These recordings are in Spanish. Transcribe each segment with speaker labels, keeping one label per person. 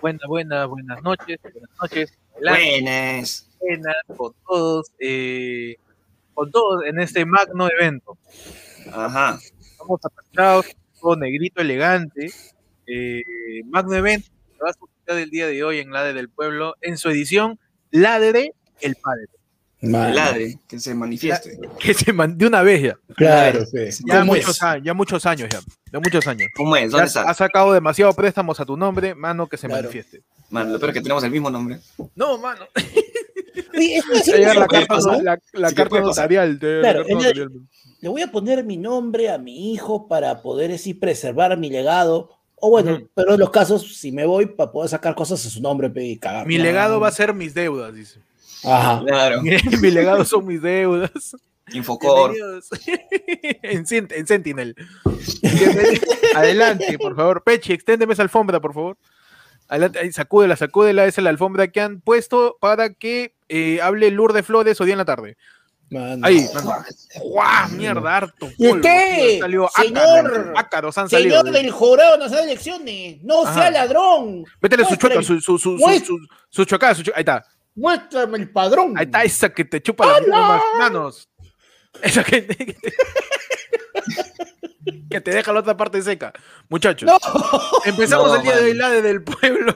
Speaker 1: buenas, buenas, buenas noches, buenas noches.
Speaker 2: Buenas.
Speaker 1: Buenas con todos, eh, con todos en este magno evento.
Speaker 2: Ajá.
Speaker 1: Estamos apachados, todo negrito elegante. Eh, magno evento que va a suceder el día de hoy en Ladre del Pueblo, en su edición Ladre el Padre.
Speaker 2: El Ladre, que se manifieste.
Speaker 3: Que se man- de una vez ya.
Speaker 4: Claro, sí.
Speaker 1: Ya
Speaker 3: Ya
Speaker 4: ¿Cómo
Speaker 3: muchos,
Speaker 4: es?
Speaker 3: a- ya muchos años ya. Ya muchos años.
Speaker 2: ¿Cómo es?
Speaker 1: Ya
Speaker 2: pues. ¿Dónde
Speaker 1: has
Speaker 2: está?
Speaker 1: sacado demasiado préstamos a tu nombre, mano, que se
Speaker 4: Claro.
Speaker 1: manifieste.
Speaker 2: Mano, lo peor es que tenemos el mismo nombre.
Speaker 3: No, mano.
Speaker 4: Oye, esto va a ser
Speaker 1: Ya llega
Speaker 4: una
Speaker 1: la
Speaker 2: puede
Speaker 1: carta,
Speaker 4: sorpresa,
Speaker 2: pasar.
Speaker 4: ¿no?
Speaker 1: la, la
Speaker 2: Sí que
Speaker 1: carta
Speaker 2: puede pasar.
Speaker 1: notarial. de-
Speaker 4: Claro,
Speaker 1: la carta
Speaker 4: es la-
Speaker 1: notarial.
Speaker 4: Le voy a poner mi nombre a mi hijo para poder así preservar mi legado. O bueno,
Speaker 1: Ujú.
Speaker 4: pero en los casos, si me voy, para poder sacar cosas a su nombre pe, y cagar.
Speaker 3: Mi legado va a ser mis deudas, dice.
Speaker 4: Ajá.
Speaker 2: Claro.
Speaker 3: Mi, mi legado son mis deudas.
Speaker 2: Infocor.
Speaker 3: Bienvenidos. en, Sen- en Sentinel.
Speaker 1: Adelante, por favor. Pechi, exténdeme esa alfombra, por favor. Adelante, ahí, sacúdela, sacúdela. Esa es la alfombra que han puesto para que eh, hable Lourdes Flores hoy en la tarde.
Speaker 4: Mano.
Speaker 1: Ahí, mano. ¡Guau! Mierda, harto.
Speaker 4: ¿Y
Speaker 1: polvo,
Speaker 4: qué?
Speaker 1: tío, Salió
Speaker 4: Señor.
Speaker 1: ácaros, ácaros han salido.
Speaker 4: Señor del Jurado Nacional de Elecciones, no
Speaker 1: Ajá.
Speaker 4: sea ladrón.
Speaker 1: Métele su
Speaker 4: Muéstrame-
Speaker 1: chueca, su, su, su, su,
Speaker 4: Muest-
Speaker 1: su, su chuecada, su chueca. Ahí está.
Speaker 4: Muéstrame el padrón.
Speaker 1: Ahí está esa que te chupa las
Speaker 4: ¡Hala!
Speaker 1: manos. Esa que que te, que te deja la otra parte seca. Muchachos,
Speaker 4: No.
Speaker 1: empezamos
Speaker 2: No,
Speaker 1: el día de hoy,
Speaker 2: mano.
Speaker 1: la de del pueblo.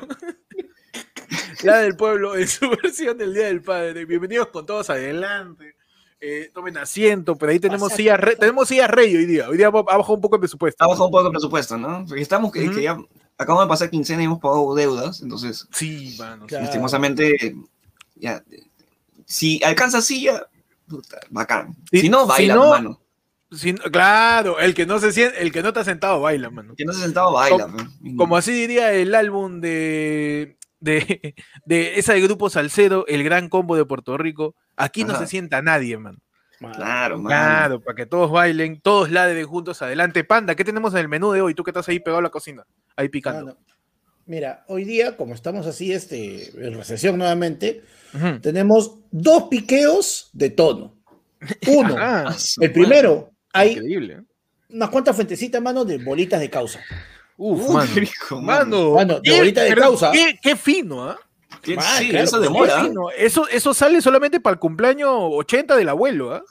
Speaker 1: la del pueblo, en su versión del Día del Padre. Bienvenidos con todos adelante. Eh, tomen asiento, pero ahí tenemos
Speaker 4: Pasa-
Speaker 1: sillas re- tenemos sillas rey hoy día. Hoy día ha bajado un poco el presupuesto.
Speaker 2: Ha bajado un poco el presupuesto, ¿no? Porque estamos que,
Speaker 1: Ujú.
Speaker 2: que ya acabamos de pasar quincena y hemos pagado deudas, entonces,
Speaker 1: Sí, mano.
Speaker 4: Claro.
Speaker 2: lastimosamente, ya. Si alcanza silla, puta, bacán.
Speaker 1: Sí,
Speaker 2: Si no,
Speaker 1: si
Speaker 2: baila,
Speaker 1: no-
Speaker 2: mano.
Speaker 1: Sí, claro, el que no se siente, el que no está sentado baila, mano.
Speaker 2: Que no se ha sentado, baila. pues. pe.
Speaker 1: Como así diría el álbum de, de, de ese grupo Salcedo, el gran combo de Puerto Rico. Aquí no
Speaker 2: Ajá.
Speaker 1: se sienta nadie, man.
Speaker 2: Claro, mano.
Speaker 1: Claro, para que todos bailen, todos ladren juntos adelante. Panda, ¿qué tenemos en el menú de hoy? Tú que estás ahí pegado a la cocina, ahí picando.
Speaker 4: Mano, Mira, hoy día, como estamos así, este, en recesión nuevamente,
Speaker 1: Ujú.
Speaker 4: tenemos dos piqueos de tono. Uno,
Speaker 2: Ah,
Speaker 1: Ajá,
Speaker 4: el primero, hay
Speaker 1: Increíble. ¿eh?
Speaker 4: unas cuantas fuentecitas, mano, de bolitas de causa.
Speaker 1: Uf,
Speaker 2: Uy,
Speaker 1: mano.
Speaker 2: qué rico, mano.
Speaker 1: Mano,
Speaker 4: Mano, de
Speaker 1: qué-
Speaker 4: bolita de
Speaker 1: pero
Speaker 4: causa.
Speaker 1: Qué, qué fino, ¿ah?
Speaker 2: Qué-
Speaker 4: Man,
Speaker 2: sí,
Speaker 4: claro,
Speaker 2: eso
Speaker 4: pues,
Speaker 2: demora.
Speaker 4: sí,
Speaker 2: ¿eh?
Speaker 4: sí,
Speaker 1: No, eso, eso sale solamente para el cumpleaños 80 del abuelo, ¿ah?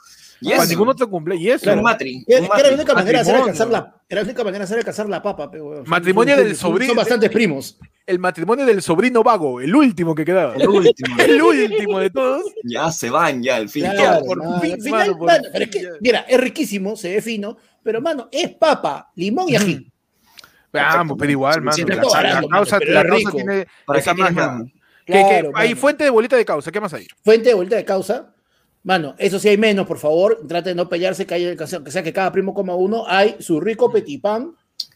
Speaker 2: Y
Speaker 1: Para
Speaker 2: eso,
Speaker 1: ningún otro cumpleaños. Y eso.
Speaker 2: Un matri. Ah,
Speaker 4: Que-
Speaker 2: un
Speaker 4: que era la
Speaker 2: matri.
Speaker 4: única manera de hacer
Speaker 1: matrimonio.
Speaker 4: alcanzar la, era la única manera de hacer alcanzar la papa. pe, weón. Son-
Speaker 1: Matrimonio
Speaker 4: son-
Speaker 1: del
Speaker 4: son-
Speaker 1: sobrino.
Speaker 4: Son bastantes primos.
Speaker 1: El matrimonio del sobrino vago, el último que quedaba.
Speaker 2: El último.
Speaker 1: el último de todos.
Speaker 2: Ya se van, ya, al fin.
Speaker 4: Claro,
Speaker 2: Ya,
Speaker 1: por
Speaker 4: mano,
Speaker 1: fin,
Speaker 4: al final,
Speaker 1: mano, por
Speaker 4: mano, pero es
Speaker 1: fin,
Speaker 4: que,
Speaker 1: ya.
Speaker 4: mira, es riquísimo, se ve fino, pero mano, es papa, limón y ají.
Speaker 1: Vamos, pero igual, mano.
Speaker 2: Suficiente
Speaker 1: La,
Speaker 4: todo,
Speaker 1: la
Speaker 4: mano,
Speaker 1: causa,
Speaker 4: pero
Speaker 1: la
Speaker 4: es
Speaker 1: causa
Speaker 4: rico.
Speaker 1: tiene
Speaker 2: ¿Para
Speaker 1: esa
Speaker 2: qué quieres
Speaker 1: magia.
Speaker 2: más?
Speaker 1: Que- que-
Speaker 4: Claro,
Speaker 1: hay
Speaker 4: mano.
Speaker 1: fuente de bolita de causa, ¿qué más hay?
Speaker 4: Fuente de vuelta de causa. Mano, eso sí hay menos, por favor. Trate de no pelearse, que, haya- que sea- que sea que cada primo coma uno. Hay su rico petipán con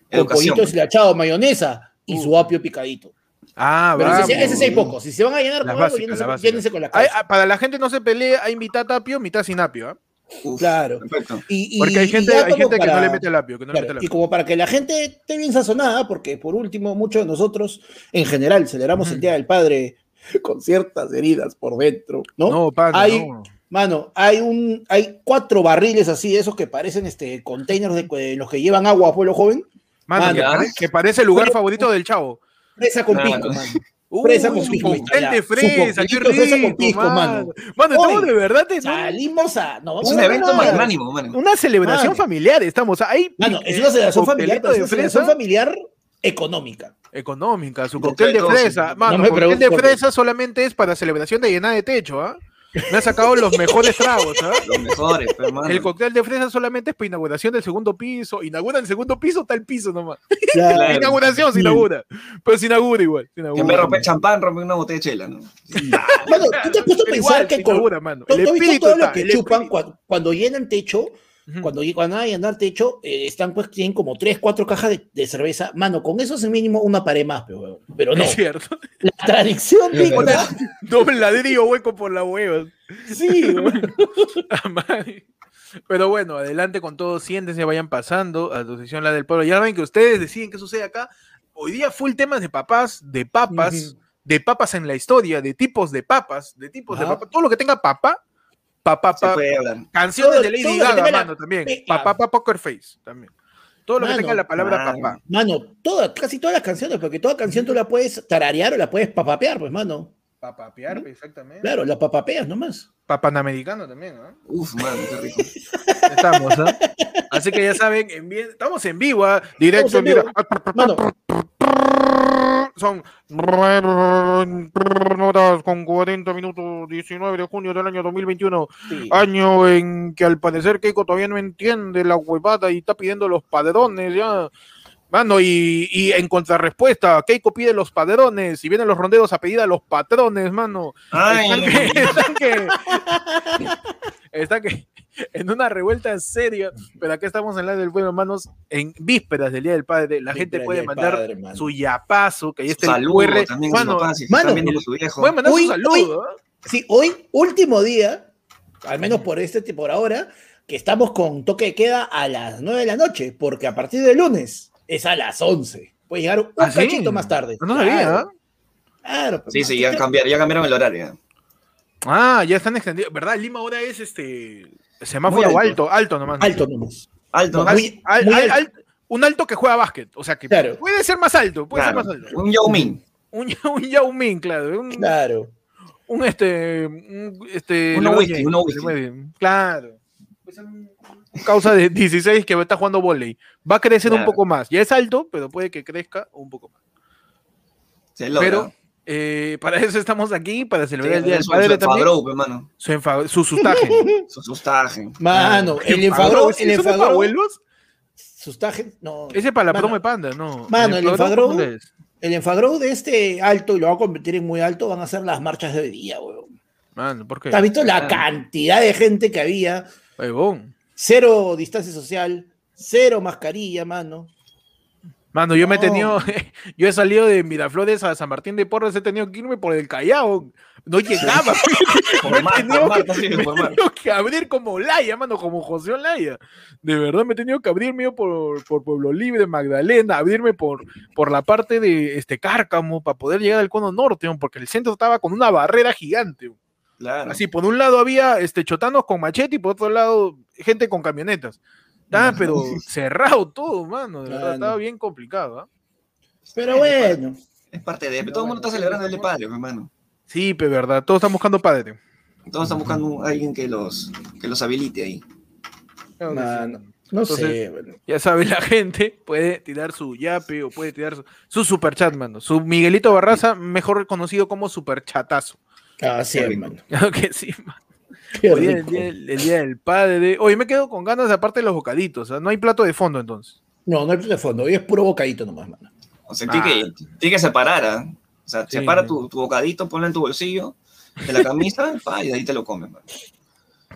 Speaker 2: Educación.
Speaker 4: pollito deshilachado, mayonesa y
Speaker 1: Uh.
Speaker 4: su apio picadito.
Speaker 1: Ah,
Speaker 4: Pero ese,
Speaker 1: vamos.
Speaker 4: sí- ese sí hay poco. Si se van a llenar
Speaker 1: Las
Speaker 4: con algo,
Speaker 1: básicas,
Speaker 4: llénense,
Speaker 1: las básicas.
Speaker 4: llénense con la
Speaker 1: Hay-
Speaker 4: causa.
Speaker 1: ah, para la gente no se pelea, hay mitad apio, mitad sin apio, ¿ah?
Speaker 2: Uf,
Speaker 4: Claro.
Speaker 2: Perfecto.
Speaker 4: Y- y-
Speaker 1: Porque hay
Speaker 4: y
Speaker 1: gente,
Speaker 4: ya
Speaker 1: hay
Speaker 4: como
Speaker 1: gente que no
Speaker 4: para-
Speaker 1: le mete el apio, que no le
Speaker 4: Claro,
Speaker 1: mete el
Speaker 4: y
Speaker 1: apio.
Speaker 4: como para que la gente esté bien sazonada, porque por último, muchos de nosotros en general celebramos
Speaker 1: Mm.
Speaker 4: el Día del Padre con ciertas heridas por dentro, ¿no?
Speaker 1: No, pan,
Speaker 4: Hay-
Speaker 1: no.
Speaker 4: Mano, hay un, hay cuatro barriles así, esos que parecen este containers de, de los que llevan agua, pueblo joven,
Speaker 1: Mano,
Speaker 4: mano,
Speaker 1: que,
Speaker 2: ya.
Speaker 1: pare- que parece el lugar
Speaker 4: Pero-
Speaker 1: favorito del chavo.
Speaker 4: presa con
Speaker 2: Claro.
Speaker 4: pico, mano.
Speaker 1: Uy,
Speaker 4: Fresa con
Speaker 1: su
Speaker 4: pisco,
Speaker 1: cóctel
Speaker 4: ya.
Speaker 1: de
Speaker 4: Su
Speaker 1: fresa, qué
Speaker 4: coctelito de fresa con
Speaker 1: rico,
Speaker 4: pisco,
Speaker 1: mano.
Speaker 4: mano.
Speaker 1: Mano, estamos
Speaker 4: Oye,
Speaker 1: de verdad, te-
Speaker 4: Salimos a. No,
Speaker 2: Es un
Speaker 4: vamos a
Speaker 2: evento
Speaker 4: nada.
Speaker 2: magnánimo, mano.
Speaker 1: una celebración
Speaker 4: Mano.
Speaker 1: familiar, estamos ahí.
Speaker 4: Mano, Ah, es una celebración familiar, pero es una celebración
Speaker 1: familiar.
Speaker 4: familiar económica.
Speaker 1: Económica, su
Speaker 2: Dentro
Speaker 1: cóctel
Speaker 2: de
Speaker 1: de
Speaker 2: todo,
Speaker 1: fresa.
Speaker 2: sí.
Speaker 1: Mano,
Speaker 4: No me
Speaker 1: cóctel de
Speaker 4: pregunto.
Speaker 1: fresa solamente es para celebración de llena de techo, ¿ah? Me ha sacado los mejores tragos, ¿ah?
Speaker 2: Los mejores, pero, mano.
Speaker 1: El cóctel de fresa solamente es para inauguración del segundo piso. Inaugura el segundo piso, está el piso nomás.
Speaker 2: Claro.
Speaker 1: Inauguración se inaugura. Pero se inaugura igual. se inaugura.
Speaker 2: En vez de romper champán, rompe una botella de chela, ¿no?
Speaker 4: Mano, tú te has puesto
Speaker 1: Pero
Speaker 4: a pensar
Speaker 1: igual,
Speaker 4: que
Speaker 1: se
Speaker 4: con,
Speaker 1: inaugura, mano.
Speaker 4: ¿Tú
Speaker 1: El
Speaker 4: has visto
Speaker 1: espíritu
Speaker 4: todo lo
Speaker 1: está,
Speaker 4: que
Speaker 1: el
Speaker 4: chupan
Speaker 1: espíritu. Mm.
Speaker 4: cuando, cuando llenan techo?
Speaker 1: Ujú.
Speaker 4: Cuando, lle- cuando van a llenar techo, eh, están pues, tienen como tres, cuatro cajas de, de cerveza. Mano, con eso es mínimo una pared más, pe, huevón. pero no.
Speaker 1: Es cierto.
Speaker 4: La tradición
Speaker 2: Es
Speaker 4: digo,
Speaker 2: verdad.
Speaker 1: Doble ladrillo hueco por la hueva.
Speaker 4: Sí, huevón.
Speaker 1: Ah, madre. Pero bueno, adelante con todo, siéntense, vayan pasando a tu sección la del pueblo. Ya saben que ustedes deciden qué sucede acá. Hoy día full temas de papás, de papas, de papas en la historia, de tipos de papas, de tipos de
Speaker 4: Ajá.
Speaker 1: papas. Todo lo que tenga papá, papá,
Speaker 2: Se
Speaker 1: papá.
Speaker 2: puede hablar.
Speaker 1: Canciones
Speaker 4: Todo-
Speaker 1: de
Speaker 4: todo
Speaker 1: Lady
Speaker 4: lo que
Speaker 1: Gaga,
Speaker 4: tenga la
Speaker 1: mano, también.
Speaker 4: pega.
Speaker 1: Papá, papá, Poker Face, también. Todo lo
Speaker 4: Mano,
Speaker 1: que tenga la palabra
Speaker 2: mano.
Speaker 1: papá.
Speaker 4: Mano, todas, casi todas las canciones, porque toda canción tú la puedes tararear o la puedes papapear, pues, mano.
Speaker 1: Papapear, exactamente.
Speaker 4: Claro, la papapeas nomás.
Speaker 1: Papanamericano también, ¿no?
Speaker 2: Uf, mano, qué rico.
Speaker 1: Estamos, ¿ah? Así que ya saben, en vi- estamos en vivo, ¿ah? directo en
Speaker 4: Estamos
Speaker 1: vivo.
Speaker 4: en vivo. Mano,
Speaker 1: Son
Speaker 5: horas con 40 minutos, 19 de junio del año 2021,
Speaker 4: sí.
Speaker 5: año en que al parecer Keiko todavía no entiende la huevada y está pidiendo los padrones ya. Mano, y, y en contrarrespuesta, Keiko pide los padrones y vienen los rondeos a pedir a los patrones, mano. Están
Speaker 2: Ay,
Speaker 5: que- están que-
Speaker 1: está que en una revuelta seria, pero acá estamos en la del pueblo, hermanos, en vísperas del Día del Padre, la gente
Speaker 4: Vísperas
Speaker 1: puede
Speaker 4: del
Speaker 1: mandar
Speaker 4: Padre, mano.
Speaker 1: su yapazo, que ahí está el
Speaker 2: saludos
Speaker 1: QR.
Speaker 2: también a
Speaker 1: Mano,
Speaker 2: su papá, si
Speaker 4: mano,
Speaker 2: están viendo con su viejo.
Speaker 1: pueden mandar
Speaker 4: Uy,
Speaker 1: su saludo. ¿ah?
Speaker 4: Sí, hoy, último día, al menos por este por ahora, que estamos con toque de queda a las 9 de la noche, porque a partir de lunes es a las 11. Puede llegar un
Speaker 1: ¿Ah, sí?
Speaker 4: cachito más tarde.
Speaker 1: No sabía,
Speaker 4: Claro,
Speaker 1: ¿ah?
Speaker 4: Claro, pues,
Speaker 2: Sí,
Speaker 4: mano,
Speaker 2: sí,
Speaker 4: ¿qué
Speaker 2: ya
Speaker 4: crees?
Speaker 2: cambiaron, ya cambiaron el horario.
Speaker 1: Ah, ya están extendidos. ¿Verdad? Lima ahora es este semáforo
Speaker 2: Muy
Speaker 1: alto.
Speaker 2: alto.
Speaker 1: alto, nomás.
Speaker 4: Alto nomás.
Speaker 2: Alto,
Speaker 4: Muy-
Speaker 1: Al-
Speaker 4: muy
Speaker 1: al-
Speaker 4: alto.
Speaker 1: al- un alto que juega básquet. O sea que
Speaker 4: Claro.
Speaker 1: puede ser más alto, puede
Speaker 2: claro,
Speaker 1: ser más alto.
Speaker 2: un Yao Ming,
Speaker 1: Un, un Yao Ming, claro. Un,
Speaker 4: Claro.
Speaker 1: un este. Un, este
Speaker 2: Uno
Speaker 1: LeBron
Speaker 2: whisky,
Speaker 1: James,
Speaker 2: uno whisky.
Speaker 1: LeBron. Claro. Puede ser un- un Causa de 16 que está jugando volei. Va a crecer un
Speaker 2: Claro.
Speaker 1: poco más. Ya es alto, pero puede que crezca un poco más.
Speaker 2: se logra.
Speaker 1: Pero eh, para eso estamos aquí, para celebrar el Día del
Speaker 2: su-
Speaker 1: Padre
Speaker 2: su
Speaker 1: también.
Speaker 2: Fadrow, pues, mano.
Speaker 1: Su, enfa- su sustaje.
Speaker 2: Su sustaje. Ah,
Speaker 4: Mano, Ah, el
Speaker 1: Enfadró,
Speaker 4: enfadro, el
Speaker 1: ¿Son los
Speaker 4: enfadro,
Speaker 1: abuelos?
Speaker 4: sustaje, no.
Speaker 1: Ese para la
Speaker 4: Mano,
Speaker 1: promo de panda, no.
Speaker 4: Mano, el
Speaker 1: Enfadró,
Speaker 4: Enfadró-
Speaker 1: ¿dónde es?
Speaker 4: El enfadro de este alto, y lo va a convertir en muy alto, van a ser las marchas de hoy día, weón.
Speaker 1: Mano, ¿por qué?
Speaker 4: ¿Has visto la
Speaker 1: Ah.
Speaker 2: Claro.
Speaker 4: cantidad de gente que había?
Speaker 1: Huevón.
Speaker 4: Cero distancia social, cero mascarilla, mano.
Speaker 1: Mano, yo me he
Speaker 4: No.
Speaker 1: tenido, yo he salido de Miraflores a San Martín de Porres, he tenido que irme por el Callao. No llegaba,
Speaker 2: Por mar,
Speaker 1: tenido
Speaker 2: por mar, está bien, por
Speaker 1: me he
Speaker 2: mar.
Speaker 1: tenido que abrir como Olaya, mano, como José Olaya. De verdad me he tenido que abrir mío por, por Pueblo Libre, Magdalena, abrirme por, por la parte de este Cárcamo para poder llegar al cono norte, ¿no? porque el centro estaba con una barrera gigante. ¿no?
Speaker 2: Claro.
Speaker 1: Así, por un lado había este, chotanos con machete y por otro lado gente con camionetas. Ah, pero cerrado todo, mano. De verdad,
Speaker 4: Claro.
Speaker 1: estaba bien complicado. ¿ah?
Speaker 4: Pero bueno,
Speaker 2: Es parte de. Todo el mundo está celebrando el Día del padre, pues, mano.
Speaker 1: Sí, pero verdad, todos están buscando padre.
Speaker 2: Todos están buscando a alguien que los, que los habilite ahí.
Speaker 4: mano, no
Speaker 1: Entonces,
Speaker 4: sé. bueno.
Speaker 1: Ya sabe la gente, puede tirar su yape o puede tirar su, su superchat, mano. Su Miguelito Barraza, mejor conocido como superchatazo.
Speaker 4: Así
Speaker 2: qué
Speaker 4: es,
Speaker 2: rico.
Speaker 4: mano.
Speaker 1: Claro que sí, mano.
Speaker 4: Qué
Speaker 1: Hoy día el,
Speaker 4: rico.
Speaker 1: día, del- el día del padre. Oye, me quedo con ganas aparte de los bocaditos. ¿ah? No hay plato de fondo entonces.
Speaker 4: No, no hay de fondo, hoy es puro bocadito nomás, mano.
Speaker 2: O sea,
Speaker 1: Ah.
Speaker 2: tiene, que, tiene que separar. ¿ah? O sea,
Speaker 1: Sí.
Speaker 2: separa tu, tu bocadito, ponlo en tu bolsillo, de la camisa, pa, y de ahí te lo comes, mano.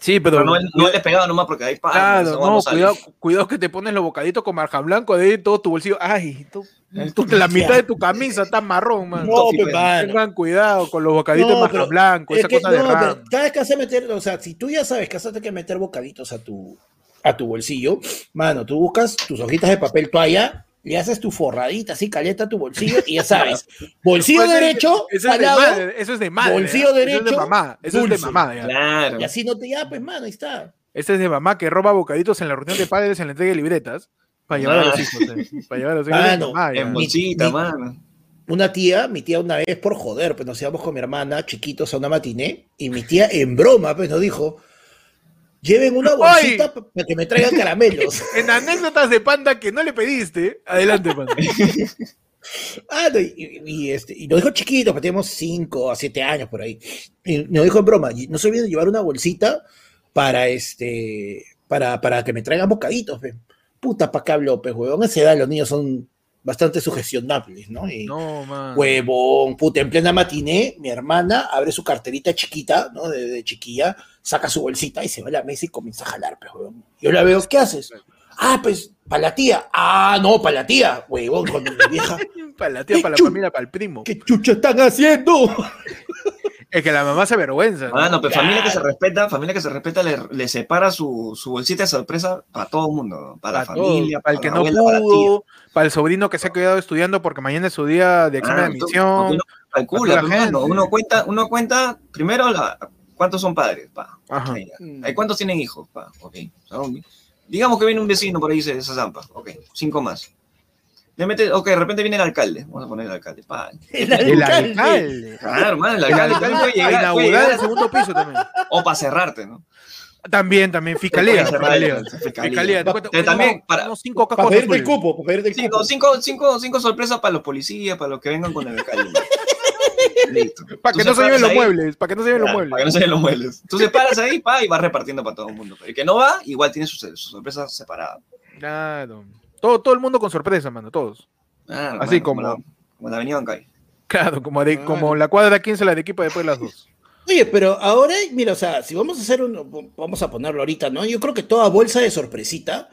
Speaker 1: Sí, pero. Ah,
Speaker 2: Pero no, no le he pegado nomás porque ahí pa.
Speaker 1: Claro,
Speaker 2: eso
Speaker 1: no,
Speaker 2: vamos a-
Speaker 1: cuidado, cuidado que te pones los bocaditos con marja blanco de ahí todo tu bolsillo. Ay, tú-
Speaker 2: Eh,
Speaker 1: tú- la mitad de tu camisa está marrón, mano.
Speaker 4: No,
Speaker 2: tópico,
Speaker 4: pe,
Speaker 2: ¿no?
Speaker 4: mano.
Speaker 1: Tengan cuidado con los bocaditos
Speaker 4: No,
Speaker 1: de marja
Speaker 4: pero
Speaker 1: blanco, pues,
Speaker 4: Es
Speaker 1: esa
Speaker 4: que
Speaker 1: cosa de
Speaker 4: no,
Speaker 1: ram.
Speaker 4: pero cada vez que vas a meter, o sea, si tú ya sabes que has tenido que meter bocaditos a tu, a tu bolsillo, mano, tú buscas tus hojitas de papel toalla, le haces tu forradita así, caleta a tu bolsillo y ya sabes, bolsillo
Speaker 1: Pues,
Speaker 4: derecho,
Speaker 1: Eso es, de
Speaker 4: salado,
Speaker 1: madre, eso es de madre. ¿eh?
Speaker 4: bolsillo
Speaker 1: Eso es de
Speaker 4: derecho,
Speaker 1: mamá. Eso es
Speaker 4: dulce.
Speaker 1: de mamá. ya.
Speaker 2: Claro.
Speaker 4: y así no te ya, pues, mano, ahí está.
Speaker 1: Este es de mamá que roba bocaditos en la reunión de padres en la entrega de libretas para llevar a los
Speaker 2: Ah.
Speaker 1: hijos. ¿eh? Para llevar a los hijos.
Speaker 4: Ah,
Speaker 1: Es de
Speaker 4: no.
Speaker 1: mamá, ya.
Speaker 2: En bolsita,
Speaker 4: Mi- mi-
Speaker 2: mano.
Speaker 4: Una tía, mi tía una vez por joder, pues nos íbamos con mi hermana, chiquitos, a una matiné, y mi tía en broma, pues nos dijo, lleven una bolsita para que me traigan caramelos.
Speaker 1: En anécdotas de panda que no le pediste, adelante, panda.
Speaker 4: Ah, no, y, y- y este, y nos dijo chiquitos, pues teníamos 5 a 7 años por ahí. Y nos dijo en broma, "Y no se olviden de llevar una bolsita para este, para, para que me traigan bocaditos, pe". Puta, pa' qué habló, pues, huevón, a esa edad los niños son bastante sugestionables, ¿no? Y,
Speaker 1: No, man.
Speaker 4: Huevón, puta, en plena matiné, mi hermana abre su carterita chiquita, ¿no? De, de chiquilla, saca su bolsita y se va a la mesa y comienza a jalar, pues, huevón. Yo la veo, ¿qué haces? Ah, pues, para la tía. Ah, no, para la tía, huevón, cuando mi vieja.
Speaker 1: Para la tía, para la
Speaker 4: Chu-
Speaker 1: familia, para el primo.
Speaker 4: ¿Qué chucha están haciendo?
Speaker 1: Es que la mamá se avergüenza. ¿no?
Speaker 2: Mano, pero familia que se
Speaker 4: Claro.
Speaker 2: respeta, familia que se respeta le, le separa su, su bolsita de sorpresa para todo el mundo, ¿no? para, la
Speaker 1: Para todo,
Speaker 2: familia,
Speaker 1: para el
Speaker 2: la
Speaker 1: que no
Speaker 2: abuela, para la tía.
Speaker 1: pudo, para el sobrino que se ha quedado estudiando porque mañana es su día de examen de
Speaker 2: Claro, tú- Ah, porque
Speaker 1: admisión.
Speaker 2: uno calcula,
Speaker 1: para la
Speaker 2: pues, mano,
Speaker 1: gente.
Speaker 2: uno cuenta, uno cuenta primero la, cuántos son padres, pa.
Speaker 1: Ajá.
Speaker 2: Mm. Ahí ya. Ahí, ¿Cuántos tienen hijos, pa? Ok. Son- Digamos que viene un vecino por ahí y se, se zampa. Ok, cinco más. Le mete, ok, de repente viene el alcalde. Vamos a poner el alcalde. pa.
Speaker 4: El
Speaker 1: El
Speaker 4: alcalde.
Speaker 1: alcalde.
Speaker 2: Claro, hermano, el alcalde, el alcalde puede
Speaker 1: A
Speaker 2: llegar, puede
Speaker 1: inaugurar el
Speaker 2: llegar.
Speaker 1: segundo piso también.
Speaker 2: O para cerrarte, ¿no?
Speaker 1: También, también. Fiscalía.
Speaker 2: Para cerrar
Speaker 1: Fiscalía.
Speaker 2: el-
Speaker 1: Fiscalía. te cuento,
Speaker 2: Pero también,
Speaker 1: unos-
Speaker 2: para,
Speaker 1: unos cinco
Speaker 4: Para
Speaker 1: cacos
Speaker 4: pedirte el
Speaker 1: azules.
Speaker 4: cupo, para pedirte el
Speaker 2: cinco,
Speaker 4: cupo.
Speaker 2: cinco, cinco, cinco sorpresas para los policías, para los que vengan con el alcalde. ¿no? Listo.
Speaker 1: Para que
Speaker 2: Tú
Speaker 1: no se lleven
Speaker 2: separas
Speaker 1: los
Speaker 2: ahí-
Speaker 1: muebles. Para que no se lleven los
Speaker 2: Claro, Para
Speaker 1: muebles.
Speaker 2: que no se lleven los muebles. Tú separas ahí, pa, y vas repartiendo para todo el mundo. El que no va, igual tiene su, su sorpresa separada.
Speaker 1: Claro. Todo, todo el mundo con sorpresa, mano. Todos.
Speaker 2: Ah,
Speaker 1: Así
Speaker 2: hermano,
Speaker 1: como-
Speaker 2: la, como la avenida Bancay.
Speaker 1: Claro, como, de- como la cuadra 15, la de equipo después de las dos.
Speaker 4: Oye, pero ahora, mira, o sea, si vamos a hacer un, vamos a ponerlo ahorita, ¿no? Yo creo que toda bolsa de sorpresita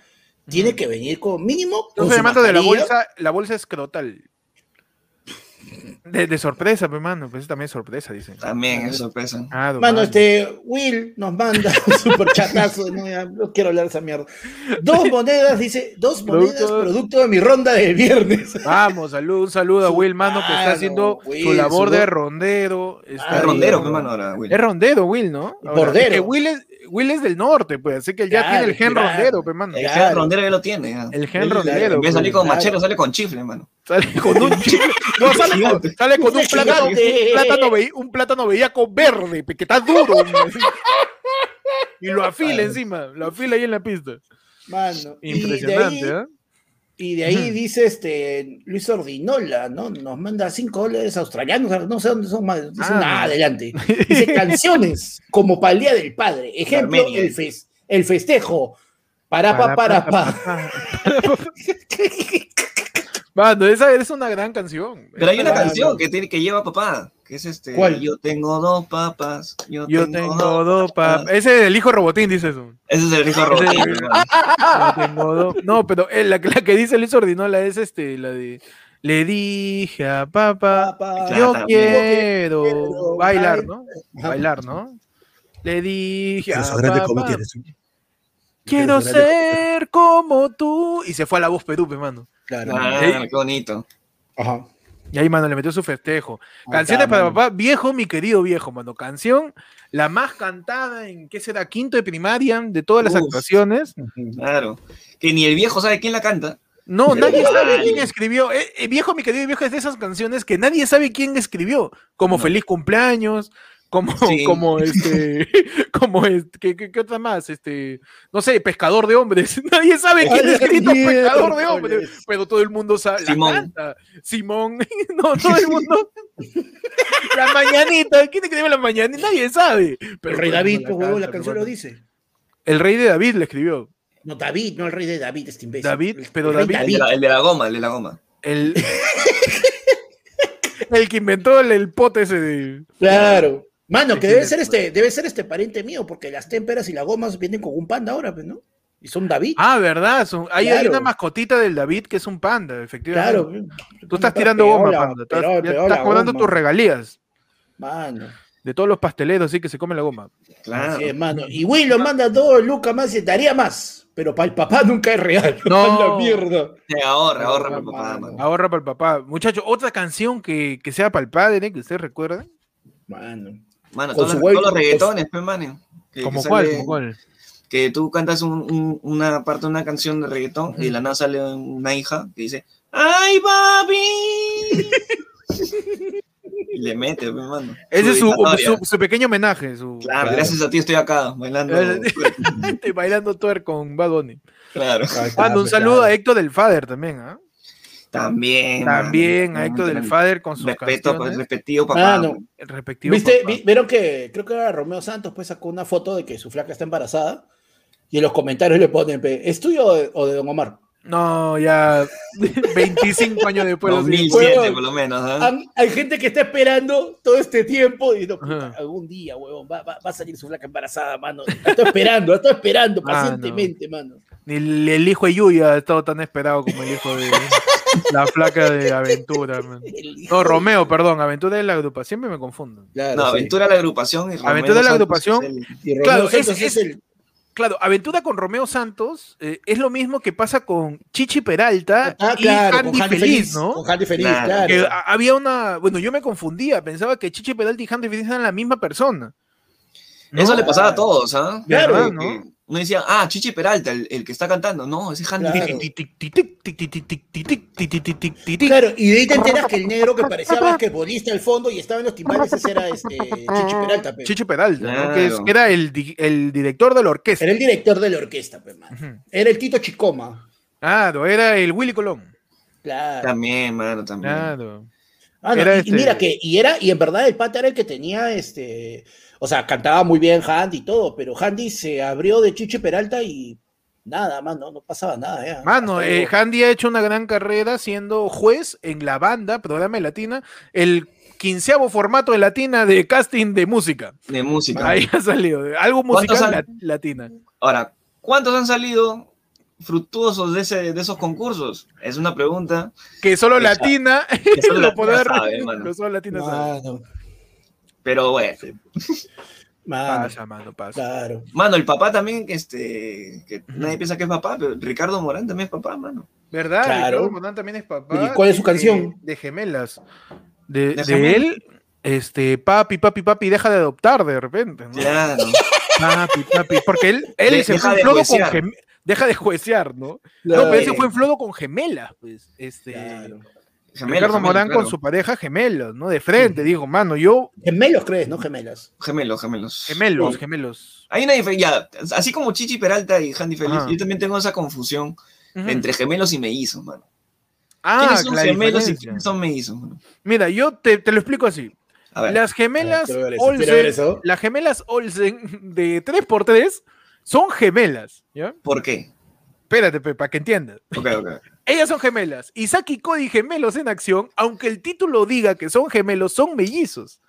Speaker 4: tiene que venir con mínimo. con
Speaker 1: Entonces,
Speaker 4: su
Speaker 1: hermano, de la
Speaker 4: mascarilla.
Speaker 1: bolsa, la bolsa escrotal. De, de sorpresa, pues, mano. Pues también es sorpresa, dicen. Ah,
Speaker 2: También es sorpresa.
Speaker 1: Claro,
Speaker 4: Mano,
Speaker 1: mano.
Speaker 4: este Will nos manda un super chatazo. No, ya, no quiero hablar de esa mierda. Dos monedas, dice, dos monedas,
Speaker 1: Producto-
Speaker 4: producto de mi ronda del viernes.
Speaker 1: Vamos, salud, un saludo a
Speaker 4: Su-
Speaker 1: Will, mano, que
Speaker 4: mano,
Speaker 1: está haciendo su
Speaker 4: Will,
Speaker 1: labor
Speaker 4: su-
Speaker 1: de rondero. pues,
Speaker 4: Ah,
Speaker 1: Está
Speaker 2: Es
Speaker 1: ahí,
Speaker 2: rondero,
Speaker 1: ¿no?
Speaker 2: mi hermano, ahora, Will.
Speaker 1: Es rondero, Will, ¿no?
Speaker 4: Y
Speaker 1: Ahora,
Speaker 4: cordero.
Speaker 1: es que Will es, Will es del norte, pues, así que él ya
Speaker 4: Claro,
Speaker 1: tiene el gen
Speaker 4: claro.
Speaker 1: rondero, pues, mano.
Speaker 2: El
Speaker 4: Claro.
Speaker 2: gen rondero ya lo tiene. ya.
Speaker 1: El gen
Speaker 4: Él, claro,
Speaker 1: rondero.
Speaker 2: En vez de
Speaker 1: pues.
Speaker 2: salir con
Speaker 4: claro.
Speaker 2: machero, sale con chifle, hermano.
Speaker 1: Sale con un chile. No, sale con,
Speaker 2: Gigante.
Speaker 1: sale con un
Speaker 4: Gigante.
Speaker 1: plátano, un plátano, veí- un plátano bellaco verde, pe, que está duro. hombre. y lo afila
Speaker 4: Claro.
Speaker 1: encima, lo afila ahí en la pista.
Speaker 4: Mano,
Speaker 1: Impresionante,
Speaker 4: y de ahí,
Speaker 1: ¿eh?
Speaker 4: y de ahí dice este Luis Ordinola, ¿no? Nos manda cinco dólares australianos, no sé dónde son más. Dice,
Speaker 1: Ah.
Speaker 4: "Nah, adelante. Dice canciones como para el Día del Padre. Ejemplo,
Speaker 2: Armenia.
Speaker 4: el, fes- el festejo. Para pa, para pa.
Speaker 1: Mano, esa es una gran canción.
Speaker 2: Pero hay una
Speaker 4: Claro.
Speaker 2: canción que, tiene, que lleva papá, que es este.
Speaker 4: ¿Cuál?
Speaker 2: Yo tengo dos papas. Yo,
Speaker 1: Yo tengo
Speaker 2: tengo, dos.
Speaker 1: dos pa- Ese es el hijo robotín, dice eso.
Speaker 2: Ese es el hijo robot.
Speaker 1: Yo tengo dos- No, pero eh, la, la que dice Luis Ordinola es este, la de. Le dije a papá,
Speaker 4: Pa, pa.
Speaker 2: Claro,
Speaker 1: yo
Speaker 2: también.
Speaker 1: quiero,
Speaker 4: quiero
Speaker 1: bailar, ¿no?
Speaker 4: Ajá.
Speaker 1: Bailar, ¿no? Le dije a
Speaker 6: Esos grandes
Speaker 1: papá,
Speaker 6: cometes.
Speaker 1: quiero
Speaker 6: esos grandes
Speaker 1: ser como tú. Y se fue a la voz Perú, pe, mano.
Speaker 4: Claro.
Speaker 2: Ah, qué bonito.
Speaker 4: Ajá.
Speaker 1: Y ahí, mano, le metió su festejo.
Speaker 4: Ahí
Speaker 1: Canciones
Speaker 4: está,
Speaker 1: para
Speaker 4: mano.
Speaker 1: papá, viejo, mi querido viejo, mano. Canción, la más cantada en, ¿qué será? Quinto de primaria, de todas las
Speaker 2: Uf.
Speaker 1: actuaciones.
Speaker 2: Claro. Que ni el viejo sabe quién la canta.
Speaker 1: No, nadie sabe
Speaker 2: Ay.
Speaker 1: quién escribió. Eh, eh, viejo, mi querido viejo, es de esas canciones que nadie sabe quién escribió. Como Feliz Cumpleaños, como,
Speaker 2: Sí.
Speaker 1: como este, como este, ¿qué, qué- qué otra más? Este, no sé, Pescador de Hombres. Nadie sabe quién ha
Speaker 4: Ay,
Speaker 1: escrito Pescador de
Speaker 4: miércoles.
Speaker 1: Hombres, pero todo el mundo sabe. la
Speaker 2: Simón.
Speaker 1: canta. Simón, no, todo el mundo. la mañanita, ¿quién escribió la mañanita? Nadie sabe.
Speaker 4: Pero
Speaker 1: Pero
Speaker 4: el
Speaker 1: todo
Speaker 4: rey
Speaker 1: el
Speaker 4: David,
Speaker 1: mundo
Speaker 4: pues, huevón, la
Speaker 1: canta,
Speaker 4: canción
Speaker 1: pero
Speaker 4: lo
Speaker 1: bueno.
Speaker 4: dice.
Speaker 1: El rey de David le escribió.
Speaker 4: No, David, no el rey de David, este imbécil.
Speaker 1: David,
Speaker 4: El-
Speaker 1: pero
Speaker 4: el rey
Speaker 1: David-
Speaker 2: El de la, el de la goma, el de la goma.
Speaker 1: El, el que inventó el, el pote ese de.
Speaker 4: Claro. Mano, que
Speaker 1: Sí,
Speaker 4: debe
Speaker 1: sí,
Speaker 4: ser
Speaker 1: sí.
Speaker 4: este, debe ser este pariente mío, porque las témperas y las gomas vienen con un panda ahora, pues, ¿no? Y son David.
Speaker 1: Ah, ¿verdad? Son- hay, hay
Speaker 4: Claro.
Speaker 1: una mascotita del David que es un panda, efectivamente.
Speaker 4: claro.
Speaker 1: Tú estás tirando goma, panda. Estás, ya estás cobrando tus
Speaker 4: regalos.
Speaker 1: regalías
Speaker 4: Mano,
Speaker 1: de todos los pasteleros, sí que se come la goma. Ah,
Speaker 2: Claro.
Speaker 4: así es, mano. Y Will lo manda dos lucas más y daría más. Pero para el papá nunca es real.
Speaker 1: No.
Speaker 4: la mierda.
Speaker 2: Te ahorra, ahorra,
Speaker 4: Ahorra,
Speaker 2: papá.
Speaker 4: mano.
Speaker 2: mano.
Speaker 1: Ahorra para el papá. Muchachos, otra canción que, que sea para el padre, que ustedes recuerden.
Speaker 4: Mano.
Speaker 2: Mano,
Speaker 4: Con
Speaker 2: todos
Speaker 4: su
Speaker 2: los,
Speaker 4: huevo,
Speaker 2: todos los
Speaker 4: con su-
Speaker 2: reggaetones, pues, mano. Que-
Speaker 1: ¿Como
Speaker 2: que
Speaker 1: cuál?
Speaker 2: sale-
Speaker 1: ¿Como cuál?
Speaker 2: Que tú cantas un- un- una parte de una canción de reggaetón y de la nada sale una hija que dice, ¡Ay, papi! y le mete, pues, mano.
Speaker 1: Ese es su,
Speaker 2: dedicatoria.
Speaker 1: su- su pequeño homenaje. Su,
Speaker 2: Claro, gracias a ti estoy acá bailando. Pues,
Speaker 1: Estoy bailando tuer con Bad Bunny.
Speaker 2: claro.
Speaker 1: Mando un saludo a Héctor del Father también, ¿ah?
Speaker 2: También.
Speaker 1: También
Speaker 2: mano.
Speaker 1: a Héctor del
Speaker 2: También.
Speaker 1: Father con sus
Speaker 2: Respeto, pues,
Speaker 1: canciones.
Speaker 2: respectivo, papá.
Speaker 4: Mano.
Speaker 1: el respectivo
Speaker 4: ¿Viste?
Speaker 1: papá.
Speaker 4: Vi- ¿Vieron que creo que era Romeo Santos pues sacó una foto de que su flaca está embarazada? Y en los comentarios le ponen, pe, ¿es tuyo o de, o de Don Omar?
Speaker 1: No, ya 25 años
Speaker 4: pues,
Speaker 1: después. los digo.
Speaker 2: 2007
Speaker 4: Huevón.
Speaker 2: por lo menos. ¿ah?
Speaker 4: Hay, hay gente que está esperando todo este tiempo y no, puta,
Speaker 1: Ajá.
Speaker 4: algún día, huevón, va, va- va a salir su flaca embarazada, mano. La estoy esperando, la estoy esperando
Speaker 1: Ah, no.
Speaker 4: pacientemente, mano.
Speaker 1: Ni el, el hijo de Yuya ha estado tan esperado como el hijo de la flaca de Aventura. man.
Speaker 4: El hijo
Speaker 1: No,
Speaker 4: de-
Speaker 1: Romeo, perdón, Aventura es la agrupación, siempre me confundo.
Speaker 4: Claro,
Speaker 2: No,
Speaker 4: sí.
Speaker 2: Aventura la agrupación. y Romeo
Speaker 1: Aventura la
Speaker 2: Santos
Speaker 1: agrupación.
Speaker 2: es el-
Speaker 4: Y Romeo
Speaker 1: Claro,
Speaker 4: Santos
Speaker 1: es- es-
Speaker 4: es, el.
Speaker 1: Claro, Aventura con Romeo Santos eh, es lo mismo que pasa con Chichi Peralta
Speaker 4: Ah,
Speaker 1: y
Speaker 4: claro,
Speaker 1: Handy
Speaker 4: con Handy
Speaker 1: Feliz,
Speaker 4: Feliz,
Speaker 1: ¿no?
Speaker 4: Con Handy Feliz,
Speaker 2: Claro.
Speaker 4: claro.
Speaker 1: Que a- había una. Bueno, yo me confundía, pensaba que Chichi Peralta y Handy Feliz eran la misma persona.
Speaker 2: Eso
Speaker 1: ¿No?
Speaker 2: le pasaba a todos, ¿ah?
Speaker 4: Claro,
Speaker 1: ¿no?
Speaker 2: Que no decían, ah, Chichi Peralta, el, el que está cantando. No, ese es Handy.
Speaker 4: Claro.
Speaker 2: Tic, tic,
Speaker 4: Claro, y de ahí te enteras que el negro que parecía basquetbolista al fondo y estaba en los timbales, ese era este, Chichi Peralta. pe.
Speaker 1: Chichi Peralta, ¿no? que, es-
Speaker 2: Claro.
Speaker 1: que era el, di- el director de la orquesta.
Speaker 4: Era el director de la orquesta, pe, mano.
Speaker 1: Ujú.
Speaker 4: Era el Tito Chicoma.
Speaker 1: Claro, era el Willy Colón.
Speaker 4: Claro.
Speaker 2: También, mano, también.
Speaker 1: Claro.
Speaker 4: Ah, no,
Speaker 1: Era
Speaker 4: y- y,
Speaker 1: este-
Speaker 4: mira que, y era, y en verdad el pata era el que tenía este, o sea, cantaba muy bien Handy y todo, pero Handy se abrió de Chichi Peralta y nada, mano, no pasaba nada. ya.
Speaker 1: Mano,
Speaker 4: Hasta
Speaker 1: eh,
Speaker 4: luego.
Speaker 1: Handy ha hecho una gran carrera siendo juez en la banda, programa de Latina, el quinceavo formato de Latina de casting de música.
Speaker 2: De música.
Speaker 1: Ahí ha salido. eh, Algo
Speaker 2: ¿Cuántos
Speaker 1: musical
Speaker 2: han-
Speaker 1: la- latina.
Speaker 2: Ahora, ¿cuántos han salido fructuosos de, ese, de esos concursos? Es una pregunta.
Speaker 1: Que solo
Speaker 2: Esa-
Speaker 1: latina
Speaker 2: que solo
Speaker 1: lo
Speaker 2: Latina
Speaker 1: podrá pues.
Speaker 2: sabe,
Speaker 1: re-
Speaker 2: mano. Ah.
Speaker 1: lo solo latina sabe.
Speaker 4: Mano,
Speaker 2: Pero bueno,
Speaker 4: mano,
Speaker 1: Pasa, mano, pasa.
Speaker 4: claro.
Speaker 2: mano, el papá también, que este, que nadie piensa que es papá, pero Ricardo Morán también es papá, mano.
Speaker 1: ¿Verdad?
Speaker 4: Claro.
Speaker 1: Ricardo Monán también es papá.
Speaker 4: ¿Y cuál es su
Speaker 1: de-
Speaker 4: canción?
Speaker 1: De, gemelas. De,
Speaker 2: ¿De
Speaker 1: de
Speaker 2: gemelas?
Speaker 1: él, este, papi, papi, papi, deja de adoptar de repente. ¿no?
Speaker 2: Claro.
Speaker 1: Papi, papi. Porque él, él
Speaker 2: De-
Speaker 1: se fue
Speaker 2: deja
Speaker 1: en
Speaker 2: de
Speaker 1: flodo con
Speaker 2: juecear.
Speaker 1: gem- Deja de juecear, ¿no?
Speaker 4: Claro.
Speaker 1: No, pero eh, ese fue en flodo con gemelas, pues. Este,
Speaker 4: Claro.
Speaker 2: Gemelo,
Speaker 1: Ricardo
Speaker 2: gemelo,
Speaker 1: Morán
Speaker 2: claro.
Speaker 1: con su pareja gemelos, ¿no? De frente, digo, mano, yo,
Speaker 4: Gemelos crees, ¿no? Gemelas.
Speaker 2: Gemelo, gemelos.
Speaker 1: gemelos,
Speaker 4: Sí.
Speaker 1: gemelos.
Speaker 2: Hay una diferencia, ya, así como Chichi Peralta y Handy Feliz,
Speaker 1: Ajá.
Speaker 2: yo también tengo esa confusión
Speaker 1: Ah. Ujú.
Speaker 2: entre gemelos y mellizos, mano.
Speaker 1: ah,
Speaker 2: ¿Quiénes son
Speaker 1: la
Speaker 2: gemelos y
Speaker 1: diferencia.
Speaker 2: quiénes son mellizos? mano?
Speaker 1: Mira, yo te, te lo explico así.
Speaker 2: A ver,
Speaker 1: Las gemelas
Speaker 4: A ver, quiero ver eso, quiero ver
Speaker 1: Olsen,
Speaker 4: eso.
Speaker 1: las gemelas Olsen de 3x3 son gemelas, ¿ya?
Speaker 2: ¿por qué?
Speaker 1: Espérate, pe, para que entiendas.
Speaker 2: Ok, ok.
Speaker 1: Ellas son gemelas. Isaac y Cody gemelos en acción, aunque el título diga que son gemelos, son mellizos.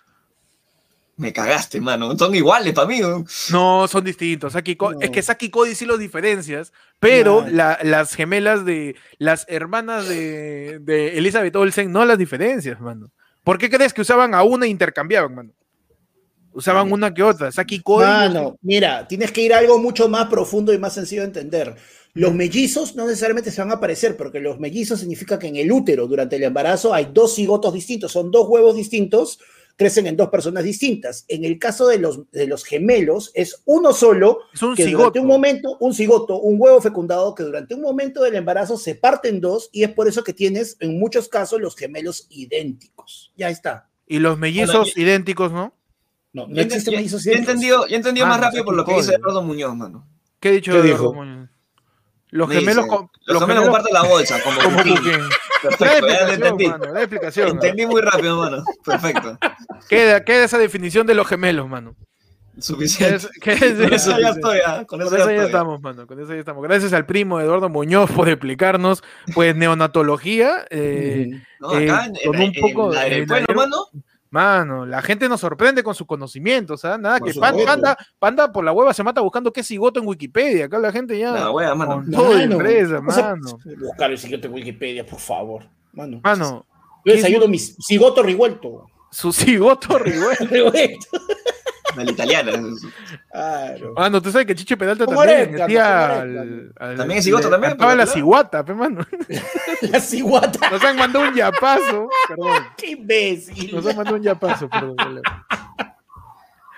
Speaker 2: Me cagaste, mano. Son iguales para mí. ¿no?
Speaker 1: No, son distintos. Saki y Co-
Speaker 4: No.
Speaker 1: Es que Saki y Cody sí los diferencias, pero
Speaker 4: No.
Speaker 1: la- las gemelas de las hermanas de, de Elizabeth Olsen no las diferencias, mano. ¿Por qué crees que usaban a una e intercambiaban, mano? Usaban una que otra. Saki y Cody.
Speaker 4: Mano, mira, tienes que ir a algo mucho más profundo y más sencillo de entender. Los mellizos no necesariamente se van a aparecer, porque los mellizos significa que en el útero, durante el embarazo, hay dos cigotos distintos, son dos huevos distintos, crecen en dos personas distintas. En el caso de los, de los gemelos, es uno solo,
Speaker 1: Es un
Speaker 4: que durante
Speaker 1: cigoto.
Speaker 4: un momento, un cigoto, un huevo fecundado, que durante un momento del embarazo se parte en dos, y es por eso que tienes, en muchos casos, los gemelos idénticos. Ya está.
Speaker 1: Y los mellizos
Speaker 2: Bueno,
Speaker 1: idénticos, ¿no?
Speaker 4: No, no
Speaker 2: Yo
Speaker 4: existen
Speaker 2: entendí-
Speaker 4: mellizos
Speaker 2: yo he
Speaker 4: idénticos.
Speaker 2: entendido, yo he entendido más
Speaker 1: Mano,
Speaker 2: rápido por
Speaker 1: Saki
Speaker 2: lo
Speaker 1: y
Speaker 2: que dice
Speaker 1: Cody.
Speaker 2: Eduardo Muñoz, mano.
Speaker 1: ¿Qué ha dicho
Speaker 4: ¿Qué
Speaker 1: Eduardo
Speaker 4: dijo?
Speaker 1: Muñoz? Los
Speaker 2: Me dice,
Speaker 1: gemelos. co-
Speaker 2: los gemelos comparten la bolsa, como
Speaker 1: como
Speaker 2: Cuquín.
Speaker 1: Cuquín. Da
Speaker 2: Perfecto, ya
Speaker 1: explicación,
Speaker 2: lo entendí.
Speaker 1: mano, da explicación.
Speaker 2: Entendí muy rápido, mano. Perfecto.
Speaker 1: Queda, queda esa definición de los gemelos, mano. Queda
Speaker 2: Suficiente.
Speaker 1: esa- queda
Speaker 2: Con
Speaker 1: esa-
Speaker 2: eso ya estoy, ah, con
Speaker 1: Con
Speaker 2: eso
Speaker 1: eso
Speaker 2: ya
Speaker 1: ya
Speaker 2: estoy.
Speaker 1: estamos, mano. Con eso ya estamos. Gracias al primo Eduardo Muñoz por explicarnos, pues, neonatología. eh,
Speaker 4: Ujú.
Speaker 2: No,
Speaker 1: Eh,
Speaker 2: acá en-
Speaker 1: con
Speaker 2: en-
Speaker 1: un poco
Speaker 2: en la
Speaker 1: de-
Speaker 2: del pueblo,
Speaker 1: de-
Speaker 2: mano,
Speaker 1: Mano, la gente nos sorprende con sus conocimientos, ¿ah? Nada
Speaker 4: Por
Speaker 1: que pan-
Speaker 4: supuesto.
Speaker 1: panda, panda por la hueva se mata buscando qué cigoto en Wikipedia. Acá la gente ya
Speaker 2: la wea, mano.
Speaker 1: con todo de
Speaker 4: Mano,
Speaker 1: empresa,
Speaker 4: vamos a-
Speaker 1: mano.
Speaker 4: Buscar el siguiente Wikipedia, por favor. Mano,
Speaker 1: Mano,
Speaker 4: yo desayuno mi cigoto revuelto.
Speaker 1: su cigoto rigüey.
Speaker 4: Revuelto.
Speaker 2: De la italiana.
Speaker 4: Claro.
Speaker 1: Mano, Ah, tú sabes que Chiche Peralta
Speaker 4: Como
Speaker 1: también
Speaker 4: Areca,
Speaker 1: metía
Speaker 4: como Areca.
Speaker 1: al, al-
Speaker 2: También es cigoto
Speaker 1: le
Speaker 2: también, pues,
Speaker 1: cantaba
Speaker 2: pero
Speaker 1: la
Speaker 2: claro.
Speaker 1: ciguata, pe, mano.
Speaker 4: La ciguata.
Speaker 1: Nos han mandado un yapazo, perdón.
Speaker 4: ¡Qué imbécil!
Speaker 1: Nos han mandado un yapazo, perdón.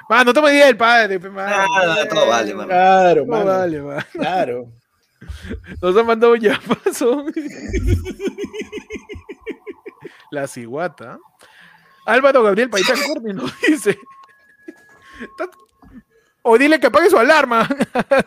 Speaker 1: Mano, toma idea del padre, pe, mano.
Speaker 2: Nada, Ah, todo vale, mano.
Speaker 4: Claro,
Speaker 1: No
Speaker 4: mano.
Speaker 1: vale, mano.
Speaker 4: Claro.
Speaker 1: Nos han mandado un llamazo. La ciguata. Álvaro Gabriel Paisán Corni nos dice. "Tat- O dile que apague su alarma.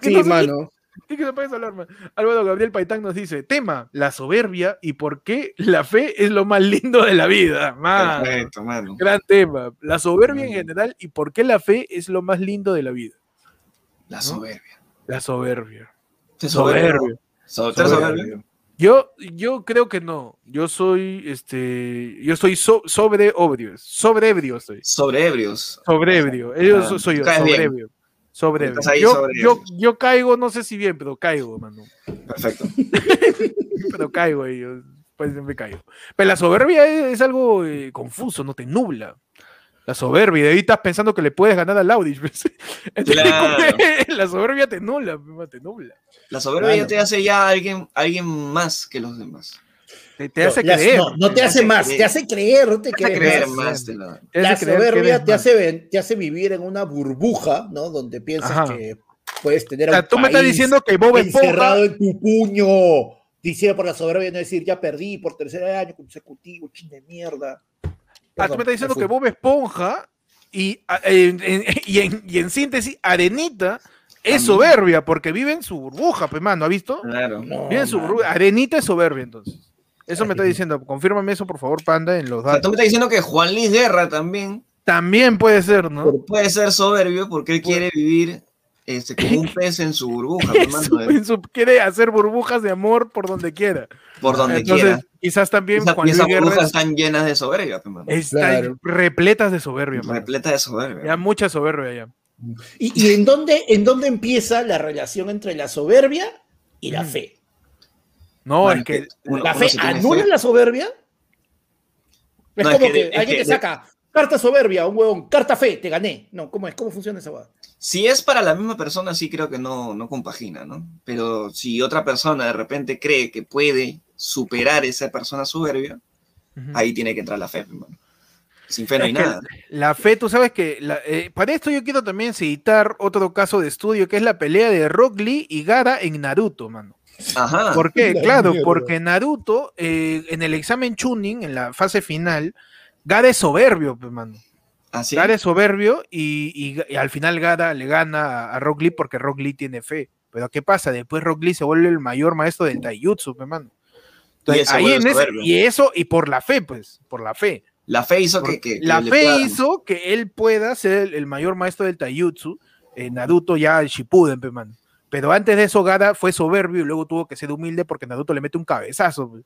Speaker 1: Que
Speaker 4: Sí,
Speaker 1: no se-
Speaker 4: mano.
Speaker 1: Dile que apague su alarma. Álvaro Gabriel Paitán nos dice, tema, la soberbia y por qué la fe es lo más lindo de la vida. Man,
Speaker 2: Perfecto, mano.
Speaker 1: gran tema. La soberbia en
Speaker 2: Mm.
Speaker 1: general y por qué la fe es lo más lindo de la vida.
Speaker 2: La soberbia.
Speaker 1: La soberbia.
Speaker 2: Te
Speaker 1: Soberbia.
Speaker 2: So- ¿tú eres
Speaker 1: Soberbio.
Speaker 2: soberbio?
Speaker 1: Yo, yo creo que no. Yo soy, este, yo soy so- sobre obvio, sobrebrio estoy.
Speaker 2: Sobrebrios.
Speaker 1: Sobrebrio. Yo so-
Speaker 2: Ah,
Speaker 1: soy yo,
Speaker 2: caes bien.
Speaker 1: sobrebrio. Sobrebrio.
Speaker 2: Estás ahí
Speaker 1: Yo,
Speaker 2: sobrebrio.
Speaker 1: yo- yo caigo, no sé si bien, pero caigo, mano.
Speaker 2: Perfecto.
Speaker 1: Pero caigo ahí, yo, pues me caigo. Pero la soberbia es, es algo eh, confuso, no te nubla. La soberbia, de ahí estás pensando que le puedes ganar al Audis.
Speaker 2: Claro.
Speaker 1: la soberbia te nubla, te nubla.
Speaker 2: La soberbia
Speaker 4: Mano.
Speaker 2: te hace ya alguien, alguien más que los demás.
Speaker 1: Te, te hace
Speaker 4: no, las-
Speaker 1: creer.
Speaker 4: No, no te
Speaker 2: Te
Speaker 4: hace
Speaker 2: hace
Speaker 4: más,
Speaker 2: creer.
Speaker 4: te hace creer, no te
Speaker 1: hace
Speaker 4: crees
Speaker 2: Creer
Speaker 4: más.
Speaker 2: más de la.
Speaker 1: te hace
Speaker 4: La
Speaker 1: creer que eres
Speaker 4: soberbia te
Speaker 1: más.
Speaker 4: hace, ven- te hace vivir en una burbuja, ¿no? Donde piensas
Speaker 1: Ajá.
Speaker 4: que puedes tener
Speaker 1: O sea,
Speaker 4: un
Speaker 1: tú me estás
Speaker 4: país
Speaker 1: diciendo que Bob Esponja.
Speaker 4: encerrado en tu puño. Diciendo por la soberbia, no decir ya perdí por tercer año consecutivo, chin de mierda.
Speaker 1: ah, tú me estás diciendo que Bob Esponja y, ah, en, en- y en- y en síntesis, Arenita es
Speaker 2: También.
Speaker 1: soberbia porque vive en su burbuja, pues, mano, ¿ha visto?
Speaker 2: Claro.
Speaker 1: Vive en su burbuja. Arenita es soberbia, entonces. Eso me está
Speaker 4: Arenita.
Speaker 1: diciendo. Confírmame eso, por favor, Panda, en los
Speaker 2: O sea, tú
Speaker 1: datos.
Speaker 2: me estás diciendo que Juan Luis Guerra también
Speaker 1: También puede ser, ¿no?
Speaker 2: puede ser soberbio porque él quiere vivir este, como un pez en su burbuja, mi hermano,
Speaker 1: Su-
Speaker 2: eh,
Speaker 1: en su- quiere hacer burbujas de amor por donde quiera.
Speaker 2: por donde
Speaker 1: Entonces,
Speaker 2: quiera.
Speaker 1: quizás también
Speaker 2: Esa-
Speaker 1: Juan
Speaker 2: y
Speaker 1: Luis
Speaker 2: esas
Speaker 1: Guerra
Speaker 2: burbujas están llenas de soberbia, mi hermano.
Speaker 1: está
Speaker 4: Claro.
Speaker 1: repletas de soberbia, mano.
Speaker 2: Repleta de
Speaker 1: Ya
Speaker 2: soberbia.
Speaker 1: mucha soberbia ya.
Speaker 4: ¿Y, y en, dónde, en dónde empieza la relación entre la soberbia y la fe?
Speaker 1: No,
Speaker 2: Bueno, eh,
Speaker 1: es que
Speaker 2: uno-
Speaker 4: ¿La
Speaker 2: uno
Speaker 4: fe
Speaker 2: sí tiene
Speaker 4: anula
Speaker 2: fe.
Speaker 4: la soberbia? Es
Speaker 2: No, es
Speaker 4: como
Speaker 2: que
Speaker 4: que,
Speaker 2: de- es
Speaker 4: alguien
Speaker 2: que
Speaker 4: te
Speaker 2: de-
Speaker 4: saca carta soberbia, un huevón, carta fe, te gané. No, ¿cómo es? ¿Cómo funciona esa hueá?
Speaker 2: Si es para la misma persona, sí creo que no, no compagina, ¿no? Pero si otra persona de repente cree que puede superar esa persona soberbia,
Speaker 1: Ujú.
Speaker 2: ahí tiene que entrar la fe, mi hermano. Sin fe no
Speaker 1: Mm. Es
Speaker 2: hay
Speaker 1: que-
Speaker 2: nada.
Speaker 1: la fe, tú sabes que la- eh, para esto yo quiero también citar otro caso de estudio que es la pelea de Rock Lee y Gara en Naruto, mano.
Speaker 2: Ajá.
Speaker 1: ¿Por qué?
Speaker 4: La
Speaker 1: Claro,
Speaker 4: mierda.
Speaker 1: porque Naruto eh, en el examen Chunin, en la fase final, Gara es soberbio, pues, mano.
Speaker 2: Así.
Speaker 1: Gara es soberbio y, y- y al final Gara le gana a, a Rock Lee porque Rock Lee tiene fe. Pero ¿qué pasa? Después Rock Lee se vuelve el mayor maestro del Taijutsu, pues, mano.
Speaker 2: Y
Speaker 1: Entonces,
Speaker 2: ese
Speaker 1: ahí
Speaker 2: güey es
Speaker 1: en ese-
Speaker 2: soberbio.
Speaker 1: y eso, y por la fe, pues, por la fe.
Speaker 2: La fe hizo que,
Speaker 1: Porque
Speaker 2: que- que
Speaker 1: la
Speaker 2: le
Speaker 1: fe
Speaker 2: pueda-
Speaker 1: hizo que él pueda ser el, el mayor maestro del Taijutsu, en Naruto ya el Shippuden, pe, mano. Pero antes de eso, Gara fue soberbio y luego tuvo que ser humilde porque Naruto le mete un cabezazo. pe.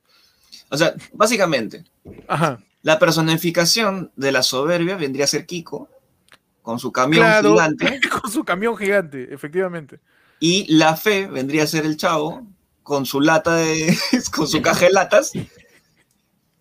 Speaker 2: O sea, básicamente,
Speaker 1: Ajá.
Speaker 2: la personificación de la soberbia vendría a ser Kiko, con su camión
Speaker 1: Claro.
Speaker 2: gigante,
Speaker 1: Con su camión gigante, efectivamente.
Speaker 2: y la fe vendría a ser el chavo, con su lata de, con su caja de latas,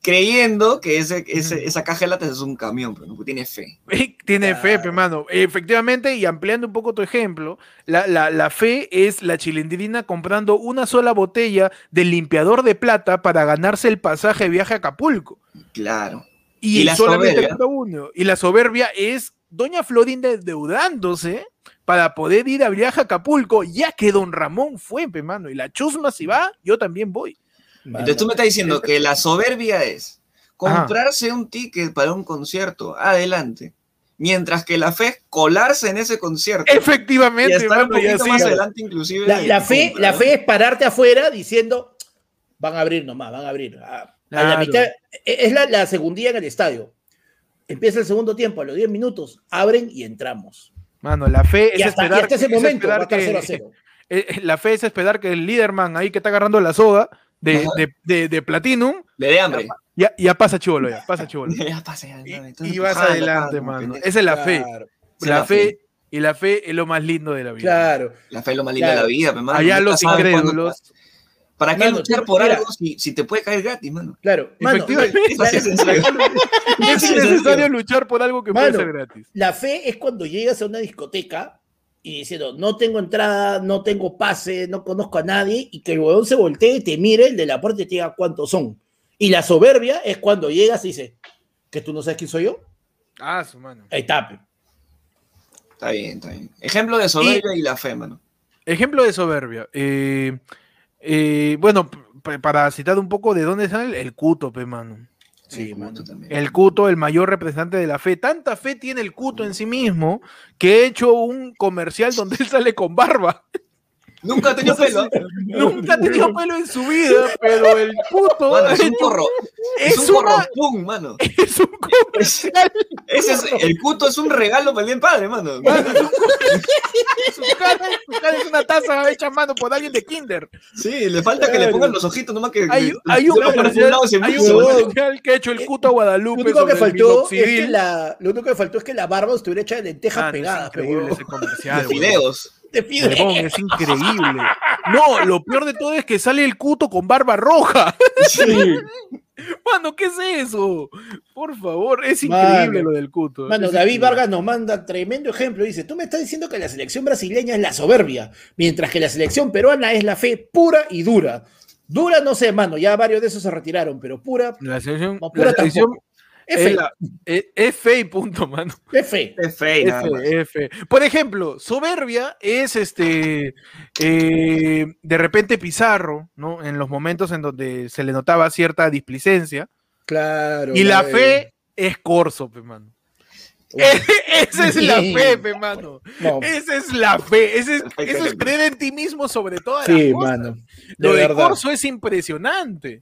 Speaker 2: creyendo que ese, ese- esa caja de latas es un camión, pero no tiene fe.
Speaker 1: Tiene fe, pe,
Speaker 4: Claro.
Speaker 1: mano. Efectivamente, y ampliando un poco tu ejemplo, la, la- la fe es la chilindrina comprando una sola botella de limpiador de plata para ganarse el pasaje de viaje a Acapulco.
Speaker 2: Claro.
Speaker 1: Y,
Speaker 2: Y la
Speaker 1: solamente
Speaker 2: soberbia.
Speaker 1: gasta uno. Y la soberbia es Doña Florinda endeudándose para poder ir a viaje a Acapulco, ya que Don Ramón fue, pe, mano. Y la chusma, si va, yo también voy.
Speaker 2: Entonces tú me estás diciendo que la soberbia es comprarse un ticket para un concierto, adelante. Mientras que la fe es colarse en ese concierto. Y
Speaker 1: Efectivamente,
Speaker 2: estar un
Speaker 1: mano, y
Speaker 2: poquito
Speaker 1: así.
Speaker 2: más adelante, inclusive.
Speaker 4: la,
Speaker 2: de
Speaker 4: la
Speaker 2: tu
Speaker 4: fe,
Speaker 2: compra,
Speaker 1: ¿eh?
Speaker 4: la
Speaker 2: ¿no?
Speaker 4: fe es pararte afuera diciendo, van a abrir nomás, van a abrir. Ah, A, a la
Speaker 1: Claro.
Speaker 4: mitad, e-, es la, la segundía en el estadio. Empieza el segundo tiempo, a los 10 minutos, abren y entramos.
Speaker 1: Mano, la fe es
Speaker 4: Y hasta, y
Speaker 1: esperar.
Speaker 4: hasta ese
Speaker 1: es
Speaker 4: momento va a
Speaker 1: esperar
Speaker 4: estar
Speaker 1: que-
Speaker 4: 0 a 0.
Speaker 1: eh, eh, la fe es esperar que el Liderman ahí que está agarrando la soga de,
Speaker 2: Ajá.
Speaker 1: de, de- de Platinum,
Speaker 2: Le dé hambre.
Speaker 1: ya, ya pasa chivolo, ya pasa chivolo.
Speaker 2: Le da pase, dale, dale, tú
Speaker 1: y
Speaker 2: no
Speaker 1: vas
Speaker 2: empujas,
Speaker 1: adelante,
Speaker 2: no,
Speaker 1: mano.
Speaker 2: pendejo.
Speaker 1: Esa es la fe.
Speaker 4: Claro,
Speaker 2: Esa
Speaker 1: La fe y la fe es lo más lindo de la vida.
Speaker 4: claro.
Speaker 2: La fe es lo más lindo de la
Speaker 4: Claro.
Speaker 2: vida, pe, mano.
Speaker 1: Allá
Speaker 2: Nunca
Speaker 1: los
Speaker 2: sabes cuándo-
Speaker 1: incrédulos.
Speaker 2: ¿Para qué
Speaker 4: Mano,
Speaker 2: luchar
Speaker 4: tú-
Speaker 2: por
Speaker 4: mira.
Speaker 2: algo si, si te puede caer gratis, mano?
Speaker 4: Claro, Mano,
Speaker 1: Efectivamente.
Speaker 2: Es así de
Speaker 4: la-
Speaker 2: sencillo.
Speaker 1: Es innecesario luchar por algo que
Speaker 4: Mano.
Speaker 1: puede ser gratis.
Speaker 4: La fe es cuando llegas a una discoteca y diciendo, no tengo entrada, no tengo pase, no conozco a nadie, y que el huevón se voltee y te mire, el de la puerta y te diga cuántos son. Y la soberbia es cuando llegas y dices, que tú no sabes quién soy yo.
Speaker 1: Ah, su mano.
Speaker 4: Ahí está. pe.
Speaker 2: Está bien, está bien. Ejemplo de soberbia y, la fe, mano.
Speaker 1: Ejemplo de soberbia. Eh, eh, bueno, p- p- para citar un poco de dónde sale el cuto, pe mano. Eh,
Speaker 4: Sí,
Speaker 2: El
Speaker 4: mano.
Speaker 2: gusto también.
Speaker 1: El cuto, el mayor representante de la fe. Tanta fe tiene el cuto en sí mismo que he hecho un comercial donde él sale con barba.
Speaker 2: Nunca ha tenido pelo.
Speaker 1: Nunca ha tenido pelo en su vida, pero el cuto
Speaker 2: Mano, es
Speaker 1: ha
Speaker 2: un
Speaker 1: hecho-
Speaker 2: corro.
Speaker 1: es
Speaker 2: Es un
Speaker 1: una-
Speaker 2: corrospun, mano.
Speaker 1: es un
Speaker 2: Es-
Speaker 1: comercial.
Speaker 2: ese es- el culto es un regalo para el bien padre, mano.
Speaker 1: Su cara, su cara es una taza hecha a mano por alguien de Kinder.
Speaker 2: Sí, le falta que le pongan los ojitos nomás que.
Speaker 1: Hay,
Speaker 2: que-
Speaker 1: hay un
Speaker 2: que lo ponen por un
Speaker 1: comercial,
Speaker 2: lado y se
Speaker 1: hay un
Speaker 2: empieza, mano.
Speaker 1: comercial que ha hecho el cuto a
Speaker 4: Lo
Speaker 1: Guadalupe.
Speaker 4: único, que
Speaker 1: sobre el
Speaker 4: faltó es que
Speaker 1: minoxidil.
Speaker 4: la, lo único que faltó es que la barba estuviera hecha de lentejas
Speaker 1: Ah, no,
Speaker 4: pegadas.
Speaker 1: es increíble
Speaker 4: pe,
Speaker 1: ese comercial.
Speaker 2: De
Speaker 1: weón.
Speaker 2: fideos.
Speaker 4: Te pido.
Speaker 1: Huevón, es increíble. No, lo peor de todo es que sale el cuto con barba roja.
Speaker 2: Sí.
Speaker 1: Mano, ¿qué es eso? Por favor, es
Speaker 4: Mano.
Speaker 1: increíble lo del cuto.
Speaker 4: Mano,
Speaker 1: Es
Speaker 4: David
Speaker 1: increíble.
Speaker 4: Vargas nos manda tremendo ejemplo. Dice, tú me estás diciendo que la selección brasileña es la soberbia, mientras que la selección peruana es la fe pura y dura. Dura, no sé, mano, ya varios de esos se retiraron, pero pura.
Speaker 1: La selección,
Speaker 4: No,
Speaker 1: la
Speaker 4: pura
Speaker 1: selección,
Speaker 4: tampoco.
Speaker 1: Es
Speaker 4: F,
Speaker 1: la- eh, F y punto, mano.
Speaker 4: F.
Speaker 2: Es fe, nada más.
Speaker 1: F, F. Por ejemplo, soberbia es este eh, de repente Pizarro, ¿no? En los momentos en donde se le notaba cierta displicencia.
Speaker 4: Claro.
Speaker 1: Y la
Speaker 4: de-
Speaker 1: fe es corso, pe mano.
Speaker 4: Uy,
Speaker 1: Esa es la fe, pe mano.
Speaker 4: no,
Speaker 1: Esa es la fe. Ese es-
Speaker 2: Perfecto,
Speaker 1: eso es
Speaker 2: ejemplo.
Speaker 1: creer en ti mismo sobre todas las
Speaker 4: sí,
Speaker 1: cosas.
Speaker 4: mano. De
Speaker 1: Lo de
Speaker 4: verdad.
Speaker 1: Corso es impresionante.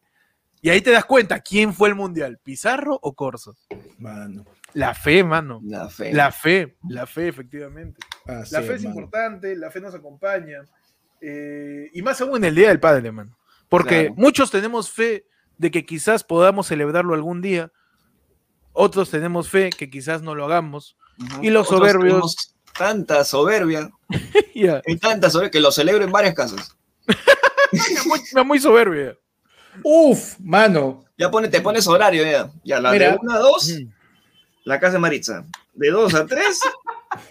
Speaker 1: Y ahí te das cuenta quién fue el mundial, Pizarro o Corso.
Speaker 4: mano.
Speaker 1: La fe, mano.
Speaker 2: La fe.
Speaker 1: La fe, la fe, efectivamente.
Speaker 4: Así
Speaker 1: La fe es
Speaker 4: mano.
Speaker 1: importante, la fe nos acompaña. Eh, y más aún en el Día del Padre, mano. Porque
Speaker 2: Claro.
Speaker 1: muchos tenemos fe de que quizás podamos celebrarlo algún día. Otros tenemos fe que quizás no lo hagamos.
Speaker 2: Ujú.
Speaker 1: y los
Speaker 2: Otros
Speaker 1: soberbios.
Speaker 2: tenemos Tanta soberbia.
Speaker 1: Ya,
Speaker 2: Y tanta soberbia que lo celebro en varias casas.
Speaker 1: muy, muy soberbia.
Speaker 4: Uf, mano.
Speaker 2: Ya pone, te pones horario, ya. Ya, la
Speaker 4: Mira.
Speaker 2: de 1 a 2, la casa de Maritza. De 2 a 3,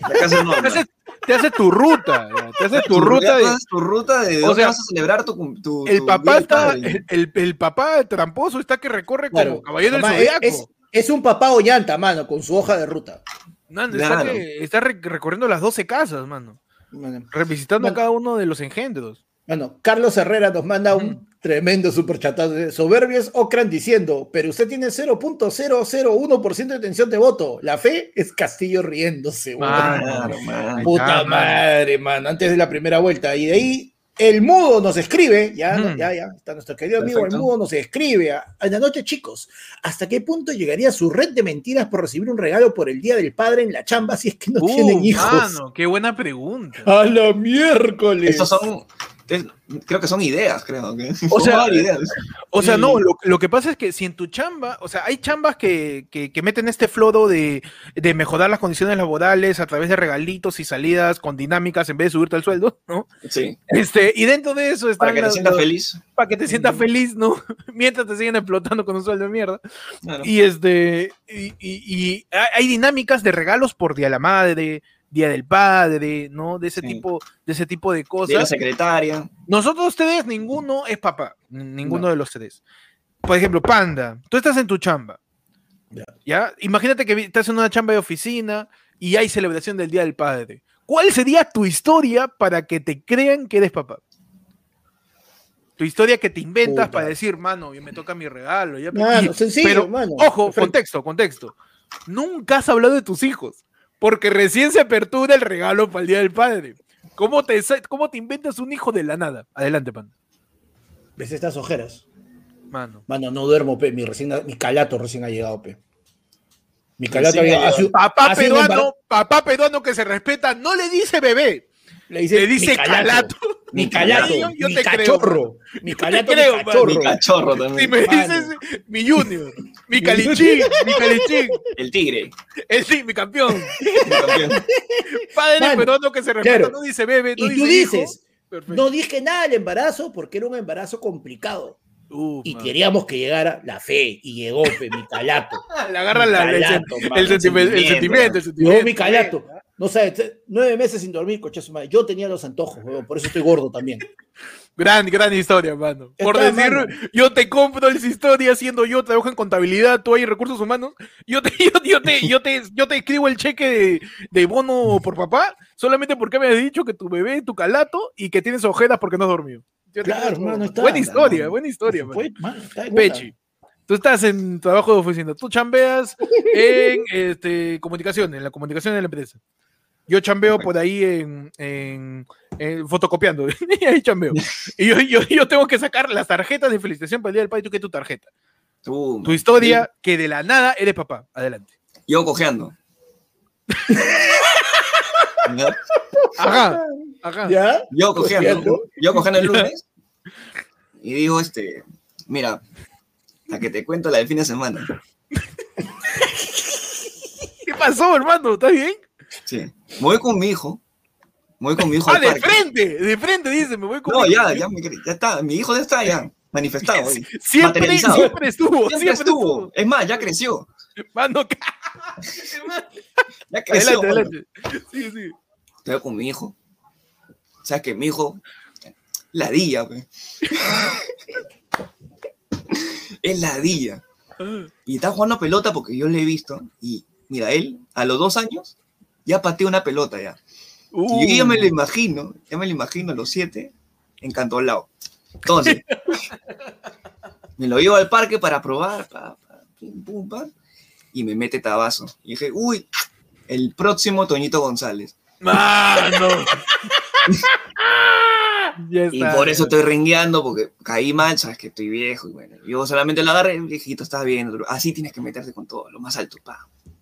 Speaker 2: la casa de Norma.
Speaker 1: Te haces te hace tu ruta, ya, te hace tu ruta. de-
Speaker 2: tu ruta de
Speaker 1: O
Speaker 2: dónde
Speaker 1: sea,
Speaker 2: vas a celebrar tu, cum- tu
Speaker 1: el
Speaker 2: tu
Speaker 1: papá
Speaker 2: Día del
Speaker 1: está,
Speaker 2: Padre.
Speaker 1: el, el- el papá tramposo está que recorre como
Speaker 4: Claro.
Speaker 1: caballero del
Speaker 4: Mamá, es,
Speaker 1: zodiaco.
Speaker 4: es- es un papá ollanta, mano, con su hoja de ruta.
Speaker 1: Nando, está
Speaker 2: Claro.
Speaker 1: que- está re- recorriendo las 12 casas, mano.
Speaker 4: Mano.
Speaker 1: Revisitando
Speaker 4: Mano.
Speaker 1: a cada uno de los engendros.
Speaker 4: Bueno, Carlos Herrera nos manda un tremendo superchatazo de soberbias Ocran diciendo, pero usted tiene 0.001% de tensión de voto. La fe es Castillo riéndose. weón.
Speaker 1: Mano,
Speaker 2: Claro, man.
Speaker 4: Puta
Speaker 1: ya, mano.
Speaker 4: madre, mano, antes de la primera vuelta. Y de ahí el mudo nos escribe, ya,
Speaker 1: Mm.
Speaker 4: ya, ya, está nuestro querido amigo, el
Speaker 2: Perfecto.
Speaker 4: mudo nos escribe. "A- En la noche, chicos, ¿hasta qué punto llegaría su red de mentiras por recibir un regalo por el Día del Padre en la chamba si es que no
Speaker 1: Uh,
Speaker 4: tienen hijos?
Speaker 1: mano, qué buena pregunta.
Speaker 2: Ah,
Speaker 4: A la miércoles.
Speaker 2: Estos son, es- creo que son ideas, creo. Que.
Speaker 1: O sea,
Speaker 2: Son ideas.
Speaker 1: O sea,
Speaker 4: Sí.
Speaker 1: no, lo, lo que pasa es que si en tu chamba, o sea, hay chambas que, que- que meten este flodo de, de mejorar las condiciones laborales a través de regalitos y salidas con dinámicas en vez de subirte el sueldo, ¿no?
Speaker 2: Sí,
Speaker 1: Este, y dentro de eso están
Speaker 2: para que te
Speaker 1: las-
Speaker 2: sientas
Speaker 1: las-
Speaker 2: feliz.
Speaker 1: para que te sientas feliz, ¿no? Mientras te siguen explotando con un sueldo de mierda.
Speaker 2: Claro.
Speaker 1: Y este, y, y- y hay hay dinámicas de regalos por Día de la Madre, Día del Padre, ¿no? De ese
Speaker 2: Sí.
Speaker 1: tipo, de ese tipo de
Speaker 2: de la
Speaker 1: cosas.
Speaker 2: secretaria.
Speaker 1: Nosotros tres, ninguno es papá, n- ninguno de los tres. Por ejemplo, Panda, tú estás en tu chamba.
Speaker 4: Ya.
Speaker 1: ¿Ya? Imagínate que vi- estás en una chamba de oficina y hay celebración del Día del Padre. ¿Cuál sería tu historia para que te crean que eres papá? Tu historia que te inventas
Speaker 4: Puta.
Speaker 1: para decir, mano, yo me toca mi regalo. Ya,
Speaker 4: Mano,
Speaker 1: y-
Speaker 4: sencillo,
Speaker 1: pero,
Speaker 4: mano.
Speaker 1: Ojo,
Speaker 4: Perfecto.
Speaker 1: contexto, contexto. Nunca has hablado de tus hijos, porque recién se apertura el regalo para el Día del Padre. ¿Cómo te, sa- cómo te inventas un hijo de la nada? Adelante, pan.
Speaker 4: ¿Ves estas ojeras?
Speaker 1: Mano.
Speaker 4: Mano, no duermo, pe. Mi, recién, mi calato recién ha llegado, pe. Mi calato
Speaker 2: Recién
Speaker 4: había-
Speaker 2: ha
Speaker 4: ha sido-
Speaker 1: eh, Papá
Speaker 4: ha sido un
Speaker 1: peruano,
Speaker 4: embar-
Speaker 1: papá peruano que se respeta, no le dice bebé,
Speaker 4: Le dice,
Speaker 1: le dice
Speaker 4: mi
Speaker 1: calato.
Speaker 4: Mi calato.
Speaker 1: Yo- yo
Speaker 4: mi
Speaker 1: te creo,
Speaker 4: cachorro. mi
Speaker 1: Yo te
Speaker 4: calato,
Speaker 1: creo,
Speaker 4: mi
Speaker 1: mano.
Speaker 2: Mi
Speaker 4: cachorro.
Speaker 2: cachorro
Speaker 1: Si
Speaker 2: también.
Speaker 1: me
Speaker 4: Mano.
Speaker 1: dices mi junior, mi calichín, mi calichín,
Speaker 2: El tigre.
Speaker 1: el sí, mi campeón.
Speaker 2: el campeón.
Speaker 1: Padre
Speaker 4: Mano,
Speaker 1: peruano que se respeta,
Speaker 4: claro.
Speaker 1: no dice bebé, no
Speaker 4: y
Speaker 1: dice
Speaker 4: tú
Speaker 1: hijo.
Speaker 4: dices,
Speaker 1: Perfecto.
Speaker 4: no dije nada del embarazo porque era un embarazo complicado.
Speaker 1: Uh,
Speaker 4: Y
Speaker 1: mano.
Speaker 4: queríamos que llegara la fe. Y llegó, pe, mi calato.
Speaker 1: Ah, Le agarra la, el,
Speaker 4: Calato,
Speaker 1: sen-
Speaker 4: mano,
Speaker 1: el sentimiento, el
Speaker 2: sentimiento.
Speaker 1: sentimiento, el
Speaker 4: Llegó
Speaker 1: sentimiento.
Speaker 4: mi calato. No sabes, te- nueve meses sin dormir, coche su madre. Yo tenía los antojos, huevón, por eso estoy gordo también.
Speaker 1: Gran, gran historia, mano. Por
Speaker 4: Está,
Speaker 1: decir,
Speaker 4: mano.
Speaker 1: yo te compro esa historia siendo yo, trabajo en contabilidad, tú ahí en recursos humanos, yo te, yo, yo te, yo te, yo te escribo el cheque de, de bono por papá, solamente porque me has dicho que tu bebé es tu calato y que tienes ojeras porque no has dormido. Yo te
Speaker 4: Claro,
Speaker 1: creo todo,
Speaker 4: mano, está,
Speaker 1: Buena historia,
Speaker 2: mano.
Speaker 1: buena historia, mano.
Speaker 4: Fue, mano, está en
Speaker 1: Pechi. Tú estás en trabajo de oficina, tú chambeas en este, comunicación, en la comunicación de la empresa. Yo chambeo por ahí en, en- en fotocopiando, y ahí chambeo. Y yo, yo- yo tengo que sacar las tarjetas de felicitación para el Día del Padre, tú que tu tarjeta.
Speaker 2: Tú,
Speaker 1: Tu historia, que de la nada eres papá. Adelante.
Speaker 2: Yo cojeando. ¿Ya?
Speaker 1: Ajá, ajá.
Speaker 4: una. ¿Ya?
Speaker 2: Yo cojeando.
Speaker 4: Cojeando.
Speaker 2: Yo cojeando el lunes. Y digo, este, mira, la que te cuento la del fin de semana.
Speaker 1: ¿Qué pasó, hermano? ¿Estás bien?
Speaker 2: Sí. Me voy con mi hijo. Me voy con mi hijo
Speaker 1: Ah,
Speaker 2: al
Speaker 1: de
Speaker 2: parque.
Speaker 1: frente, de frente, dice, me voy con
Speaker 2: No,
Speaker 1: mi-
Speaker 2: ya, ya, me- ya está. Mi hijo ya está ya manifestado. hoy.
Speaker 1: Siempre,
Speaker 2: materializado.
Speaker 1: siempre estuvo, siempre,
Speaker 2: Siempre estuvo.
Speaker 1: estuvo.
Speaker 2: Es más, ya creció.
Speaker 1: Mano,
Speaker 2: Ya
Speaker 1: adelante,
Speaker 2: creció. mano.
Speaker 1: adelante. Sí, sí.
Speaker 2: Estoy con mi hijo. O sea, que mi hijo pues. ladilla, pe. es ladilla. Y estaba jugando a pelota porque yo le he visto. Y mira, él a los dos años ya pateó una pelota ya.
Speaker 1: Uh,
Speaker 2: Y yo ya me lo imagino, ya me lo imagino a los siete, encantolado. Entonces, me lo llevo al parque para probar, pa, pa, pum, pum, pa, y me mete tabazo. Y dije, uy, el próximo Toñito González.
Speaker 1: Uh, mano. Ya
Speaker 2: Y
Speaker 1: está.
Speaker 2: por eso estoy rengueando, porque caí mal, sabes que estoy viejo. Y bueno, yo solamente lo agarré, viejito, estás bien. Así tienes que meterte con todo, lo más alto, pa.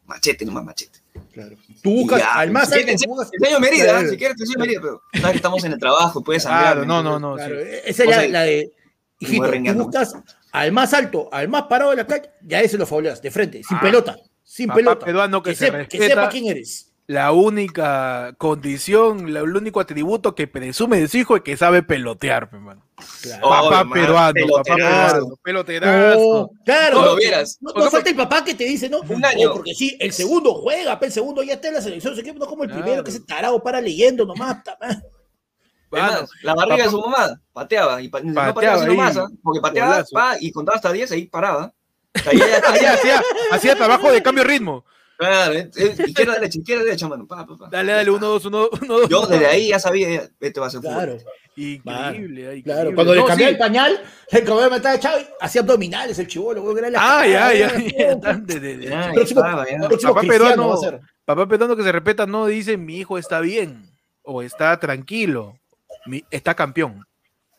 Speaker 2: Machete, nomás machete.
Speaker 4: Claro. Tú buscas
Speaker 2: Ya,
Speaker 4: al más
Speaker 2: sí,
Speaker 4: alto,
Speaker 2: sí,
Speaker 4: tú buscas-
Speaker 2: Te enseño Mérida,
Speaker 4: Claro,
Speaker 2: ¿eh? si quieres te enseño Mérida, pero sabes que estamos en el trabajo, pues, puedes
Speaker 1: Claro,
Speaker 2: hablar.
Speaker 1: no, no, no.
Speaker 4: claro. e-,
Speaker 1: sí.
Speaker 4: Esa es
Speaker 2: O
Speaker 4: la,
Speaker 2: sea,
Speaker 4: la de. Hijito,
Speaker 2: voy
Speaker 4: tú
Speaker 2: rengueando.
Speaker 4: buscas al más alto, al más parado de la calle, ya ese lo fabulas, de frente, sin
Speaker 1: Ah.
Speaker 4: pelota. Sin
Speaker 1: Papá
Speaker 4: pelota.
Speaker 1: peruano que se
Speaker 4: sepa-
Speaker 1: respeta.
Speaker 4: sepa quién eres.
Speaker 1: La única condición, la- el único atributo que presume de su hijo es que sabe pelotear, pe, mano.
Speaker 4: Claro.
Speaker 2: Oh,
Speaker 1: Papá
Speaker 2: hermano,
Speaker 1: peruano, papá
Speaker 2: peloterazo.
Speaker 1: peruano, peloterazo.
Speaker 4: No, Oh, claro.
Speaker 2: No lo
Speaker 4: no,
Speaker 2: vieras.
Speaker 4: No, no
Speaker 1: Porque-
Speaker 4: falta el papá que te dice, no,
Speaker 2: Un año.
Speaker 4: oh, porque sí, el segundo juega, pe, el segundo ya está en la selección, no sé qué, no como el
Speaker 1: Claro.
Speaker 4: primero que se tarado para leyendo nomás. ta madre.
Speaker 2: Es más,
Speaker 1: Mano,
Speaker 2: Pues, la barriga de su mamá pateaba y pa- no pateaba
Speaker 1: Ah, Pateaba
Speaker 2: sino
Speaker 1: ahí,
Speaker 2: más, ¿ah? porque pateaba
Speaker 1: golazo.
Speaker 2: pa, y contaba hasta 10 ahí paraba. O sea, ya- ya-
Speaker 1: Hacía,
Speaker 2: ya-
Speaker 1: hacía, hacía trabajo de cambio de ritmo.
Speaker 2: claro, eh, eh, izquierda derecha, izquierda derecha, mano. Pa, pa, pa.
Speaker 1: Dale, dale, uno, dos, uno, uno, dos.
Speaker 2: Yo desde ahí ya sabía, ya, este va a ser fútbol.
Speaker 4: Claro,
Speaker 1: Increíble, increíble.
Speaker 4: claro. Cuando le
Speaker 1: No,
Speaker 4: cambié
Speaker 1: sí.
Speaker 4: el pañal, le cambió la mitad de Chávez, hacía abdominales el chivolo, güey, era la
Speaker 1: Ay, ay, ay.
Speaker 4: el
Speaker 1: de- de- de-
Speaker 2: Ya, ya
Speaker 4: próximo-
Speaker 2: estaba, ya.
Speaker 4: próximo
Speaker 1: Papá
Speaker 4: cristiano
Speaker 1: peruano.
Speaker 4: va a ser.
Speaker 1: Papá peruano que se respeta no dice mi hijo está bien o está tranquilo. Mi, está campeón.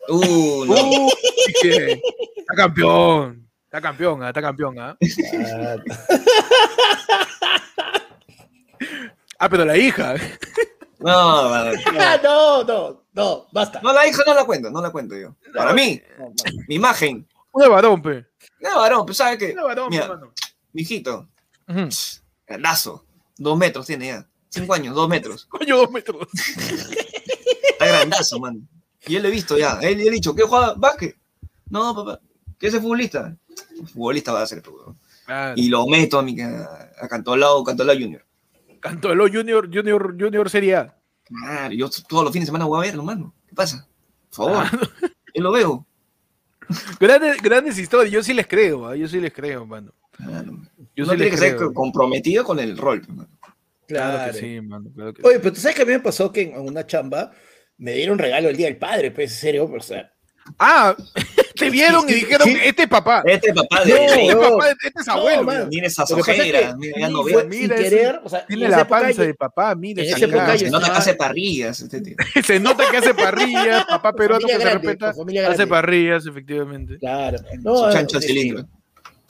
Speaker 2: Uh, no.
Speaker 1: Uh, dije, está campeón. Está campeón, ah, está campeón. ah. Ah, pero la hija.
Speaker 2: No, mano.
Speaker 4: Ah, no, no, no, basta.
Speaker 2: No, la hija no la cuento, no la cuento yo. Para mí, mi imagen.
Speaker 1: Un varón, pe.
Speaker 2: No, varón, pues sabes que,
Speaker 1: Un varón,
Speaker 2: Mira.
Speaker 1: pe, mano.
Speaker 2: mijito,
Speaker 1: Ujú.
Speaker 2: grandazo, dos metros tiene ya. Cinco años, dos metros.
Speaker 1: Coño, dos metros.
Speaker 2: Está grandazo, man. Y él lo he visto ya. Él le he dicho, ¿qué juega? Básquet. No, papá. ¿Qué es el futbolista? Futbolista va a ser, pero.
Speaker 1: Claro.
Speaker 2: Y lo meto a mi a a Cantolao, Cantolao Junior.
Speaker 1: Cantoló Junior, Junior, Junior Serie A.
Speaker 2: Claro, yo todos los fines de semana voy a verlo, mano. ¿Qué pasa? Por favor. Yo lo veo.
Speaker 1: Grandes, grandes historias, yo sí les creo, ah, yo sí les creo, mano.
Speaker 2: Claro.
Speaker 1: Yo sí
Speaker 2: Uno Ah, tiene
Speaker 1: les
Speaker 2: que
Speaker 1: creo.
Speaker 2: ser comprometido con el rol, mano.
Speaker 1: Claro, que sí, mano. claro que sí.
Speaker 4: Oye, pero tú sabes que a mí me pasó que en una chamba me dieron regalo el día del padre, pues, en serio, o sea,
Speaker 1: Ah, te vieron y dijeron,
Speaker 4: Sí.
Speaker 1: este es papá.
Speaker 2: Este papá de.
Speaker 4: Ah.
Speaker 1: Este es
Speaker 4: No, no.
Speaker 1: papá, este es abuelo.
Speaker 4: No, mano.
Speaker 1: mira.
Speaker 2: Mira esas
Speaker 4: Lo que pasa es que
Speaker 2: ojeras, mira, ya
Speaker 4: sí,
Speaker 2: no
Speaker 4: fue
Speaker 2: veo.
Speaker 1: mira,
Speaker 4: sin
Speaker 1: ese-
Speaker 4: querer, o sea,
Speaker 1: Tiene
Speaker 4: en esa
Speaker 1: la
Speaker 4: época
Speaker 1: panza
Speaker 4: yo-
Speaker 1: de papá, mira.
Speaker 4: en
Speaker 1: esa
Speaker 4: esa época
Speaker 1: cara.
Speaker 4: yo-
Speaker 2: Se nota que
Speaker 4: estaba-
Speaker 2: hace parrillas este tío.
Speaker 1: Se nota que hace parrillas, papá peruano que
Speaker 4: Familia
Speaker 1: se
Speaker 4: grande,
Speaker 1: respeta.
Speaker 4: con familia
Speaker 1: Hace
Speaker 4: grande.
Speaker 1: parrillas, efectivamente.
Speaker 4: Claro.
Speaker 2: Su
Speaker 4: No,
Speaker 2: chancho de
Speaker 4: este,
Speaker 2: cilindro.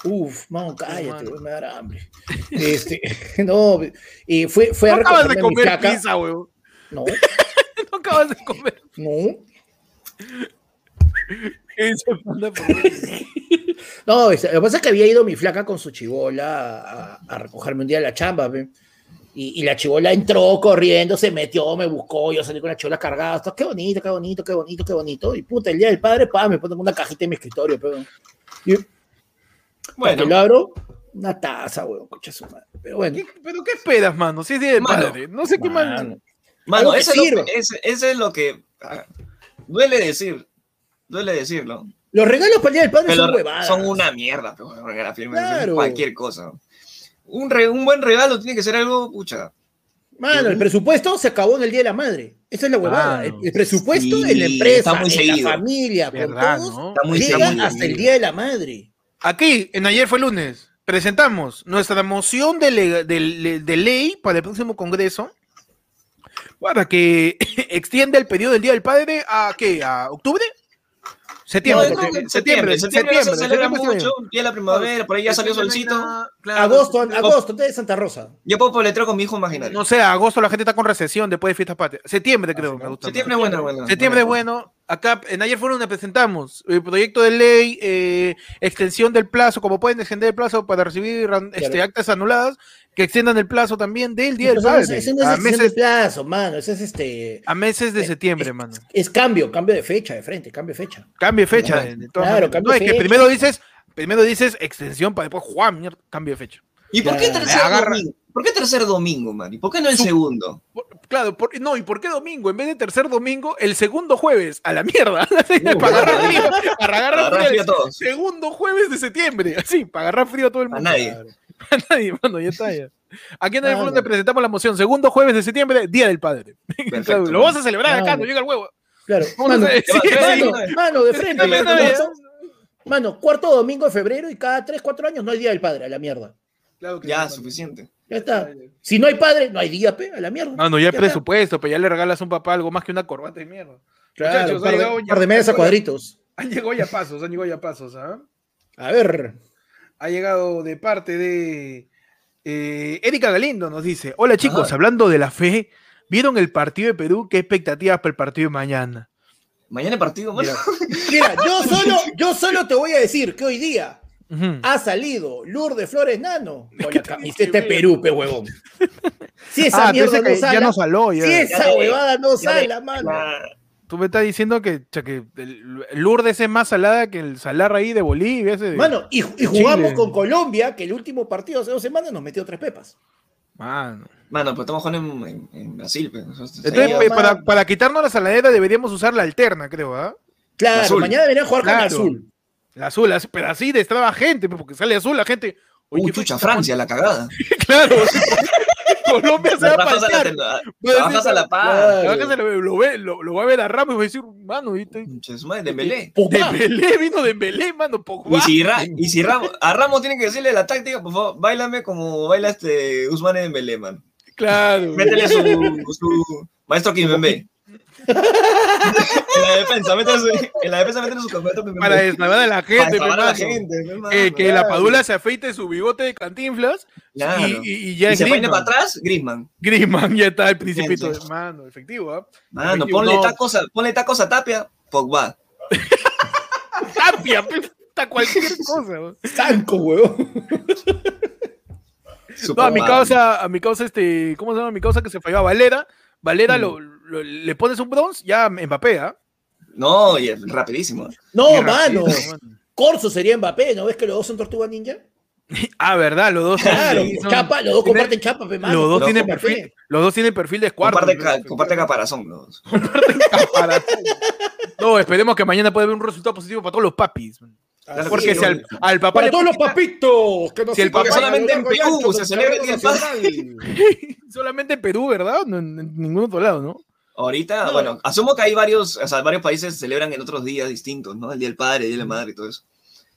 Speaker 4: Uf, mano, cállate,
Speaker 1: mano.
Speaker 4: güey, me va a dar hambre. Este, no, y fue, fue a
Speaker 1: No acabas de
Speaker 4: recogerme mi
Speaker 1: comer
Speaker 4: flaca.
Speaker 1: pizza, huevo.
Speaker 4: No,
Speaker 1: No acabas de comer
Speaker 4: no.
Speaker 1: pizza, panda, por favor.
Speaker 4: No, este, lo que pasa es que había ido mi flaca con su chivola a, a recogerme un día de la chamba, pe. Y, y la chivola entró corriendo, se metió, me buscó, yo salí con la chivola cargada, esto, qué bonito, qué bonito, qué bonito, qué bonito. Y puta, el día del padre, pa, me ponen una cajita en mi escritorio, pero
Speaker 2: Bueno,
Speaker 4: lo abro, una taza, weón, concha su madre. Pero bueno,
Speaker 1: ¿Qué- ¿Pero qué esperas, mano? Si es día de
Speaker 2: Mano.
Speaker 1: padre. No sé qué más.
Speaker 4: mano,
Speaker 2: Mano,
Speaker 4: Algo que
Speaker 2: eso es, lo
Speaker 4: sirva.
Speaker 2: que, ese- ese es lo que ah, duele decir, duele decirlo.
Speaker 4: Los regalos para el día del padre
Speaker 2: Pero
Speaker 4: son huevadas.
Speaker 2: son una mierda, pero bueno, regala firme,
Speaker 4: Claro.
Speaker 2: cualquier cosa. Un, re- un buen regalo tiene que ser algo, pucha.
Speaker 4: Mano, el
Speaker 2: ¿Mm?
Speaker 4: presupuesto se acabó en el Día de la Madre. Esa es la huevada.
Speaker 1: Claro.
Speaker 4: El, el presupuesto
Speaker 2: Sí,
Speaker 4: en la empresa,
Speaker 2: está muy
Speaker 4: en
Speaker 2: seguido.
Speaker 4: la familia, con
Speaker 1: ¿Verdad,
Speaker 4: todos,
Speaker 1: no?
Speaker 2: Está muy
Speaker 4: llegan
Speaker 2: seguido.
Speaker 4: hasta el Día de la Madre.
Speaker 1: Aquí, en ayer fue lunes, presentamos nuestra moción de, le- de le- de ley para el próximo Congreso para que extienda el periodo del Día del Padre a qué, a octubre, septiembre,
Speaker 2: No, no,
Speaker 1: septiembre,
Speaker 2: septiembre, septiembre, no se celebra
Speaker 1: septiembre.
Speaker 2: mucho, ya la primavera, por ahí ya salió solcito.
Speaker 4: agosto, agosto, de Santa Rosa.
Speaker 2: Yo puedo poletrear con mi hijo imaginario.
Speaker 1: No sé, agosto la gente está con recesión después de fiestas patrias. Septiembre creo, me gusta. más.
Speaker 2: septiembre es bueno, bueno.
Speaker 1: Septiembre es bueno. Acá en ayer fueron donde presentamos el proyecto de ley, eh, extensión del plazo, como pueden extender el plazo para recibir ran-
Speaker 4: Claro.
Speaker 1: este, actas anuladas, que extiendan el plazo también del Día del
Speaker 4: Pero
Speaker 1: Padre.
Speaker 4: eso, eso no es
Speaker 1: a,
Speaker 4: extensión de
Speaker 1: meses,
Speaker 4: plazo, mano. Eso es este.
Speaker 1: a meses de
Speaker 4: es-
Speaker 1: septiembre,
Speaker 4: es-
Speaker 1: mano.
Speaker 4: Es cambio, cambio de fecha, de frente, cambio de fecha.
Speaker 1: Cambie fecha.
Speaker 2: Claro,
Speaker 1: de- de todas
Speaker 4: claro,
Speaker 1: maneras.
Speaker 4: cambio
Speaker 1: no, es que
Speaker 4: fecha.
Speaker 1: primero dices, primero dices extensión para después, ¡juan! Mierda, cambio de fecha.
Speaker 2: ¿Y por qué
Speaker 4: Ya,
Speaker 2: tercer
Speaker 1: agarra.
Speaker 2: domingo? ¿Por qué tercer domingo, man? ¿Y por qué no el segundo?
Speaker 1: Por- Claro, por- no, ¿y por qué domingo? En vez de tercer domingo, el segundo jueves, a la mierda. para agarrar frío, para agarrar
Speaker 2: Para agarrar
Speaker 1: frío
Speaker 2: frío a
Speaker 1: el
Speaker 2: todos.
Speaker 1: Segundo jueves de septiembre, así, para agarrar frío a todo el
Speaker 2: A
Speaker 1: mundo.
Speaker 2: nadie.
Speaker 1: A nadie, mano, ya está. ya. Aquí en el
Speaker 4: Claro.
Speaker 1: front te presentamos la moción. Segundo jueves de septiembre, Día del Padre.
Speaker 2: Perfecto.
Speaker 1: Lo vamos a celebrar acá,
Speaker 4: Claro.
Speaker 1: no llega el huevo.
Speaker 4: Claro.
Speaker 1: Vamos a
Speaker 4: Mano,
Speaker 1: decir-
Speaker 2: sí,
Speaker 4: mano,
Speaker 2: sí.
Speaker 4: mano, de frente.
Speaker 1: Dame,
Speaker 4: mano,
Speaker 1: dame.
Speaker 4: Mano, cuarto domingo de febrero y cada 3, 4 años no hay día del padre, a la mierda.
Speaker 2: Ya, suficiente.
Speaker 4: Ya está. Si no hay padre, no hay día, pe, a la mierda.
Speaker 1: Mano, ya hay
Speaker 4: está.
Speaker 1: presupuesto, pero ya le regalas a un papá algo más que una corbata de mierda.
Speaker 4: Claro,
Speaker 1: Muchachos,
Speaker 4: un par
Speaker 1: ha llegado
Speaker 4: de,
Speaker 1: ya-
Speaker 4: par de medias a cuadritos.
Speaker 1: Han llegado ya pasos, han llegado ya pasos, ¿ah?
Speaker 4: A ver.
Speaker 1: ha llegado de parte de eh, Erika Galindo, nos dice, hola chicos,
Speaker 2: Ajá.
Speaker 1: hablando de la fe, ¿vieron el partido de Perú? ¿Qué expectativas para el partido de mañana?
Speaker 2: Mañana el partido, mano.
Speaker 4: Mira, yo solo, yo solo te voy a decir que hoy día
Speaker 1: Ujú.
Speaker 4: ha salido Lourdes Flores Nano con la camiseta
Speaker 1: que
Speaker 4: de Perú, pe huevón. Si
Speaker 1: Ah,
Speaker 4: esa
Speaker 1: tú
Speaker 4: mierda
Speaker 1: dices
Speaker 4: no
Speaker 1: que ya
Speaker 4: sala,
Speaker 1: nos saló, ya.
Speaker 4: si esa
Speaker 2: Ya-
Speaker 4: huevada no sala, mano.
Speaker 2: Ah,
Speaker 1: Tú me estás diciendo que, cha, que el- Lourdes es más salada que el salar ahí de Bolivia. Ese de-
Speaker 4: Mano, y, y jugamos
Speaker 1: Chile.
Speaker 4: con Colombia, que el último partido hace dos semanas nos metió tres pepas.
Speaker 1: Mano.
Speaker 2: Mano, pero pues estamos jugando en, en- en Brasil. Pero, entonces,
Speaker 1: Entonces,
Speaker 2: ahí
Speaker 1: pe-
Speaker 2: ya-
Speaker 4: mano.
Speaker 1: para, para quitarnos la saladera deberíamos usar la alterna, creo, ¿ah?
Speaker 4: Claro,
Speaker 2: Azul.
Speaker 4: mañana deberían jugar con
Speaker 1: Claro.
Speaker 4: azul.
Speaker 1: La azul, así- pero así destraba gente, pe, porque sale azul la gente. Oye,
Speaker 2: Uy,
Speaker 1: ¿qué fue?
Speaker 2: chucha, Francia, la cagada.
Speaker 1: Claro. Colombia se va a
Speaker 2: Trabajas a la-
Speaker 1: pasar.
Speaker 2: Trabajas a la paz.
Speaker 4: Claro.
Speaker 1: La vaca se lo, lo ve, lo, lo va a ver a Ramos y va a decir, mano, ¿viste?
Speaker 2: Concha de su madre, Dembélé.
Speaker 4: Pogba.
Speaker 1: Dembélé, vino Dembélé, mano, Pogba.
Speaker 2: Y si, Ra- y si Ramos, a Ramos tienen que decirle la táctica, por favor, bailame como baila este Usman en Dembélé, man.
Speaker 1: Claro.
Speaker 2: Métele su, su maestro Kimbembe. en la defensa, métele su, en la defensa, métele su maestro Kimbembe.
Speaker 1: Para destrabar a la gente,
Speaker 2: Para salvar a la
Speaker 1: pe, mano.
Speaker 2: gente, pe, mano.
Speaker 1: Eh, que la
Speaker 2: Claro.
Speaker 1: Padula se afeite su bigote de cantinflas
Speaker 2: Claro.
Speaker 1: y,
Speaker 2: Y,
Speaker 1: y- y ya es
Speaker 2: se viene
Speaker 1: Griezmann.
Speaker 2: para atrás, Griezmann.
Speaker 1: Griezmann ya está el principito
Speaker 2: Bien,
Speaker 1: de mano, efectivo, ¿ah?
Speaker 2: Mano,
Speaker 1: Efectivo,
Speaker 2: ponle
Speaker 1: no.
Speaker 2: tacos a, ponle tacos a Tapia, Pogba.
Speaker 1: Tapia, pe, puta, cualquier cosa. ¿no?
Speaker 4: Sanco, huevón.
Speaker 2: Su
Speaker 1: No, a mi
Speaker 2: Pogba.
Speaker 1: causa, a mi causa, este, ¿cómo se llama? A mi causa que se falló a Valera. Valera lo,
Speaker 4: Mm.
Speaker 1: lo- le pones un bronce, ya Mbappé, ¿ah?
Speaker 2: No, y es rapidísimo.
Speaker 4: No,
Speaker 1: Qué
Speaker 4: mano.
Speaker 1: racismo, mano.
Speaker 4: Corso sería Mbappé, ¿no ves que los dos son tortuga ninja?
Speaker 1: Ah, verdad, los dos.
Speaker 4: Claro,
Speaker 1: sí, son-
Speaker 4: chapa, los dos
Speaker 1: tienen-
Speaker 4: comparten chapa, pe, mano.
Speaker 1: Los dos
Speaker 2: Los
Speaker 1: tienen
Speaker 4: Mbappé.
Speaker 1: perfil, los dos tienen perfil de cuarto.
Speaker 2: Comparte, ca- comparte caparazón. los-
Speaker 1: No, esperemos que mañana pueda haber un resultado positivo para todos los papis. man.
Speaker 4: Así
Speaker 1: Porque
Speaker 4: es.
Speaker 1: si al, al papá
Speaker 4: Para
Speaker 1: le
Speaker 4: todos los
Speaker 1: pitan-
Speaker 4: papitos que nos
Speaker 1: Si el papá-
Speaker 4: siguen a lo
Speaker 2: solamente en
Speaker 4: largo y
Speaker 2: Perú
Speaker 4: ancho
Speaker 2: se
Speaker 4: del
Speaker 2: celebra el
Speaker 4: terreno
Speaker 2: Día del
Speaker 4: nacional.
Speaker 1: solamente en Perú, ¿verdad? No, en, en ningún otro lado, ¿no?
Speaker 2: Ahorita,
Speaker 4: No.
Speaker 2: bueno, asumo que hay varios, o sea, varios países celebran en otros días distintos, ¿no? El Día del Padre, el Día de la Madre y todo eso.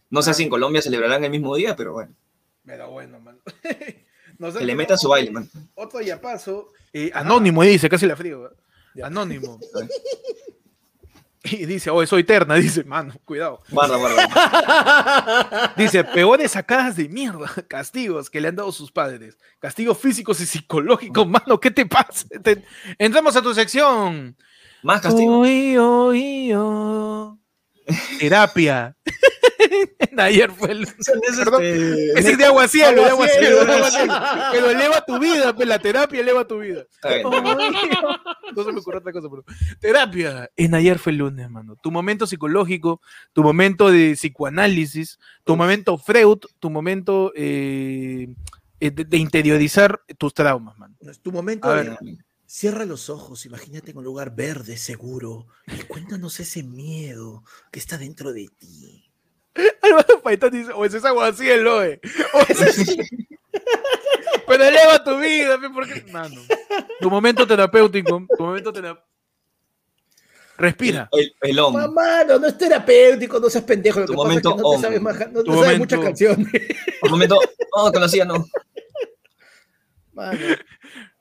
Speaker 2: No
Speaker 1: Ah.
Speaker 2: sé si en Colombia celebrarán el mismo día, pero bueno,
Speaker 1: Pero bueno, man.
Speaker 2: que le metan su baile, man.
Speaker 1: Otro ya paso. anónimo eh, dice, casi la frío. ¿verdad?
Speaker 4: Ya.
Speaker 1: Anónimo. Y dice, oh, soy terna, dice, mano, cuidado.
Speaker 2: Guarda, guarda.
Speaker 1: Dice, peores sacadas de mierda, castigos que le han dado sus padres, castigos físicos y psicológicos, mano, ¿qué te pasa? Te- Entramos a tu sección.
Speaker 2: Más castigo.
Speaker 1: Uy, uy, uy. Terapia. Ayer fue el...
Speaker 2: Son de esos,
Speaker 1: Perdón.
Speaker 2: este,
Speaker 1: Ese es de aguacielo, de aguacielo.
Speaker 4: Aguacielo,
Speaker 1: de aguacielo. Pero eleva tu vida, pues la terapia eleva tu vida.
Speaker 2: Está bien, está bien.
Speaker 1: No se me ocurre otra cosa, pero. Terapia. En ayer fue el lunes, mano. Tu momento psicológico, tu momento de psicoanálisis, tu momento Freud, tu momento eh, eh, de, de interiorizar tus traumas, mano.
Speaker 4: Es tu momento
Speaker 1: A
Speaker 4: de-
Speaker 1: ver.
Speaker 4: Cierra los ojos, imagínate en un lugar verde, seguro, y cuéntanos ese miedo que está dentro de ti.
Speaker 1: Álvaro Paitán dice, o ese es aguacielo, eh. O ese es... Pero eleva tu vida, pe, porque. Mano. Tu momento terapéutico, tu momento terapéutico. Respira.
Speaker 2: El, el hombre.
Speaker 4: Mamá, no, no es terapéutico, no seas pendejo. Lo
Speaker 2: Tu
Speaker 4: que pasa es que
Speaker 2: momento
Speaker 4: no te
Speaker 2: hombre.
Speaker 4: sabes, más, no, no
Speaker 1: Tu
Speaker 4: sabes
Speaker 1: momento-
Speaker 4: muchas canciones.
Speaker 2: Un momento. No, conocía, no.
Speaker 4: Mano,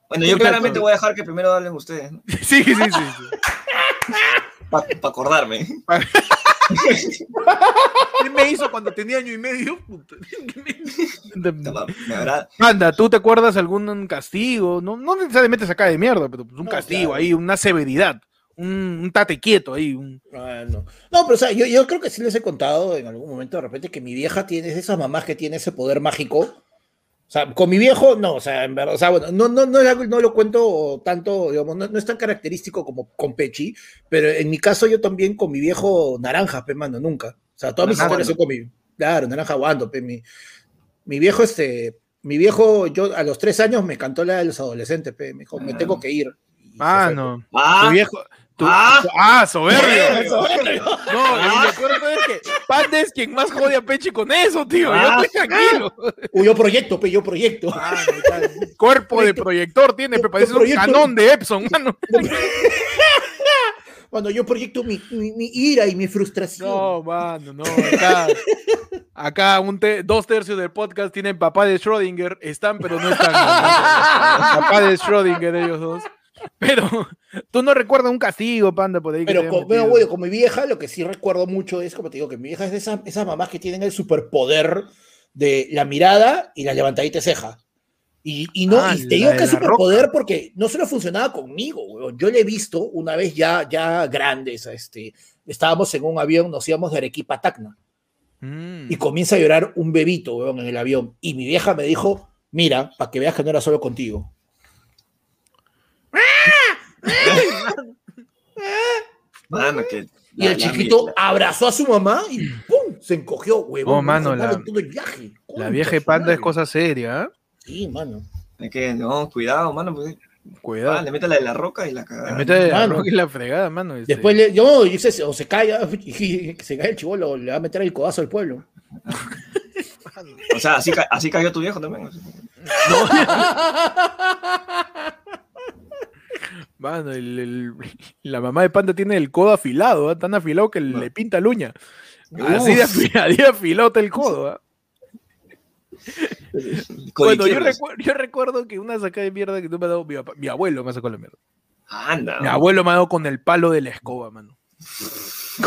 Speaker 2: Bueno, yo claramente voy a dejar que primero hablen ustedes, ¿no?
Speaker 1: Sí, sí, sí. sí.
Speaker 2: Para acordarme.
Speaker 1: ¿Qué me hizo cuando tenía año y medio? Puta, ¿qué me-
Speaker 2: Me habrá-
Speaker 1: Anda, ¿tú te acuerdas algún castigo? No, no necesariamente saca de mierda, pero pues un
Speaker 4: No,
Speaker 1: castigo
Speaker 4: claro.
Speaker 1: ahí, una severidad, un, un tate quieto ahí. un-
Speaker 4: mano. Ah, No, pero o sea, yo, yo creo que sí les he contado en algún momento de repente que mi vieja tiene es de esas mamás que tiene ese poder mágico. O sea, con mi viejo, no, o sea, en verdad, o sea, bueno, no, no, no, es algo- no lo cuento tanto, digamos, no, no es tan característico como con Pechi, pero en mi caso yo también con mi viejo naranja, pe, mano, nunca. O sea, todas mis
Speaker 2: Naranja
Speaker 4: historias son con mi, claro, naranja guando, pe, mi, mi viejo, este, mi viejo, yo a los tres años me cantó la de los adolescentes, pe, me dijo, me
Speaker 2: Ah.
Speaker 4: tengo que ir. y se
Speaker 1: Mano, tu
Speaker 2: Ah,
Speaker 1: viejo. tu-
Speaker 2: Ah.
Speaker 1: ah, soberbio.
Speaker 4: fue. Soberbio.
Speaker 1: No, y lo peor es que Panda es quien más jode a Pechi con eso, tío.
Speaker 2: Ah.
Speaker 1: Yo estoy tranquilo.
Speaker 4: Uy, yo proyecto, pe, yo proyecto.
Speaker 1: Cuerpo de proyector tiene,
Speaker 4: Tu-
Speaker 1: pero parece
Speaker 4: tu
Speaker 1: un
Speaker 4: proyecto-
Speaker 1: canón de Epson, mano.
Speaker 4: Cuando yo proyecto mi, mi- mi ira y mi frustración.
Speaker 1: No, mano, no. Acá, acá un te- dos tercios del podcast tienen papá de Schrödinger. Están, pero no están. ¿no? papá de Schrödinger, ellos dos. Pero tú no recuerdas un castigo, Panda, por ahí. que te
Speaker 4: Pero
Speaker 1: hayan
Speaker 4: con, bueno,
Speaker 1: metido?
Speaker 4: bueno, con mi vieja lo que sí recuerdo mucho es, como te digo, que mi vieja es de esas, esas mamás que tienen el superpoder de la mirada y la levantadita de ceja. Y, y no,
Speaker 1: Ah,
Speaker 4: y
Speaker 1: la
Speaker 4: te digo
Speaker 1: de
Speaker 4: que es
Speaker 1: la
Speaker 4: superpoder porque no solo funcionaba conmigo, weón. yo le he visto una vez ya, ya grandes, a este, estábamos en un avión, nos íbamos de Arequipa a Tacna
Speaker 1: Mm.
Speaker 4: y comienza a llorar un bebito weón, en el avión y mi vieja me dijo, mira, para que veas que no era solo contigo.
Speaker 2: mano, que.
Speaker 4: Y el chiquito abrazó a su mamá y ¡pum! Se encogió, huevón.
Speaker 1: Oh, mano,
Speaker 4: Se
Speaker 1: la-
Speaker 4: armaron todo el viaje.
Speaker 1: La
Speaker 4: Concha
Speaker 1: vieja de
Speaker 4: su
Speaker 1: Panda
Speaker 4: madre.
Speaker 1: es cosa seria, ¿eh?
Speaker 4: Sí, mano.
Speaker 2: Es que, no, cuidado, mano. Pues,
Speaker 1: Cuidado.
Speaker 2: ah, le mete la de la roca y la
Speaker 1: Me
Speaker 2: cagada.
Speaker 1: mete la
Speaker 4: Mano.
Speaker 1: roca y la fregada, mano. este.
Speaker 4: Después le, yo, y se, o se cae, y se cae el chivolo, le va a meter el codazo al pueblo.
Speaker 2: O sea, así, ca- así cayó tu viejo también.
Speaker 1: Mano, el- el- la mamá de Panda tiene el codo afilado, ¿ah? tan afilado que le pinta la uña. Así de afi- así de afilado está el codo. ¿ah? Bueno, yo, recu- yo recuerdo que una sacada de mierda que tú me has dado, mi, papá- mi abuelo me ha sacado la mierda.
Speaker 2: Anda.
Speaker 4: Ah.
Speaker 1: Mi abuelo me ha dado con el palo de la escoba, mano.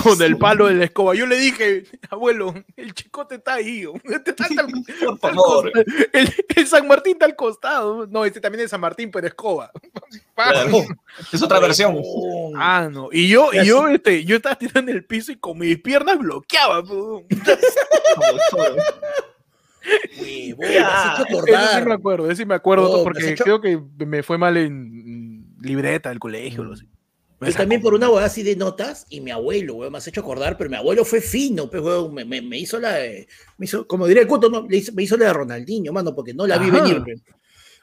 Speaker 1: Con el palo de la escoba. Yo le dije, abuelo, el chicote está ahí. ¿o? Este está hasta el-
Speaker 2: Por favor.
Speaker 1: El, el San Martín está al costado. No, este también es San Martín, pero escoba.
Speaker 2: Claro. Es otra versión.
Speaker 1: Ah, no. Y yo,
Speaker 4: Ya
Speaker 1: y yo, este, yo estaba tirando en el piso y con mis piernas bloqueaba. po.
Speaker 2: Como todo.
Speaker 4: Huevón, me has hecho
Speaker 1: Eso sí me
Speaker 4: acordar.
Speaker 1: acuerdo, eso sí me acuerdo,
Speaker 4: Oh, ¿me
Speaker 1: porque
Speaker 4: has hecho?
Speaker 1: creo que me fue mal en mm, libreta del colegio. o algo así. Me
Speaker 4: Y
Speaker 1: sacó.
Speaker 4: también por una hueá así de notas, y mi abuelo, huevón, me has hecho acordar, pero mi abuelo fue fino, pues, huevón, me, me- me hizo la de, me hizo, como diría el cuento, no, le hizo- me hizo la de Ronaldinho, mano, porque no la vi
Speaker 1: Ajá.
Speaker 4: venir. pe.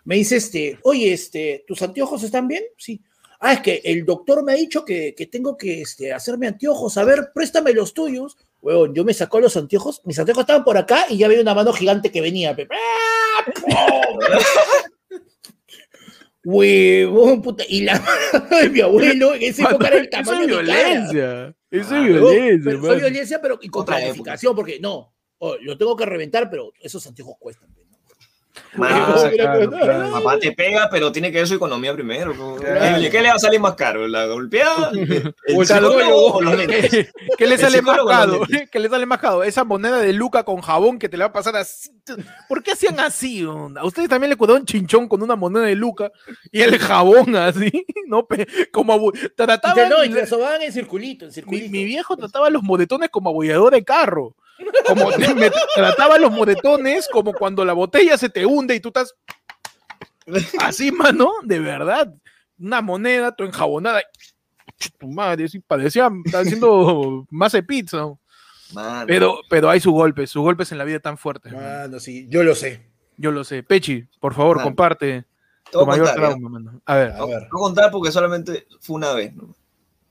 Speaker 4: Me dice, este, oye, este, ¿tus anteojos están bien? Sí. Ah, es que el doctor me ha dicho que, que tengo que este, hacerme anteojos, a ver, préstame los tuyos. Huevón, yo me sacó los anteojos, mis anteojos estaban por acá y ya veía una mano gigante que venía. pe. ¡Ah! ¡Oh! Huevón, puta. Y la mano de mi abuelo en esa época era el
Speaker 1: Eso
Speaker 4: tamaño
Speaker 1: es
Speaker 4: de mi cara.
Speaker 1: violencia. Eso es
Speaker 2: Ah,
Speaker 4: Huevón,
Speaker 1: violencia,
Speaker 4: pero
Speaker 1: mano.
Speaker 4: Fue violencia, pero y con
Speaker 2: Otra
Speaker 4: planificación, porque no, oh, lo tengo que reventar, pero esos anteojos cuestan. pe, ¿no?
Speaker 2: Mano,
Speaker 1: Ah,
Speaker 2: o sea,
Speaker 1: claro, claro.
Speaker 2: Papá te pega, pero tiene que ver su economía primero. ¿no?
Speaker 1: Claro.
Speaker 2: ¿Qué le va a salir más caro? ¿La golpeada? ¿El
Speaker 1: O el
Speaker 2: psicólogo
Speaker 1: psicólogo.
Speaker 2: o los lentes?
Speaker 1: ¿Qué, qué le
Speaker 2: El
Speaker 1: sale más
Speaker 2: psicólogo
Speaker 1: caro?
Speaker 2: también.
Speaker 1: ¿Qué le sale más caro? Esa moneda de Luca con jabón que te la va a pasar así. ¿Por qué hacían así? onda? A ustedes también le cuidaron chinchón con una moneda de Luca y el jabón así, ¿no? Pe- Como abu-
Speaker 4: Y te,
Speaker 1: trataban,
Speaker 4: no, y te lo sobaban en circulito, en circulito.
Speaker 1: mi, mi viejo trataba los moretones como abollador de carro. Como me trataba los moretones como cuando la botella se te hunde y tú estás así, mano, de verdad. Una moneda, tu enjabonada. Chu, Tu madre, sí, parecía, estaba haciendo más de pizza.
Speaker 2: Mano,
Speaker 1: Pero, pero hay sus golpes, sus golpes en la vida tan fuertes. mano.
Speaker 4: Mano, sí, yo lo sé.
Speaker 1: Yo lo sé. Pechi, por favor,
Speaker 2: Mano.
Speaker 1: comparte
Speaker 2: te
Speaker 1: tu
Speaker 2: voy a
Speaker 1: mayor
Speaker 2: contar, ya.
Speaker 1: trauma, mano. A ver.
Speaker 4: A
Speaker 2: No,
Speaker 4: ver.
Speaker 2: no contar porque solamente fue una vez, ¿no?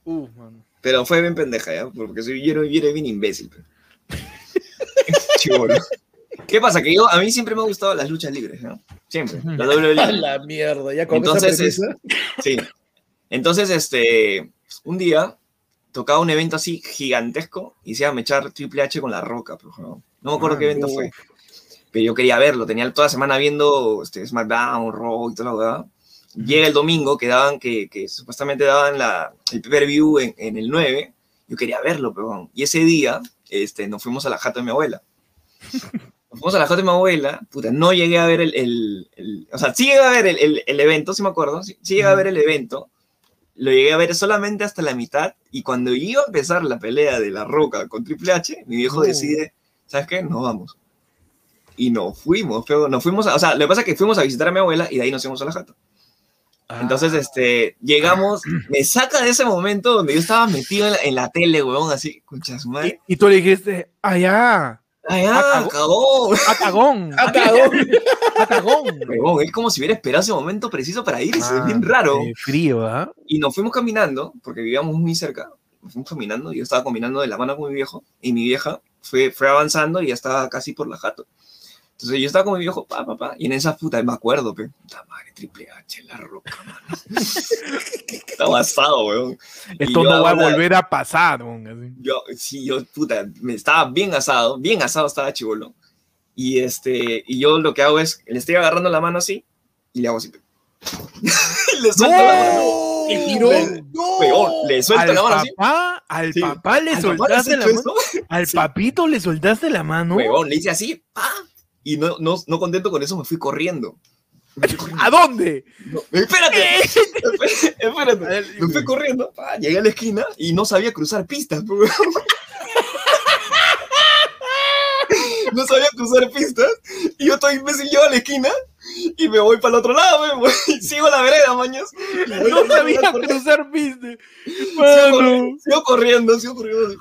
Speaker 1: Uh, mano.
Speaker 2: Pero fue bien pendeja, ¿ya? Porque soy yo, yo era bien imbécil. pero. Chibolo. ¿Qué pasa? Que yo, a mí siempre me han gustado las luchas libres, ¿no? Siempre. La
Speaker 4: A
Speaker 2: WWE.
Speaker 4: la mierda, ya con
Speaker 2: Entonces,
Speaker 4: esa premisa.
Speaker 2: Sí. Entonces, este, un día tocaba un evento así gigantesco y se iba a echar Triple H con la roca, pero no, no me acuerdo qué evento
Speaker 4: no.
Speaker 2: fue. Pero yo quería verlo, tenía toda la semana viendo este, SmackDown, Raw y toda la verdad. Llega el domingo que daban, que, que supuestamente daban la, el pay-per-view en, en el 9. Yo quería verlo, pero Y ese día este, nos fuimos a la jata de mi abuela. Nos fuimos a la jata de mi abuela. Puta, no llegué a ver el. el- el- o sea, sí llegué a ver el, el- el evento, sí me acuerdo. Sí, sí llegué a ver el evento. Lo llegué a ver solamente hasta la mitad. Y cuando iba a empezar la pelea de La Roca con Triple H, mi viejo
Speaker 1: No.
Speaker 2: decide: ¿Sabes qué? Nos vamos. Y nos fuimos, pero nos fuimos. a- o sea, lo que pasa es que fuimos a visitar a mi abuela y de ahí nos fuimos a la jata. Entonces, este, llegamos, me saca de ese momento donde yo estaba metido en la, en la tele, weón, así, conchas madre.
Speaker 1: "Ah, Y, y tú le dijiste, allá,
Speaker 2: Ay, ah,
Speaker 1: Acabó.
Speaker 2: cagón.
Speaker 1: ¡Ah, cagón!
Speaker 4: Ah, cagón.
Speaker 1: ¡Ah, cagón!
Speaker 2: Huevón, es como si hubiera esperado ese momento preciso para irse, es bien raro.
Speaker 1: Ah, Qué frío, ¿ah?
Speaker 2: Y nos fuimos caminando, porque vivíamos muy cerca, nos fuimos caminando, yo estaba caminando de la mano con mi viejo, y mi vieja fue, fue avanzando y ya estaba casi por la jato. Entonces yo estaba con mi viejo, pa, pa, pa, y en esa puta, me acuerdo, pe, puta madre, triple H, la roca, mano. estaba asado, weón.
Speaker 1: Esto
Speaker 2: yo
Speaker 1: no va a
Speaker 2: ahora-
Speaker 1: volver a pasar, weón, así.
Speaker 2: Yo, sí, yo, puta, me estaba bien asado, bien asado estaba chivolo. Y este, y yo lo que hago es, le estoy agarrando la mano así, y le hago así. pe. le suelto la mano.
Speaker 4: ¿Te tiró?
Speaker 2: Pe- peor, le suelto
Speaker 1: Al
Speaker 2: la mano así.
Speaker 1: papá, al
Speaker 2: Sí.
Speaker 1: papá le
Speaker 2: Al papá le has
Speaker 1: soltaste la
Speaker 2: hecho
Speaker 1: mano.
Speaker 2: eso,
Speaker 1: Al
Speaker 2: Sí.
Speaker 1: papito le soltaste la mano.
Speaker 2: huevón, le hice así, pa. Y no, no, no contento con eso, me fui corriendo. Me fui corriendo.
Speaker 1: ¿A dónde?
Speaker 2: No, espérate, espérate, espérate. Me fui corriendo, pa, llegué a la esquina y no sabía cruzar pistas. pe, huevón. No sabía cruzar pistas y yo estoy imbécil, llego a la esquina y me voy para el otro lado, pe, huevón, y sigo la vereda, maños. y me voy
Speaker 1: No
Speaker 2: para la vereda
Speaker 1: sabía
Speaker 2: corriendo.
Speaker 1: cruzar viste.
Speaker 2: Sigo
Speaker 1: Mano.
Speaker 2: corriendo, sigo corriendo, sigo corriendo. así.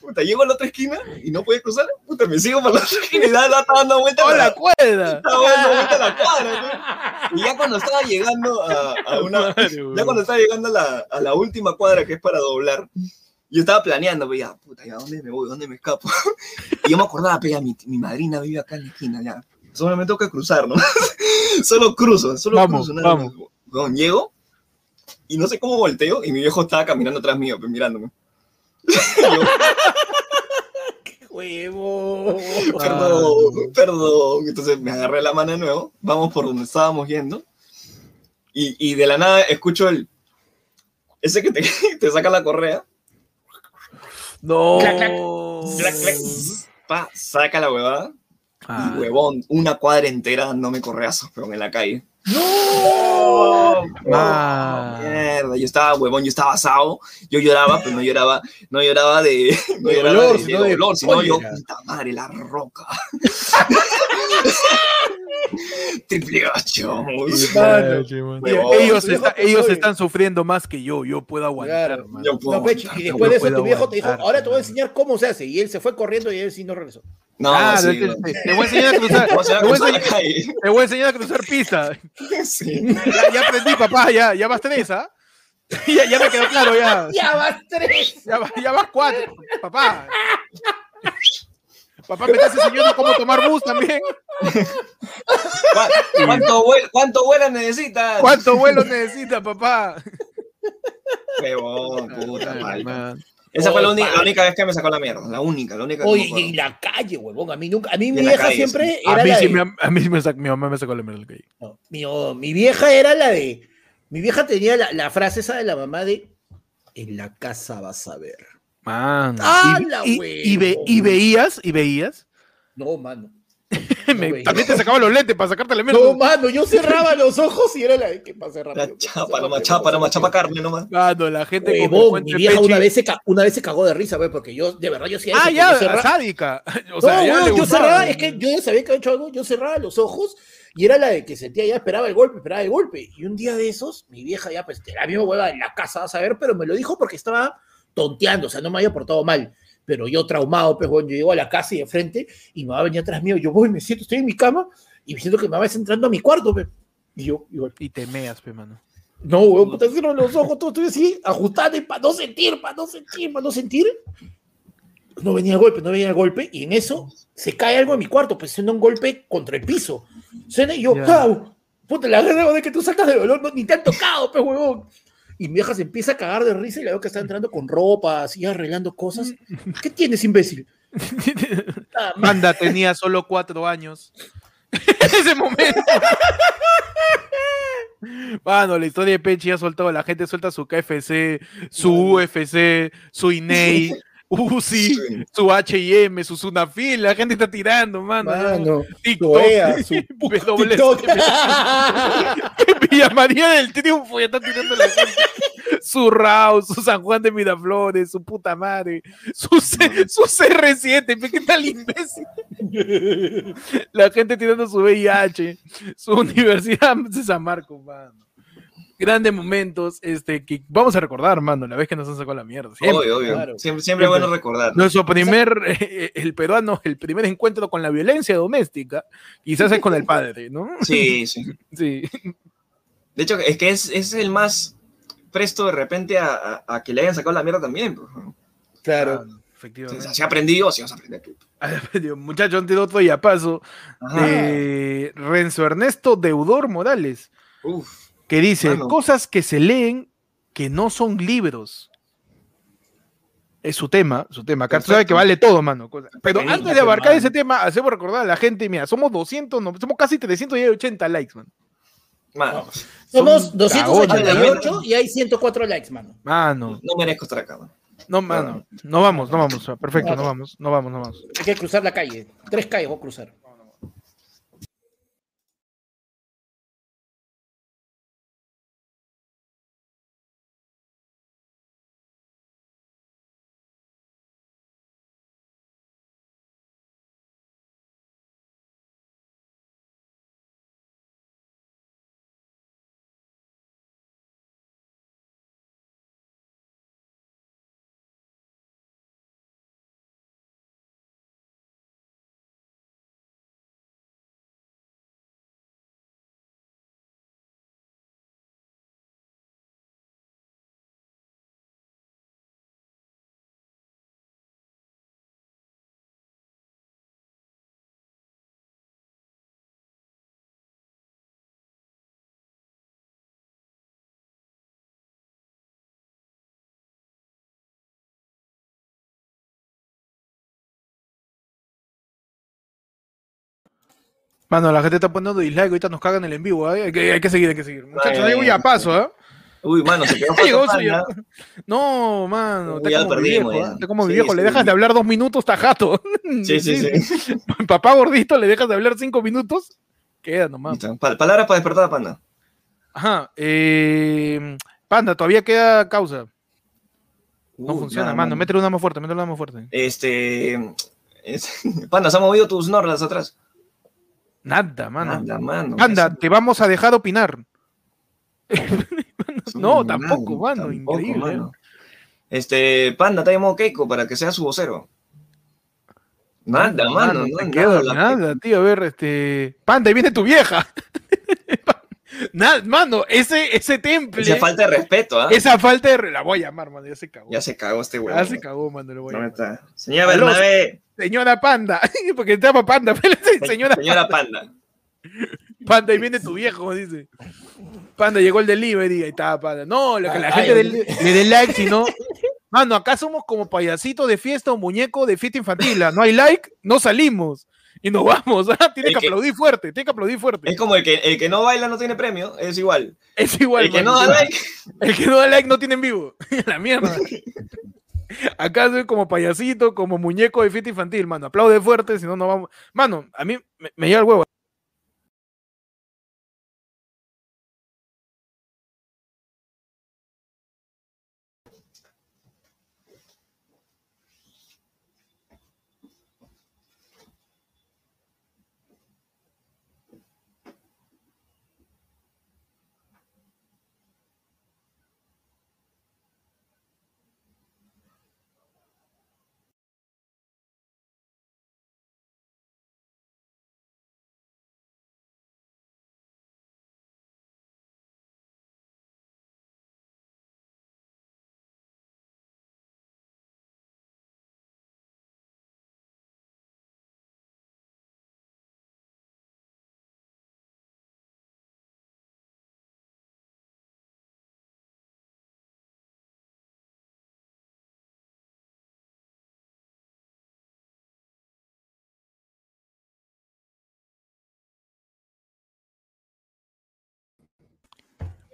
Speaker 2: Puta, llego a la otra esquina y no podía cruzar. Puta, me sigo para la otra esquina y la la estaba dando vuelta.
Speaker 1: Toda
Speaker 2: la-
Speaker 1: la cuerda.
Speaker 2: estaba dando vuelta la cuadra. ¿no? Y ya cuando estaba llegando a, a una. Ya cuando estaba llegando a la, a la última cuadra que es para doblar, yo estaba planeando, pues ya, puta, ¿ya dónde me voy? ¿Dónde me escapo? Y yo me acordaba, pues ya, mi, mi madrina vive acá en la esquina, ya. Solo me toca cruzar, ¿no? solo cruzo, solo
Speaker 1: Vamos,
Speaker 2: cruzo. nada más.
Speaker 1: vamos.
Speaker 2: Weón, llego y no sé cómo volteo y mi viejo estaba caminando atrás mío, pues, mirándome.
Speaker 4: Huevo.
Speaker 2: Ah,
Speaker 1: Ah.
Speaker 2: perdón, perdón. Entonces me agarré la mano de nuevo, vamos por donde estábamos yendo. Y, y de la nada escucho el... Ese que te, te saca la correa.
Speaker 1: No.
Speaker 4: Clac, clac.
Speaker 2: Clac, clac, zzz, pa, saca la huevada.
Speaker 1: Ah.
Speaker 2: Y huevón, una cuadra entera dándome correazos, pero en la calle.
Speaker 1: Ah.
Speaker 2: Mierda, yo estaba huevón, yo estaba asado, yo lloraba, pero no lloraba, no lloraba de, no
Speaker 4: De
Speaker 2: lloraba
Speaker 4: dolor,
Speaker 2: de,
Speaker 4: sino de
Speaker 2: dolor, sino yo,
Speaker 4: cólera.
Speaker 2: puta madre, la roca. Triple ocho.
Speaker 4: Mano.
Speaker 1: Mira,
Speaker 2: Huevón.
Speaker 1: ellos,
Speaker 4: Huevón.
Speaker 1: está- ellos están sufriendo más que yo. Yo puedo aguantar.
Speaker 4: Claro.
Speaker 1: mano.
Speaker 2: Yo puedo
Speaker 4: No, pecho,
Speaker 2: aguantar,
Speaker 4: y
Speaker 2: yo
Speaker 4: después de eso
Speaker 1: puedo
Speaker 4: tu viejo te dijo,
Speaker 1: aguantar,
Speaker 4: ahora te voy a
Speaker 1: mano.
Speaker 4: enseñar cómo se hace. Y él se fue corriendo y él sí Ah, no regresó.
Speaker 2: No,
Speaker 1: Claro,
Speaker 2: sí,
Speaker 1: te-
Speaker 2: no.
Speaker 1: te- te voy a enseñar a cruzar.
Speaker 2: Vamos a
Speaker 1: Te voy a
Speaker 2: cruzar la
Speaker 1: enseñar-
Speaker 2: calle.
Speaker 1: te voy a enseñar a cruzar pista.
Speaker 2: Sí.
Speaker 1: Ya, ya aprendí, papá, ya, ya vas tres, ¿ah? Ya, ya me quedó claro, ya.
Speaker 4: ¡Ya vas tres!
Speaker 1: Ya, va- ya vas cuatro, papá. Papá, me estás enseñando cómo tomar bus también.
Speaker 2: ¿Cuá- ¿Cuánto, vuel- cuánto vuela necesitas?
Speaker 1: ¿Cuántos vuelos necesitas, papá?
Speaker 2: Huevón,
Speaker 4: Ah,
Speaker 2: puta
Speaker 1: Ay,
Speaker 2: madre.
Speaker 1: man.
Speaker 2: Esa fue la única,
Speaker 4: Opa.
Speaker 2: la única vez que me sacó la mierda. La única, la única. que
Speaker 4: Oye,
Speaker 2: me
Speaker 4: y
Speaker 2: acuerdo.
Speaker 4: en la calle, huevón. A mí nunca, a mí mi
Speaker 2: En la
Speaker 4: vieja
Speaker 2: calle,
Speaker 4: siempre era
Speaker 1: A mí
Speaker 4: la
Speaker 1: sí,
Speaker 4: de-
Speaker 1: me, a mí me sac- mi mamá me sacó la mierda. del calle.
Speaker 4: No, mi, oh, mi vieja era la de. Mi vieja tenía la, la frase esa de la mamá de. En la casa vas a ver.
Speaker 1: Man.
Speaker 4: ¡Ah,
Speaker 1: Y-
Speaker 4: la
Speaker 1: y, y ve-
Speaker 4: huevo!
Speaker 1: y veías, y veías.
Speaker 4: No, mano.
Speaker 1: Me-
Speaker 4: veía.
Speaker 1: también te sacaban los lentes para sacarte la mierda.
Speaker 4: No, mano. Yo cerraba los ojos y era la de que pase rápido.
Speaker 2: La
Speaker 4: que pase
Speaker 2: chapa,
Speaker 4: rápido,
Speaker 2: nomás,
Speaker 4: que
Speaker 2: chapa,
Speaker 4: pase
Speaker 2: nomás,
Speaker 4: rápido.
Speaker 2: chapa carne nomás.
Speaker 1: Mano, la gente con
Speaker 4: Huevón, mi
Speaker 1: frecuente
Speaker 4: vieja
Speaker 1: pechi-
Speaker 4: una vez, se ca- una vez se cagó de risa, güey, porque yo, de verdad, yo sí. era
Speaker 1: Ah,
Speaker 4: eso,
Speaker 1: ya,
Speaker 4: yo cerra-
Speaker 1: sádica. O sea,
Speaker 4: no,
Speaker 1: ya
Speaker 4: weón,
Speaker 1: le
Speaker 4: yo
Speaker 1: gustaba.
Speaker 4: cerraba, es que yo ya sabía que había hecho algo, yo cerraba los ojos y era la de que sentía, ya esperaba el golpe, esperaba el golpe. Y un día de esos, mi vieja ya, pues, la misma hueva en la casa, vas a ver, pero me lo dijo porque estaba tonteando, o sea, no me había portado mal. Pero yo traumado, pues, weón, yo llego a la casa y de frente y mi mamá venía atrás mío, yo voy, me siento, estoy en mi cama y me siento que mi mamá está entrando a mi cuarto, pe. Y yo, igual,
Speaker 1: Y te meas, pe, mano.
Speaker 4: no, weón, puta, cierro los ojos, todo estoy así, ajustando y para no sentir, para no sentir, para no sentir. No venía el golpe, no venía el golpe, y en eso se cae algo en mi cuarto, pues suena un golpe contra el piso. Suena y yo,
Speaker 1: Ya.
Speaker 4: ¡cau! Puta, la verdad es que tú saltas de dolor, no, ni te han tocado, pues, huevón. Y mi vieja se empieza a cagar de risa y la veo que está entrando con ropa, así arreglando cosas. ¿Qué tienes, imbécil? Ah, Puta madre.
Speaker 1: Panda tenía solo cuatro años. en ese momento. Mano, la historia de Pechi ha soltado. La gente suelta su KFC, su UFC, su E INEI, UCI, su HM, su Sunafil. La gente está tirando, mano.
Speaker 4: Mano,
Speaker 1: TikTok,
Speaker 4: su EA, su
Speaker 1: PWC,
Speaker 4: TikTok.
Speaker 1: Villa María del Triunfo. Ya está tirando la gente. Su Rao, su San Juan de Miraflores, su puta madre, su, C- su CR7. pe, ¿Qué tal imbécil? La gente tirando su VIH, su universidad de San Marcos, mano. grandes momentos este, que vamos a recordar, mano, la vez que nos han sacado la mierda. Siempre.
Speaker 2: Obvio, obvio.
Speaker 4: claro.
Speaker 2: Siempre, siempre es bueno recordar.
Speaker 1: Nuestro primer, eh, el peruano, el primer encuentro con la violencia doméstica, quizás es con el padre, ¿no?
Speaker 2: Sí, sí.
Speaker 1: Sí.
Speaker 2: De hecho, es que es, es el más presto de repente a, a- a que le hayan sacado la mierda también. pues, ¿no?
Speaker 1: Ah,
Speaker 2: O
Speaker 4: Claro.
Speaker 2: sea,
Speaker 1: Efectivamente.
Speaker 2: Si aprendí yo, si vas a aprender tú.
Speaker 1: Muchachos, ante otro y a paso.
Speaker 2: Ajá.
Speaker 1: de Renzo Ernesto Deudor Morales,
Speaker 2: Uf.
Speaker 1: que dice,
Speaker 2: Mano.
Speaker 1: cosas que se leen que no son libros. Es su tema, su tema. Acá tú sabes
Speaker 2: Perfecto.
Speaker 1: que vale todo, mano. cosa- Pero
Speaker 2: Sí,
Speaker 1: antes de
Speaker 2: ya,
Speaker 1: abarcar
Speaker 2: mano.
Speaker 1: ese tema, hacemos recordar a la gente, mira, somos 200, no, somos casi 380 likes, man.
Speaker 2: Mano,
Speaker 1: Son
Speaker 4: Somos
Speaker 2: cagones,
Speaker 4: 288
Speaker 2: mano.
Speaker 4: y hay 104 likes, mano.
Speaker 1: Mano,
Speaker 2: no merezco estar acá. mano.
Speaker 1: no, mano, no vamos, no vamos, perfecto, no vamos, no vamos, no vamos.
Speaker 4: Hay que cruzar la calle. Tres calles voy a cruzar.
Speaker 1: Mano, la gente está poniendo dislike, ahorita nos cagan el en vivo, ¿eh? hay, que, hay que seguir, hay que seguir. Muchachos,
Speaker 2: Ay,
Speaker 1: yo voy a
Speaker 2: ay,
Speaker 1: paso, ¿eh?
Speaker 2: Uy, mano, se quedó
Speaker 1: Llegó,
Speaker 2: falta
Speaker 1: llegó.
Speaker 2: pan,
Speaker 1: No, mano, está
Speaker 2: Ya
Speaker 1: como mi
Speaker 2: perdimos,
Speaker 1: viejo,
Speaker 2: ya.
Speaker 1: ¿eh? Está como mi
Speaker 2: Sí,
Speaker 1: viejo, le
Speaker 2: sí.
Speaker 1: dejas de hablar dos minutos, tajato.
Speaker 2: ¿no? Sí, sí, sí.
Speaker 1: Papá gordito, le dejas de hablar cinco minutos, queda nomás.
Speaker 2: Listo. Pa- palabras para despertar a Panda.
Speaker 1: Ajá, eh, Panda, todavía queda causa. No
Speaker 2: Uy,
Speaker 1: funciona,
Speaker 2: nada,
Speaker 1: mano, métele una más fuerte, métele una más fuerte.
Speaker 2: Este. es- Panda, ¿se han movido tus norlas atrás?
Speaker 1: Nada, mano.
Speaker 2: Nada, mano.
Speaker 1: Panda,
Speaker 2: Eso-
Speaker 1: te vamos a dejar opinar.
Speaker 2: eso
Speaker 1: no,
Speaker 2: es
Speaker 1: tampoco, mano, increíble. ¿eh?
Speaker 2: Este, Panda, está llamado Keiko para que sea su vocero. Nada, mano. no,
Speaker 1: te
Speaker 2: nada,
Speaker 1: queda
Speaker 2: la-
Speaker 1: nada, tío. A ver, este. Panda, ahí viene tu vieja. nada, mano, ese, ese temple.
Speaker 2: Esa falta de respeto, ¿ah?
Speaker 1: Esa falta de. re- La voy a llamar, mano. Ya se cagó.
Speaker 2: Ya se cagó este
Speaker 1: Ya
Speaker 2: huevón.
Speaker 1: Ah, se cagó, mano. le voy a
Speaker 2: ¿Dónde
Speaker 1: llamar.
Speaker 2: está? Señora
Speaker 1: Aló,
Speaker 2: Bernabé.
Speaker 1: Señora Panda. Porque te llama Panda. pero sí, señora
Speaker 2: Señora Panda.
Speaker 1: Panda, ahí viene tu viejo, dice. Panda, llegó el delivery. Ahí está, Panda. No, la, que la
Speaker 4: Ay,
Speaker 1: gente
Speaker 4: ay,
Speaker 1: del,
Speaker 4: el
Speaker 1: le dé like, si no. Mano, acá somos como payasitos de fiesta o muñeco de fiesta infantil. ¿ah? No hay like, no salimos. Y nos vamos. ¿ah? Tienes
Speaker 2: Es
Speaker 1: que,
Speaker 2: que-
Speaker 1: aplaudir fuerte. Tienes que aplaudir fuerte.
Speaker 2: Es como el que, el que no baila no tiene premio, es igual.
Speaker 1: Es igual.
Speaker 2: el que
Speaker 1: mano,
Speaker 2: no da
Speaker 1: igual.
Speaker 2: like,
Speaker 1: El que no da like no tiene en vivo. La mierda. Acá soy como payasito, como muñeco de fiesta infantil, mano. Aplaude fuerte, si no, no vamos. Mano, a mí me, me lleva el huevo.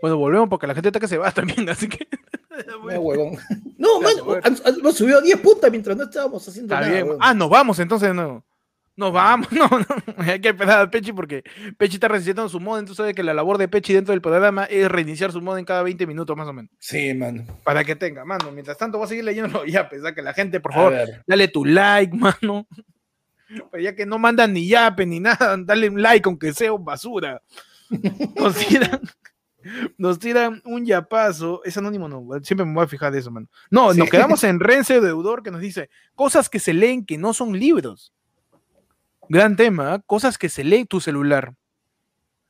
Speaker 1: Bueno, volvemos porque la gente está que se va también, así que.
Speaker 4: No, huevón. No, mano, han- han- hemos subido 10 puntas mientras no estábamos haciendo
Speaker 1: Está
Speaker 4: nada.
Speaker 1: bien.
Speaker 4: huevón.
Speaker 1: Ah, nos vamos entonces no. Nos vamos, no, no. Hay que esperar a Pechi porque Pechi está reiniciando su mod. Entonces, sabes que la labor de Pechi dentro del programa es reiniciar su mod en cada 20 minutos más o menos.
Speaker 4: Sí, mano.
Speaker 1: Para que tenga, mano. Mientras tanto, voy a seguir leyendo los yapes. ¿ah? Que la gente, por
Speaker 4: A
Speaker 1: favor,
Speaker 4: ver.
Speaker 1: dale tu like, mano. Pero ya que no mandan ni yape ni nada, dale un like, aunque sea un basura. Consideran, Nos tiran un yapazo. Es anónimo, no. Siempre me voy a fijar de eso, mano. No, nos quedamos en Rense Deudor que nos dice cosas que se leen que no son libros. Gran tema, ¿eh? cosas que se lee tu celular.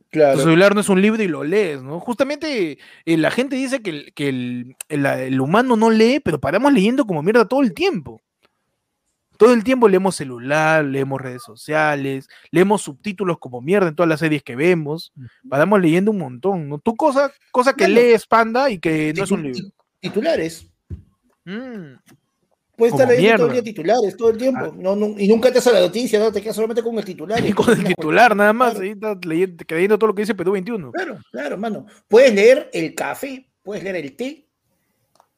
Speaker 4: Claro.
Speaker 1: Tu celular no es un libro y lo lees, ¿no? Justamente eh, la gente dice que, el, que el, el- el humano no lee, pero paramos leyendo como mierda todo el tiempo. Todo el tiempo leemos celular, leemos redes sociales, leemos subtítulos como mierda en todas las series que vemos. Paramos leyendo un montón, ¿no? Tú cosa, cosa que
Speaker 4: Bueno.
Speaker 1: lees, panda, y que no es un
Speaker 4: Titu-
Speaker 1: libro.
Speaker 4: ti- Titulares.
Speaker 1: Mm.
Speaker 4: Puedes estar
Speaker 1: Como
Speaker 4: leyendo todo
Speaker 1: mierda.
Speaker 4: el día titulares, todo el tiempo.
Speaker 1: Ah.
Speaker 4: No, no- y nunca te haces la noticia, ¿no? te quedas solamente con el titular.
Speaker 1: Y con el titular nada más, ahí estás leyendo, creyendo todo lo que dice Perú 21.
Speaker 4: Claro, claro, mano. Puedes leer el café, puedes leer el té,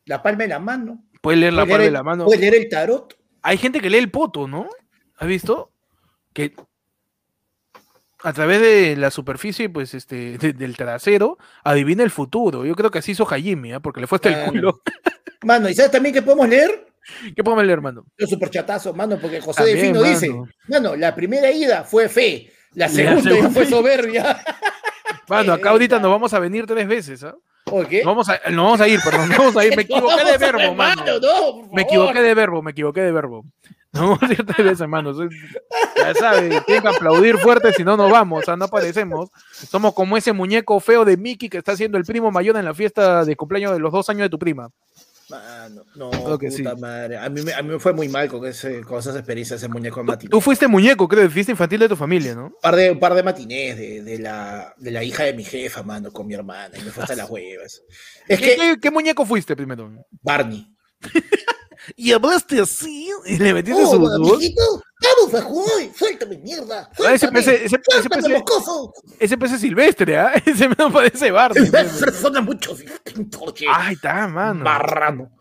Speaker 4: la palma de la mano.
Speaker 1: Puedes leer la
Speaker 4: puedes
Speaker 1: palma
Speaker 4: leer
Speaker 1: de
Speaker 4: el-
Speaker 1: la mano.
Speaker 4: Puedes leer el tarot.
Speaker 1: Hay gente que lee el poto, ¿no? ¿Has visto? Que a través de la superficie, pues, este, de- del trasero, adivina el futuro. Yo creo que así hizo Hajime, ¿ah? porque le fue hasta el
Speaker 4: Claro.
Speaker 1: culo.
Speaker 4: Mano, ¿y sabes también que podemos leer?
Speaker 1: ¿Qué podemos leer, hermano?
Speaker 4: Los superchatazos, mano, porque José
Speaker 1: También,
Speaker 4: Delfino
Speaker 1: mano.
Speaker 4: dice, mano, la primera ida fue fe, la
Speaker 1: La
Speaker 4: segunda,
Speaker 1: segunda-
Speaker 4: fue soberbia.
Speaker 1: Bueno, acá ahorita
Speaker 4: Esa.
Speaker 1: nos vamos a venir tres veces, ¿ah?
Speaker 4: ¿O qué?
Speaker 1: Nos vamos a, nos vamos a ir, perdón, nos vamos a ir. Me equivoqué de
Speaker 4: Vamos a ver,
Speaker 1: verbo, mano.
Speaker 4: mano, no, por
Speaker 1: Me
Speaker 4: favor.
Speaker 1: equivoqué de verbo, me equivoqué de verbo. No vamos a ir tres veces, hermano. Soy- Ya saben, tienen que aplaudir fuerte, si no nos vamos, o sea, no aparecemos. Somos como ese muñeco feo de Mickey que está haciendo el primo mayor en la fiesta de cumpleaños de los dos años de tu prima.
Speaker 4: Mano, no,
Speaker 1: Creo que
Speaker 4: puta
Speaker 1: sí.
Speaker 4: madre. A mí, me- a mí me fue muy mal con, ese, con esas experiencias de muñeco de matiné.
Speaker 1: Tú fuiste muñeco, creo, de fiesta infantil de tu familia, ¿no?
Speaker 4: Un par de, un par de matinés de, de la, de la hija de mi jefa, mano, con mi hermana, y me fue hasta las huevas. Es
Speaker 1: ¿Qué,
Speaker 4: que
Speaker 1: qué- qué muñeco fuiste primero?
Speaker 4: Barney.
Speaker 1: Y hablaste así, y le metiste
Speaker 4: Oh,
Speaker 1: su voz.
Speaker 4: amiguito, vamos a jugar, suéltame mierda.
Speaker 1: Ah, ese
Speaker 4: suéltame,
Speaker 1: PC ese- ese
Speaker 4: suéltame,
Speaker 1: PC
Speaker 4: mocoso.
Speaker 1: ese PC silvestre, ¿ah? Ese me parece Barney.
Speaker 4: Persona mucho distinto, che.
Speaker 1: Ahí está, mano.
Speaker 4: Marrano.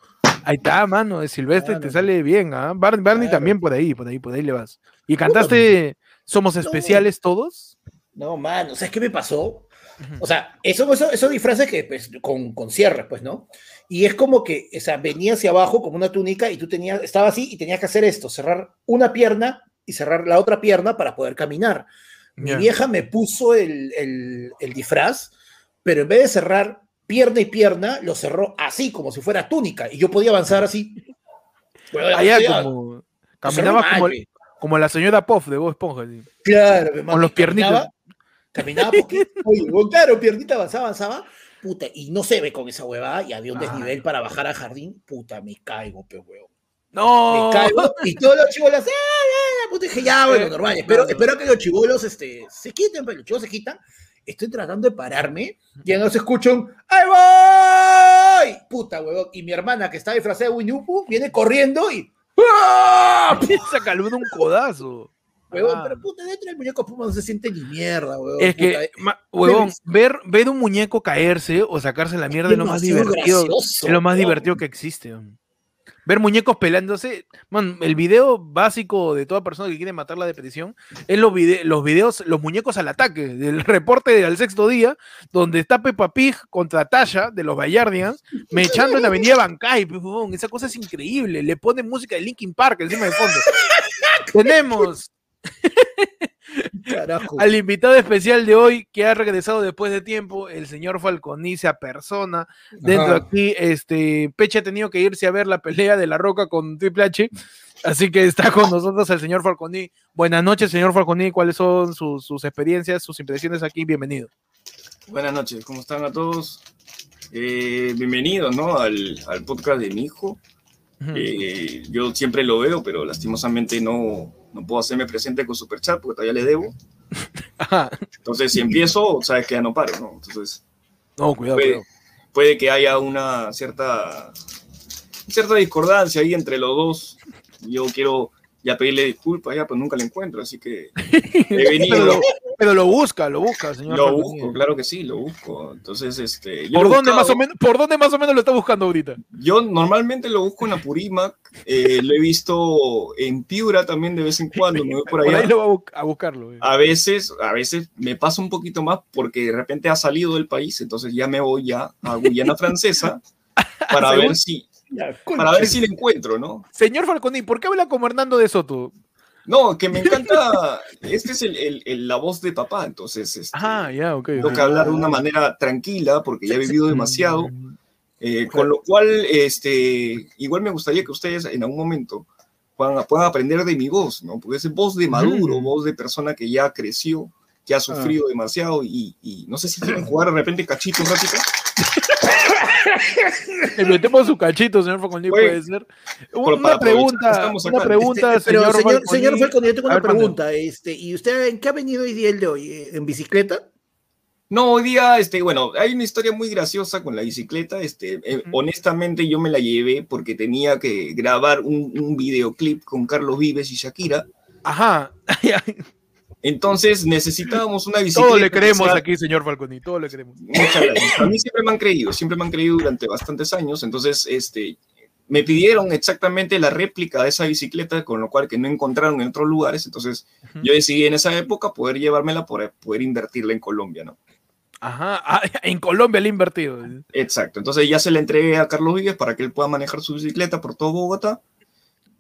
Speaker 1: Ahí está, mano, de Silvestre te
Speaker 4: Claro.
Speaker 1: sale bien, ¿ah? Bar- Barney
Speaker 4: Claro.
Speaker 1: también por ahí, por ahí, por ahí le vas. ¿Y cantaste Somos Especiales Todos?
Speaker 4: No, mano, ¿sabes qué me pasó? O sea, esos esos- esos disfraces que pues, con, con cierres, pues, ¿no? Y es como que, o sea, venía hacia abajo como una túnica y tú tenías, estaba así y tenías que hacer esto, cerrar una pierna y cerrar la otra pierna para poder caminar. Mi
Speaker 1: Ya.
Speaker 4: vieja me puso el, el- el disfraz, pero en vez de cerrar pierna y pierna, lo cerró así, como si fuera túnica, y yo podía avanzar así.
Speaker 1: Allá
Speaker 4: Podía-
Speaker 1: como
Speaker 4: lo cerró
Speaker 1: caminabas
Speaker 4: Pues mal,
Speaker 1: como,
Speaker 4: pe.
Speaker 1: como la señora Puff de Bob Esponja, así.
Speaker 4: Claro, mi
Speaker 1: con
Speaker 4: mami
Speaker 1: los piernitos.
Speaker 4: caminaba- Caminaba poquito. Oye, bueno, claro, piernita avanzaba, avanzaba. Puta, y no se ve con esa huevada. Y había un
Speaker 1: Ah.
Speaker 4: desnivel para bajar al jardín. Puta, me caigo, pe huevo. Me
Speaker 1: No,
Speaker 4: caigo. Y todos los chibolos, ¡ah, ah, ah! Puta, dije,
Speaker 1: Eh,
Speaker 4: ya, bueno, normal. Espero, espero que los chibolos este, se quiten, pero los chibolos se quitan. Estoy tratando de pararme. Ya no se escucha un ¡Ahí voy! Puta, huevón. Y mi hermana, que está disfrazada de Winupu, viene corriendo y. ¡Ah!
Speaker 1: se caló de un codazo.
Speaker 4: Huevón,
Speaker 1: Ah.
Speaker 4: pero puta, dentro del muñeco Puma no se siente ni mierda, huevón.
Speaker 1: Es
Speaker 4: puta. eh,
Speaker 1: que, ma- huevón, ver, ver un muñeco caerse o sacarse la mierda es lo más
Speaker 4: demasiado
Speaker 1: divertido.
Speaker 4: gracioso,
Speaker 1: Es lo más
Speaker 4: weón.
Speaker 1: divertido que existe. weón. Ver muñecos pelándose. Man, el video básico de toda persona que quiere matar la depresión es los, vide- los videos, los muñecos al ataque, del reporte del sexto día, donde está Peppa Pig contra Tasha de los Bayardians, mechando en la avenida Bancay. pues, weón, Esa cosa es increíble. Le ponen música de Linkin Park encima de fondo. Tenemos
Speaker 4: Carajo.
Speaker 1: al invitado especial de hoy que ha regresado después de tiempo, el señor Falconiza persona. Dentro
Speaker 4: Ajá.
Speaker 1: aquí, este Peche ha tenido que irse a ver la pelea de la Roca con Triple H, así que está con nosotros el señor Falconi. Buenas noches, señor Falconi. ¿Cuáles son sus, sus experiencias, sus impresiones aquí? Bienvenido.
Speaker 2: Buenas noches, ¿cómo están a todos? Eh, bienvenidos, ¿no? Al, al podcast de mi hijo.
Speaker 1: Mm.
Speaker 2: Eh, yo siempre lo veo, pero lastimosamente no, no puedo hacerme presente con Superchat porque todavía le debo.
Speaker 1: Ajá.
Speaker 2: Entonces, si empiezo, sabes que ya no paro, ¿no? Entonces,
Speaker 1: No, cuidado,
Speaker 2: puede,
Speaker 1: cuidado.
Speaker 2: puede que haya una cierta, cierta discordancia ahí entre los dos. Yo quiero ya pedirle disculpas, ya, pues nunca la encuentro, así que he
Speaker 1: Pero
Speaker 2: venido.
Speaker 1: lo, pero lo busca, lo busca, señor.
Speaker 2: Lo
Speaker 1: Falconi.
Speaker 2: busco, claro que sí, lo busco. Entonces, este. yo
Speaker 1: ¿Por
Speaker 2: lo
Speaker 1: dónde,
Speaker 2: buscaba-
Speaker 1: más o menos, ¿Por dónde más o menos lo está buscando ahorita?
Speaker 2: Yo normalmente lo busco en Apurímac, eh, lo he visto en Piura también de vez en cuando, me voy por
Speaker 1: Por
Speaker 2: allá. Ah.
Speaker 1: ahí lo va a, bu- a buscarlo. eh.
Speaker 2: A veces, a veces me pasa un poquito más porque de repente ha salido del país, entonces ya me voy ya a Guyana Francesa para ver si,
Speaker 4: Ya,
Speaker 2: para
Speaker 4: concha. Este,
Speaker 2: ver si le encuentro, ¿no?
Speaker 1: Señor Falconi, ¿por qué habla como Hernando de Soto?
Speaker 2: No, que me encanta. Este es el, el- el- la voz de papá, entonces. este,
Speaker 1: Ah, ya, ok.
Speaker 2: Tengo que hablar de una manera tranquila porque ya he vivido demasiado. Eh, con lo cual, este, igual me gustaría que ustedes en algún momento puedan, puedan aprender de mi voz, ¿no? Porque es voz de maduro, voz de persona que ya creció, que ha
Speaker 1: Ah.
Speaker 2: sufrido demasiado y, y no sé si quieren jugar de repente cachito un ratito.
Speaker 1: Le metemos su cachito, señor Falconi,
Speaker 2: Güey,
Speaker 1: puede ser.
Speaker 2: por-
Speaker 1: Una
Speaker 2: para aprovechar que
Speaker 1: pregunta,
Speaker 2: estamos
Speaker 1: una
Speaker 2: acá.
Speaker 1: pregunta,
Speaker 4: Este, pero
Speaker 1: señor,
Speaker 4: señor,
Speaker 1: Falconi.
Speaker 4: señor Falcone, yo tengo
Speaker 1: A
Speaker 4: una
Speaker 1: ver, manda.
Speaker 4: pregunta. Este, ¿Y usted en qué ha venido hoy día el de hoy? Eh, ¿En bicicleta?
Speaker 2: No, hoy día, este, bueno, hay una historia muy graciosa con la bicicleta. Este, eh, honestamente, yo me la llevé porque tenía que grabar un, un videoclip con Carlos Vives y Shakira.
Speaker 1: Ajá.
Speaker 2: Entonces necesitábamos una bicicleta.
Speaker 1: Todo le creemos
Speaker 2: que sea-
Speaker 1: aquí, señor Falconi, todo le creemos.
Speaker 2: Muchas gracias. A mí siempre me han creído, siempre me han creído durante bastantes años. Entonces, este, me pidieron exactamente la réplica de esa bicicleta, con lo cual que no encontraron en otros lugares. Entonces, yo decidí en esa época poder llevármela para poder invertirla en Colombia, ¿no?
Speaker 1: Ajá. Ah, en Colombia le he invertido.
Speaker 2: Exacto. Entonces ya se la entregué a Carlos Vives para que él pueda manejar su bicicleta por todo Bogotá.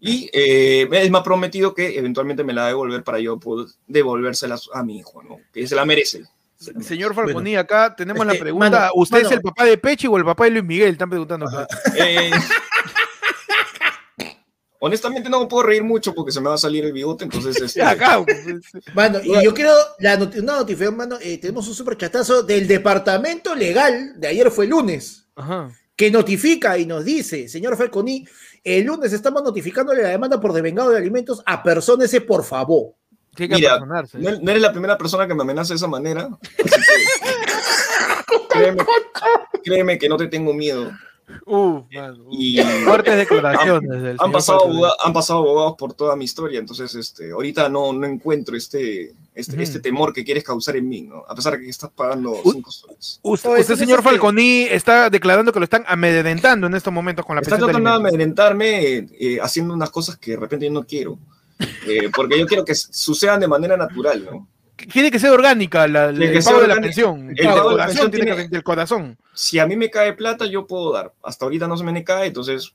Speaker 2: Y eh, él me ha prometido que eventualmente me la va a devolver para yo poder devolvérsela a su- a mi hijo, ¿no? Que se la merece.
Speaker 1: Se- Señor Falconi, acá tenemos la
Speaker 4: Este,
Speaker 1: pregunta.
Speaker 4: mano,
Speaker 1: ¿Usted es
Speaker 4: mano.
Speaker 1: el papá de Pechi o el papá de Luis Miguel? Están preguntando. pues.
Speaker 2: Eh, honestamente no me puedo reír mucho porque se me va a salir el bigote, entonces... este,
Speaker 1: Acá. pues,
Speaker 4: Mano, y yo quiero la noti- una notificación, mano. eh, tenemos un super chatazo del departamento legal de ayer fue lunes,
Speaker 1: Ajá.
Speaker 4: que notifica y nos dice, señor Falconi, el lunes estamos notificándole la demanda por devengado de alimentos a personas, ese por favor.
Speaker 1: Tiene que
Speaker 2: Mira,
Speaker 1: apersonarse.
Speaker 2: No, no eres la primera persona que me amenaza de esa manera. así que- créeme, créeme que no te tengo miedo.
Speaker 1: Uf, mano, uf.
Speaker 2: Y
Speaker 1: Fuertes declaraciones del
Speaker 2: han
Speaker 1: señor
Speaker 2: pasado,
Speaker 1: Falconi.
Speaker 2: aboga- han pasado abogados por toda mi historia, entonces este, ahorita no, no encuentro este, este,
Speaker 1: Ujú.
Speaker 2: este temor que quieres causar en mí, ¿no? a pesar de que estás pagando
Speaker 1: U-
Speaker 2: 5 soles.
Speaker 1: Usted, usted,
Speaker 4: Oye, entonces,
Speaker 1: señor
Speaker 4: este-
Speaker 1: Falconi, está declarando que lo están amedrentando en estos momentos con la
Speaker 2: Estás
Speaker 1: presencia de
Speaker 2: tratando de
Speaker 1: alimentos.
Speaker 2: amedrentarme eh, eh, haciendo unas cosas que de repente yo no quiero, eh, porque yo quiero que s- sucedan de manera natural, ¿no?
Speaker 1: Tiene que ser orgánica la, la-
Speaker 2: Tiene que
Speaker 1: el
Speaker 2: ser
Speaker 1: pago de la
Speaker 2: orgánica.
Speaker 1: pensión.
Speaker 2: El
Speaker 1: El
Speaker 2: pago de la
Speaker 1: corazón tiene
Speaker 2: pensión
Speaker 1: que
Speaker 2: tiene-
Speaker 1: venir del corazón.
Speaker 2: Si a mí me cae plata, yo puedo dar. Hasta ahorita no se me cae, entonces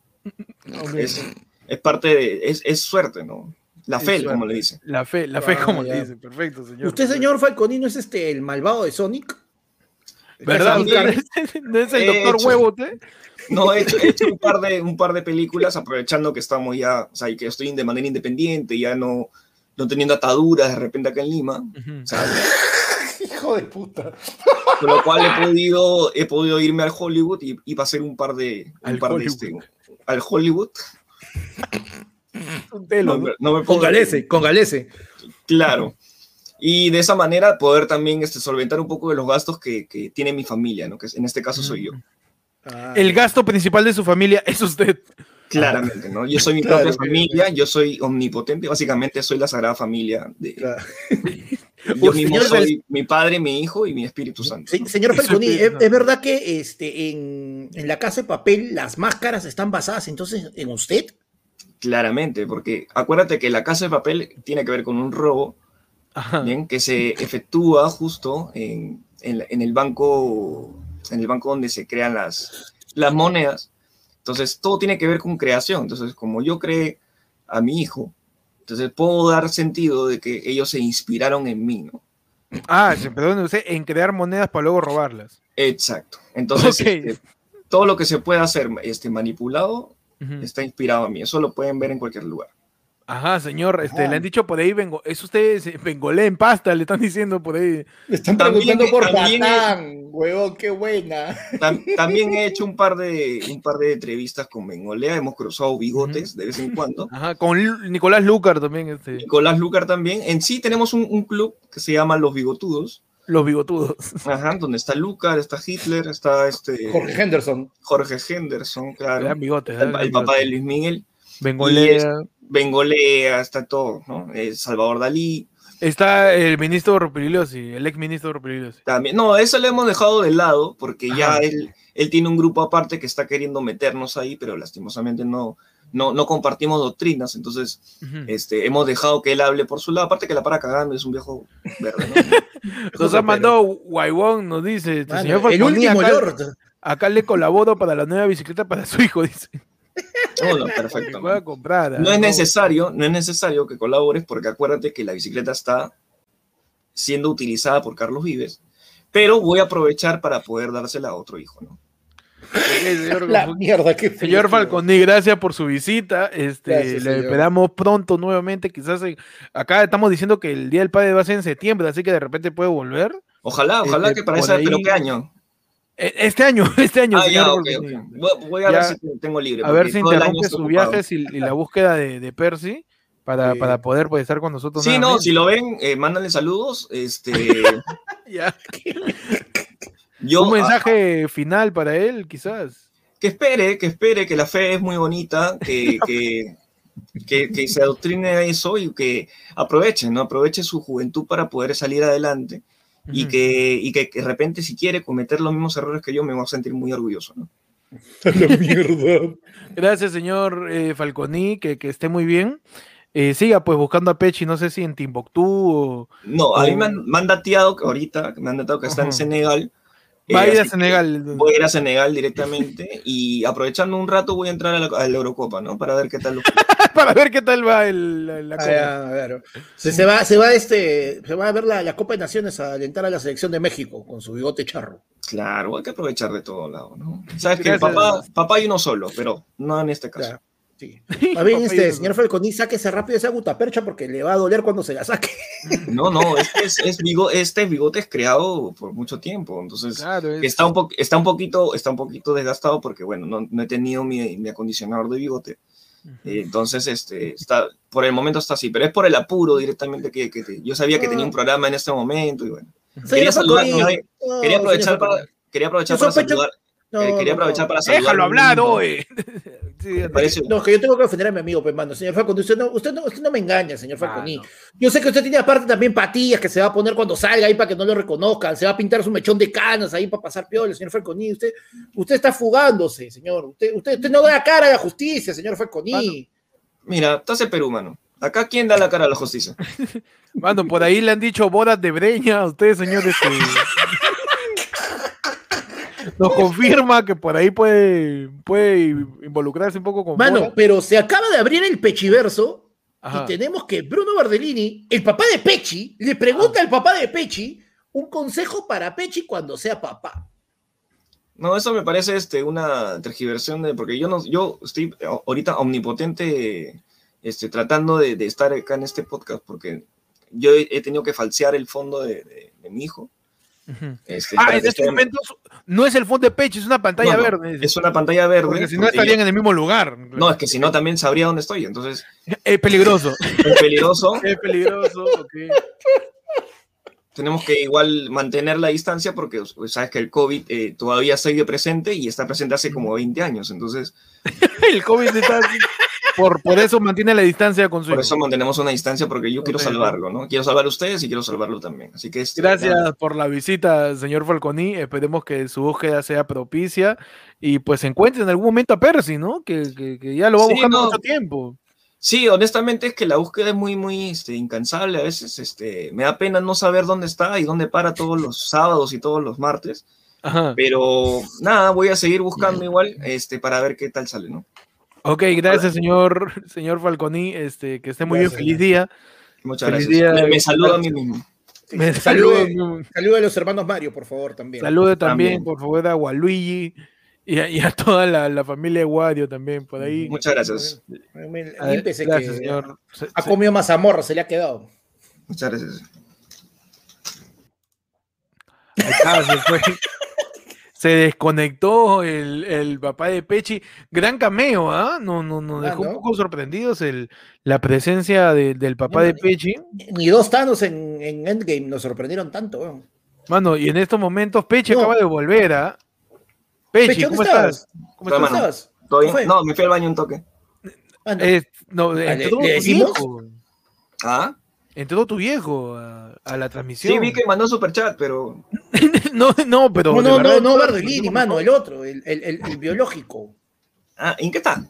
Speaker 2: es, es parte de, es, es suerte, ¿no? La
Speaker 1: Es
Speaker 2: fe,
Speaker 1: suerte.
Speaker 2: como le dicen.
Speaker 1: La fe, la fe
Speaker 4: Ah,
Speaker 1: como
Speaker 4: ya.
Speaker 1: le dice. Perfecto, señor.
Speaker 4: ¿Usted, señor Falconi, no es este el malvado de Sonic?
Speaker 1: ¿Verdad?
Speaker 2: Casablanca.
Speaker 1: ¿Usted es- ¿No es el
Speaker 2: He
Speaker 1: doctor
Speaker 2: hecho.
Speaker 1: huevo usted?
Speaker 2: No, he hecho, he hecho un, par de, un par de películas aprovechando que estamos ya, o sea, y que estoy de manera independiente, ya no, no teniendo ataduras de repente acá en Lima. o sea,
Speaker 4: Hijo de puta.
Speaker 2: con lo cual he podido, he podido irme al Hollywood y, y pasar un par de... Un
Speaker 1: Al
Speaker 2: par de
Speaker 1: Hollywood.
Speaker 2: este, al Hollywood.
Speaker 1: Un telo,
Speaker 2: No,
Speaker 1: ¿no?
Speaker 2: me- no me
Speaker 4: Con
Speaker 2: puedo-
Speaker 4: Galese, con Galese.
Speaker 2: Claro. Y de esa manera poder también este, solventar un poco de los gastos que, que tiene mi familia, ¿no? que en este caso soy yo.
Speaker 4: Mm.
Speaker 1: Ah.
Speaker 4: Ah,
Speaker 1: El gasto principal de su familia es usted.
Speaker 2: Claramente, ¿no? Yo soy mi
Speaker 4: Claro,
Speaker 2: propia
Speaker 4: claro.
Speaker 2: familia, yo soy omnipotente, básicamente soy la sagrada familia de...
Speaker 4: Claro.
Speaker 2: Yo mismo
Speaker 4: Señor
Speaker 2: soy mi padre, mi hijo y mi Espíritu Santo.
Speaker 4: Se- señor
Speaker 1: Eso
Speaker 4: Falconi,
Speaker 1: es
Speaker 4: ¿es,
Speaker 1: verdad.
Speaker 4: es verdad que este, en, en la casa de papel las máscaras están basadas entonces en usted?
Speaker 2: Claramente, porque acuérdate que la casa de papel tiene que ver con un robo,
Speaker 1: Ajá.
Speaker 2: ¿bien? Que se efectúa justo en, en la- en el banco, en el banco donde se crean las, las monedas. Entonces, todo tiene que ver con creación. Entonces, como yo creé a mi hijo, entonces puedo dar sentido de que ellos se inspiraron en mí, ¿no?
Speaker 1: Ah, se- perdone usted, en crear monedas para luego robarlas.
Speaker 2: Exacto. Entonces,
Speaker 1: Ok.
Speaker 2: este, todo lo que se pueda hacer este, manipulado
Speaker 1: Ujú.
Speaker 2: está inspirado a mí. Eso lo pueden ver en cualquier lugar.
Speaker 1: Ajá, señor, este,
Speaker 4: Ajá.
Speaker 1: le han dicho por ahí, vengo, es usted eh, bengolé en pasta, le están diciendo por ahí.
Speaker 4: Le están
Speaker 2: También-
Speaker 4: preguntando por
Speaker 2: también-
Speaker 4: Batán, huevón, qué buena.
Speaker 2: Tam- también he hecho un par de, un par de entrevistas con Bengolea, hemos cruzado bigotes de vez en cuando.
Speaker 1: Ajá, con Lu- Nicolás Lucar también, este,
Speaker 2: Nicolás Lucar también. En sí tenemos un, un club que se llama Los Bigotudos,
Speaker 1: los bigotudos.
Speaker 2: ajá, donde está Lucar, está Hitler, está este
Speaker 4: Jorge Henderson.
Speaker 2: Jorge Henderson, claro,
Speaker 1: Le dan bigotes,
Speaker 2: está el,
Speaker 1: ¿verdad?
Speaker 2: el papá de Luis Miguel,
Speaker 1: Bengolea.
Speaker 2: y es- Bengolea, está todo, ¿no? Eh, Salvador Dalí
Speaker 1: Está el ministro Rupiliosi, el ex ministro Rupiliosi.
Speaker 2: también. No, eso lo hemos dejado de lado porque ya
Speaker 1: Ajá.
Speaker 2: él, él tiene un grupo aparte que está queriendo meternos ahí, pero lastimosamente no, no, no compartimos doctrinas, entonces...
Speaker 1: Mm.
Speaker 2: este, hemos dejado que él hable por su lado. Aparte que la para cagando, es un viejo verde. ¿no?
Speaker 1: Nos ha mandado Guaybón, nos dice, este
Speaker 4: Mano,
Speaker 1: señor
Speaker 4: el
Speaker 1: Falconi,
Speaker 4: último
Speaker 1: acá,
Speaker 4: Lord.
Speaker 1: acá le colaboro para la nueva bicicleta para su hijo, dice.
Speaker 2: No, no, perfecto.
Speaker 5: Voy a
Speaker 2: man.
Speaker 5: comprar. ah,
Speaker 2: No es necesario, no es necesario que colabores porque acuérdate que la bicicleta está siendo utilizada por Carlos Vives, pero voy a aprovechar para poder dársela a otro hijo, ¿no?
Speaker 1: señor,
Speaker 4: La mierda, qué feo,
Speaker 1: señor
Speaker 4: tío.
Speaker 1: Falconi, gracias por su visita. Este,
Speaker 4: Gracias,
Speaker 1: le
Speaker 4: señor.
Speaker 1: esperamos pronto nuevamente. Quizás en- acá estamos diciendo que el Día del Padre va a ser en septiembre, así que de repente puede volver.
Speaker 2: Ojalá, ojalá
Speaker 1: Este,
Speaker 2: que para
Speaker 1: por
Speaker 2: esa, pero
Speaker 1: ahí-
Speaker 2: ¿qué año?
Speaker 1: E- Este año, este año,
Speaker 2: Ah, ya,
Speaker 1: señor
Speaker 2: ok,
Speaker 1: Falconi.
Speaker 2: ok. Voy, voy a
Speaker 1: Ya.
Speaker 2: ver si tengo libre.
Speaker 1: A ver
Speaker 2: porque
Speaker 1: si
Speaker 2: todo el año
Speaker 1: interrumpe
Speaker 2: estoy
Speaker 1: sus
Speaker 2: ocupado.
Speaker 1: viajes y, y la búsqueda de, de Percy para,
Speaker 4: Sí.
Speaker 1: para poder pues, estar con nosotros.
Speaker 2: Sí, no,
Speaker 1: nuevamente.
Speaker 2: si lo ven, eh, mándale saludos. Este,
Speaker 1: Ya.
Speaker 2: yo,
Speaker 1: Un
Speaker 2: ah,
Speaker 1: mensaje final para él, quizás.
Speaker 2: que espere, que espere, que la fe es muy bonita, que, que, que- que se adoctrine a eso y que aproveche, ¿no? Aproveche su juventud para poder salir adelante y,
Speaker 1: Ujú.
Speaker 2: que, y que de repente si quiere cometer los mismos errores que yo me voy a sentir muy orgulloso, ¿no?
Speaker 4: La mierda.
Speaker 1: Gracias, señor eh, Falconi, que, que esté muy bien. Eh, siga pues buscando a Pechi, no sé si en Timbuktu o
Speaker 2: No, a mí me
Speaker 1: Oh.
Speaker 2: han, me han dateado que ahorita, me han dateado que está en
Speaker 1: Ajá.
Speaker 2: Senegal. eh,
Speaker 1: va a ir a
Speaker 2: así que
Speaker 1: Senegal.
Speaker 2: Voy a ir a Senegal directamente y aprovechando un rato voy a entrar a la, a la Eurocopa, ¿no? Para ver qué tal. lo- pues,
Speaker 1: para ver qué tal va el, la- la
Speaker 4: Ah,
Speaker 1: cosa.
Speaker 4: ya, claro. Se, se va, se va este, se va a ver la, la Copa de Naciones a alentar a la selección de México con su bigote charro.
Speaker 2: Claro, hay que aprovechar de todos lados, ¿no? Sabes que
Speaker 1: Gracias.
Speaker 2: papá, papá y uno solo, pero no en este caso.
Speaker 4: Ya, sí. Más bien,
Speaker 1: Papá,
Speaker 4: este,
Speaker 1: yo-
Speaker 4: señor Falconi, sáquese rápido esa gutapercha porque le va a doler cuando se la saque.
Speaker 2: No, no, este, es, es bigo- este bigote es creado por mucho tiempo, entonces
Speaker 1: Claro, es-
Speaker 2: que está, un po- está, un poquito, está un poquito desgastado porque, bueno, no, no he tenido mi, mi acondicionador de bigote. Eh, Entonces, este, está, por el momento está así, pero es por el apuro directamente que, que te- yo sabía que tenía
Speaker 4: Ah.
Speaker 2: un programa en este momento y bueno. Quería saludar, quería-
Speaker 4: no,
Speaker 2: Quería aprovechar
Speaker 4: señor
Speaker 2: para,
Speaker 4: Falconi.
Speaker 2: quería aprovechar
Speaker 4: Yo
Speaker 2: para
Speaker 4: sospecho-
Speaker 2: saludar.
Speaker 4: No,
Speaker 2: eh, quería
Speaker 4: no, no.
Speaker 2: aprovechar para saludar.
Speaker 5: Déjalo
Speaker 2: a mi
Speaker 5: hablar,
Speaker 2: amigo.
Speaker 5: oye. Sí,
Speaker 2: Me parece-
Speaker 4: No, que yo tengo que ofender a mi amigo, pues, mano. Señor Falconi, usted no, usted no, usted no me engaña,
Speaker 2: Ah,
Speaker 4: señor Falconi. Yo sé que usted tiene aparte también patillas que se va a poner cuando salga ahí para que no lo reconozcan. Se va a pintar su mechón de canas ahí para pasar piola, señor Falconi. Usted, usted está fugándose, señor. Usted, usted, usted no da cara a la justicia, señor Falconi.
Speaker 2: Mira, estás en Perú, mano. Acá, ¿quién da la cara a la justicia?
Speaker 1: Mano, por ahí le han dicho bodas de breña a usted, señor. este. Nos confirma que por ahí puede, puede involucrarse un poco con.
Speaker 4: Mano,
Speaker 1: bodas.
Speaker 4: pero se acaba de abrir el pechiverso
Speaker 1: Ajá.
Speaker 4: y tenemos que Bruno Bardellini, el papá de Pechi, le
Speaker 2: Ah.
Speaker 4: pregunta al papá de Pechi un consejo para Pechi cuando sea papá.
Speaker 2: No, eso me parece este, una tergiversión de, porque yo no, yo estoy ahorita omnipotente este, tratando de, de estar acá en este podcast, porque yo he, he tenido que falsear el fondo de, de- de mi hijo.
Speaker 1: Ujú.
Speaker 2: este,
Speaker 1: Ah,
Speaker 2: para
Speaker 1: en
Speaker 2: que
Speaker 1: estos
Speaker 2: sea-
Speaker 1: momentos no es el fondo de pecho, es una pantalla
Speaker 2: No, no,
Speaker 1: verde. dice.
Speaker 2: Es una pantalla verde.
Speaker 1: Porque si no
Speaker 2: porque yo-
Speaker 1: estarían en el mismo lugar.
Speaker 2: no, es que si no también sabría dónde estoy, entonces
Speaker 1: Es peligroso.
Speaker 2: es peligroso.
Speaker 1: Es peligroso. ok.
Speaker 2: Tenemos que igual mantener la distancia porque pues, sabes que el COVID eh, todavía sigue presente y está presente hace como 20 años, entonces
Speaker 1: El COVID está así. Por, por eso mantiene la distancia con su
Speaker 2: Por
Speaker 1: hijo.
Speaker 2: eso mantenemos una distancia, porque yo quiero
Speaker 1: Ok.
Speaker 2: salvarlo, ¿no? Quiero salvar a ustedes y quiero salvarlo también. Así que este, nada.
Speaker 1: Gracias por la visita, señor Falconi. Esperemos que su búsqueda sea propicia y pues encuentre en algún momento a Percy, ¿no? Que, que- que ya lo va
Speaker 2: Sí,
Speaker 1: buscando
Speaker 2: no.
Speaker 1: mucho tiempo.
Speaker 2: Sí, honestamente es que la búsqueda es muy, muy este, incansable. A veces este, me da pena no saber dónde está y dónde para todos los sábados y todos los martes.
Speaker 1: Ajá.
Speaker 2: Pero nada, voy a seguir buscando igual este, para ver qué tal sale, ¿no?
Speaker 1: Ok, gracias, señor, señor Falconi. Este, que esté muy
Speaker 4: Gracias.
Speaker 1: bien. Feliz día.
Speaker 2: Muchas
Speaker 1: Feliz
Speaker 2: gracias.
Speaker 1: día. eh,
Speaker 2: Me, me saludo a mí mismo.
Speaker 1: Me
Speaker 4: salude,
Speaker 1: salude.
Speaker 4: salude a los hermanos Mario, por favor, también.
Speaker 1: Salude también,
Speaker 2: También.
Speaker 1: por favor, a Waluigi y a, y a toda la, la familia de Wario también por ahí.
Speaker 2: Muchas gracias.
Speaker 4: Eh,
Speaker 1: A ver,
Speaker 4: Límpese
Speaker 1: gracias,
Speaker 4: que
Speaker 1: señor. Se-
Speaker 4: ha
Speaker 1: se-
Speaker 4: comido mazamorra, se le ha quedado.
Speaker 2: Muchas gracias.
Speaker 1: Ahí está, se fue. Se desconectó el, el papá de Pechi. Gran cameo, ¿ah? No, no, nos
Speaker 4: Ah,
Speaker 1: dejó
Speaker 4: ¿no?
Speaker 1: un poco sorprendidos el, la presencia de- del papá de
Speaker 4: Mira.
Speaker 1: Pechi.
Speaker 4: Ni dos Thanos en, en Endgame nos sorprendieron tanto. weón.
Speaker 1: Mano, y en estos momentos Pechi
Speaker 4: No.
Speaker 1: acaba de volver, ¿ah? Pechi,
Speaker 4: Pechi,
Speaker 1: ¿cómo estás? ¿Cómo
Speaker 2: Toma,
Speaker 1: estás?
Speaker 2: mano.
Speaker 4: estabas?
Speaker 2: ¿Todo bien?
Speaker 4: ¿Cómo fue?
Speaker 2: No, me fui al baño un toque.
Speaker 4: Ah, no.
Speaker 1: Eh, no,
Speaker 4: Ah, ¿le-
Speaker 1: entró,
Speaker 4: le
Speaker 1: tu
Speaker 4: decimos?
Speaker 1: viejo,
Speaker 2: Ah,
Speaker 1: entró tu viejo a, a la transmisión.
Speaker 2: sí, vi que mandó superchat, pero
Speaker 1: no, no, pero.
Speaker 4: no,
Speaker 1: de
Speaker 4: no,
Speaker 1: verdad,
Speaker 4: no, no, Bardellini, mano, el otro, el, el- el- el biológico.
Speaker 2: ah, ¿en qué está?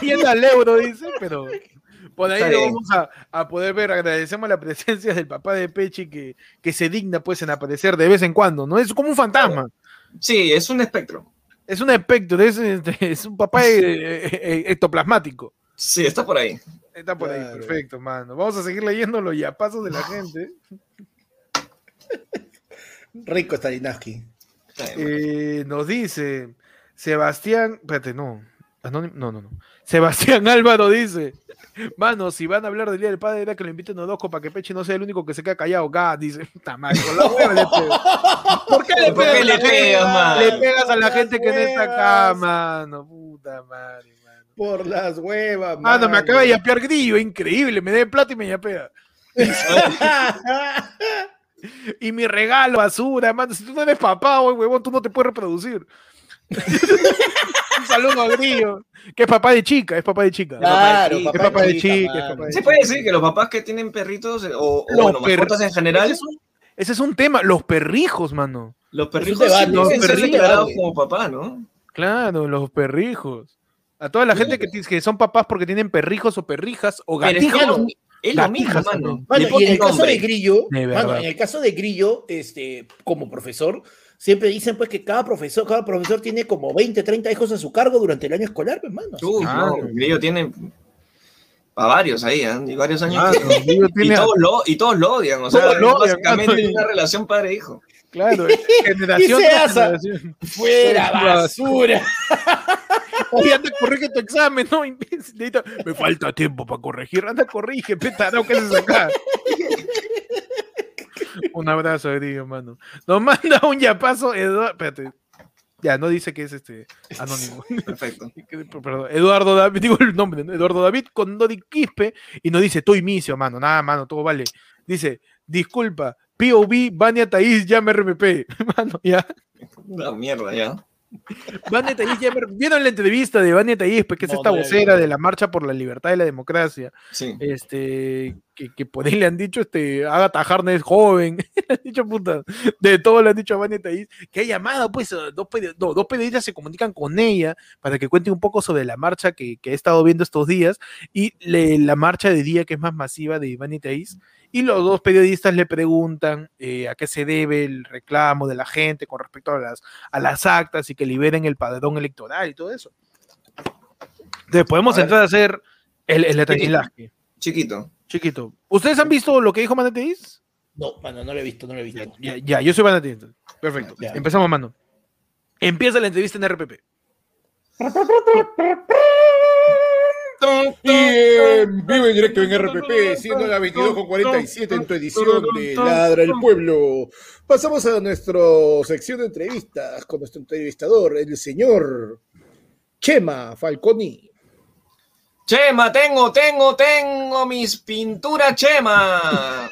Speaker 1: Tienda al euro, dice, pero por ahí
Speaker 2: Está
Speaker 1: lo
Speaker 2: bien.
Speaker 1: vamos a, a poder ver. Agradecemos la presencia del papá de Pechi que, que se digna pues en aparecer de vez en cuando, ¿no? Es como un fantasma.
Speaker 2: Sí, es un espectro.
Speaker 1: Es un espectro, es, este, es un papá eh, eh, ectoplasmático.
Speaker 2: Sí, está por ahí.
Speaker 1: Está por ahí,
Speaker 4: Claro.
Speaker 1: perfecto, mano. Vamos a seguir leyendo los yapazos de
Speaker 2: Ah.
Speaker 1: la gente.
Speaker 4: Rico Stalinaski.
Speaker 2: Está bien, bueno.
Speaker 1: Eh, nos dice Sebastián, espérate, no, anónimo- no, no, no. Sebastián Álvaro dice, mano, si van a hablar del Día del Padre, era que lo inviten a Orozco para que Peche no sea el único que se queda callado. Ga, dice, "Ta madre, con la hueva le pego". ¿Por qué le
Speaker 2: ¿Por
Speaker 1: pegas, a la
Speaker 2: qué le pegas,
Speaker 1: gente?
Speaker 2: mano?
Speaker 1: Le pegas a la gente que no está acá,
Speaker 4: Huevas.
Speaker 1: mano? Puta madre, mano.
Speaker 4: Por las huevas,
Speaker 1: Mano, Ah, me acaba de yapear grillo, increíble, me dé plata y me yapea. Y mi regalo, basura, mano. Si tú no eres papá, hue- huevón, tú no te puedes reproducir. Un saludo a Grillo, que es papá de chica, es papá de chica.
Speaker 4: Claro,
Speaker 2: Es
Speaker 1: Es
Speaker 4: papá
Speaker 1: papá de
Speaker 4: chica,
Speaker 1: chica, es
Speaker 4: mano.
Speaker 1: papá de
Speaker 2: ¿Se
Speaker 1: chica.
Speaker 2: puede decir que los papás que tienen perritos eh, o, o
Speaker 1: Los
Speaker 2: bueno, mascotas en general,
Speaker 1: Ese es un tema, los perrijos, mano.
Speaker 2: los
Speaker 4: un
Speaker 2: perritos
Speaker 4: debate,
Speaker 2: sí tienen
Speaker 4: es
Speaker 2: que
Speaker 4: un
Speaker 2: ser
Speaker 4: debate.
Speaker 2: declarados como papá, ¿no?
Speaker 1: Claro, los perrijos. A toda la gente que, ti- que son papás porque tienen perrijos o perrijas o
Speaker 2: Pero es que
Speaker 1: gatijos.
Speaker 2: es lo, es lo mismo,
Speaker 1: Gatijas
Speaker 2: mano.
Speaker 1: también.
Speaker 2: Le
Speaker 4: Mano, y en
Speaker 2: ponen
Speaker 4: el caso
Speaker 2: nombre.
Speaker 4: de Grillo,
Speaker 1: De
Speaker 4: mano,
Speaker 1: verdad.
Speaker 4: en el caso de Grillo, este, como profesor, siempre dicen pues que cada profesor, cada profesor tiene como 20, 30 hijos a su cargo durante el año escolar, pues, mano. Así
Speaker 2: Uf,
Speaker 4: que-
Speaker 1: Claro.
Speaker 2: no, Grillo tiene a varios ahí, ¿eh? y varios años.
Speaker 1: Mano,
Speaker 2: que-
Speaker 1: Grillo
Speaker 2: y,
Speaker 1: tiene-
Speaker 2: todos lo, y todos lo odian, o sea,
Speaker 1: Todos lo odian,
Speaker 2: básicamente
Speaker 1: mano.
Speaker 2: es una relación padre-hijo.
Speaker 1: claro, generación
Speaker 4: Y se
Speaker 1: tras
Speaker 4: asa.
Speaker 1: generación.
Speaker 4: Fuera basura.
Speaker 1: Oye, anda, corrige tu examen, no, imbécil. Ahorita, Me falta tiempo para corregir. Anda, corrige, petarao, ¿qué haces acá? un abrazo, Grillo, hermano. Nos manda un yapazo, Eduardo. Espérate. Ya, no dice que es este anónimo.
Speaker 2: Perfecto.
Speaker 1: Perdón, Eduardo David, digo el nombre, ¿no? Eduardo David con Dodi Quispe y nos dice, estoy misio, mano, nada, mano, todo vale. Dice, disculpa, POV, Bania Thaís, llama RMP. Mano, ya.
Speaker 2: Una mierda, ya.
Speaker 1: Vania Thaís ya me- vieron la entrevista de Vania Thaís, pues, que es esta
Speaker 4: Modelo.
Speaker 1: vocera de la marcha por la libertad y la democracia.
Speaker 2: Sí.
Speaker 1: Este, que, que por ahí le han dicho, este, Agatha Harness joven. le han dicho, puta, de todo le han dicho a Vania Thaís, que ha llamado, pues, a dos, pedi- no, dos periodistas se comunican con ella para que cuente un poco sobre la marcha que, que he estado viendo estos días y le- la marcha de día que es más masiva de Vania Thaís. Y los dos periodistas le preguntan eh, a qué se debe el reclamo de la gente con respecto a las a las actas y que liberen el padrón electoral y todo eso. Entonces podemos
Speaker 2: A ver.
Speaker 1: entrar a hacer el, el detallaje.
Speaker 2: Chiquito.
Speaker 1: Chiquito. ¿Ustedes han visto lo que dijo Manateis?
Speaker 4: No, mano, no lo he visto, no lo he visto.
Speaker 1: Ya, ya, yo soy Manateis. Perfecto.
Speaker 4: Ya.
Speaker 1: Empezamos, mano. Empieza la entrevista en RPP.
Speaker 7: Y en vivo y en directo en RPP, siendo las 22 con 47 en tu edición de Ladra el Pueblo. Pasamos a nuestra sección de entrevistas con nuestro entrevistador, el señor Chema Falconi.
Speaker 2: Chema, tengo, tengo, tengo mis pinturas, Chema.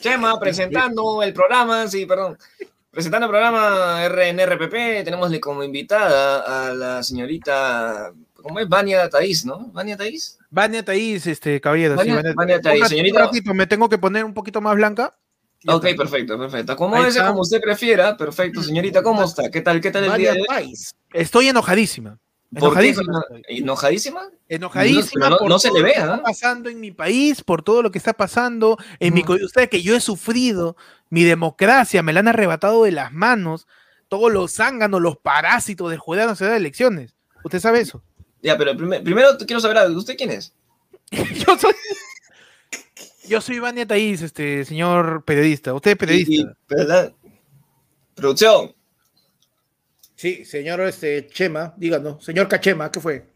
Speaker 2: Chema, presentando el programa, sí, perdón. Presentando el programa RNRPP, tenemos como invitada a la señorita, ¿cómo es? Vania Taiz, ¿no? Vania Taiz.
Speaker 1: Vania Thaís, este, caballero. sí,
Speaker 2: Vania-
Speaker 1: Vania-
Speaker 2: Vania Thaís,
Speaker 1: Póngate
Speaker 2: señorita.
Speaker 1: Un ratito, me tengo que poner un poquito más blanca. Ya
Speaker 2: Ok,
Speaker 1: está.
Speaker 2: perfecto, perfecto. Como
Speaker 1: Ahí
Speaker 2: ese,
Speaker 1: está.
Speaker 2: como usted prefiera, perfecto, señorita, ¿cómo está? ¿Qué tal? ¿Qué tal el día
Speaker 4: Vania
Speaker 2: de hoy?
Speaker 4: Pais.
Speaker 1: Estoy enojadísima.
Speaker 2: ¿Por qué?
Speaker 1: Enojadísima. estoy.
Speaker 2: ¿Enojadísima?
Speaker 1: enojadísima
Speaker 2: No, no,
Speaker 1: por
Speaker 2: no se
Speaker 1: todo
Speaker 2: le
Speaker 1: lo
Speaker 2: ve,
Speaker 1: que está
Speaker 2: ¿ah?
Speaker 1: pasando en mi país, por todo lo que está pasando en mi
Speaker 2: Mm.
Speaker 1: co- ustedes que yo he sufrido, mi democracia me la han arrebatado de las manos, todos los zánganos, los parásitos del Judea Nacional de Elecciones. ¿Usted sabe eso?
Speaker 2: Ya, pero primer- primero quiero saber, algo. ¿usted quién es?
Speaker 1: yo soy Yo soy Ivania Taís, este señor periodista. Usted es periodista.
Speaker 2: Y- y- ¿verdad? Producción.
Speaker 4: Sí, señor este, Chema, díganos. Señor Cachema, ¿qué fue?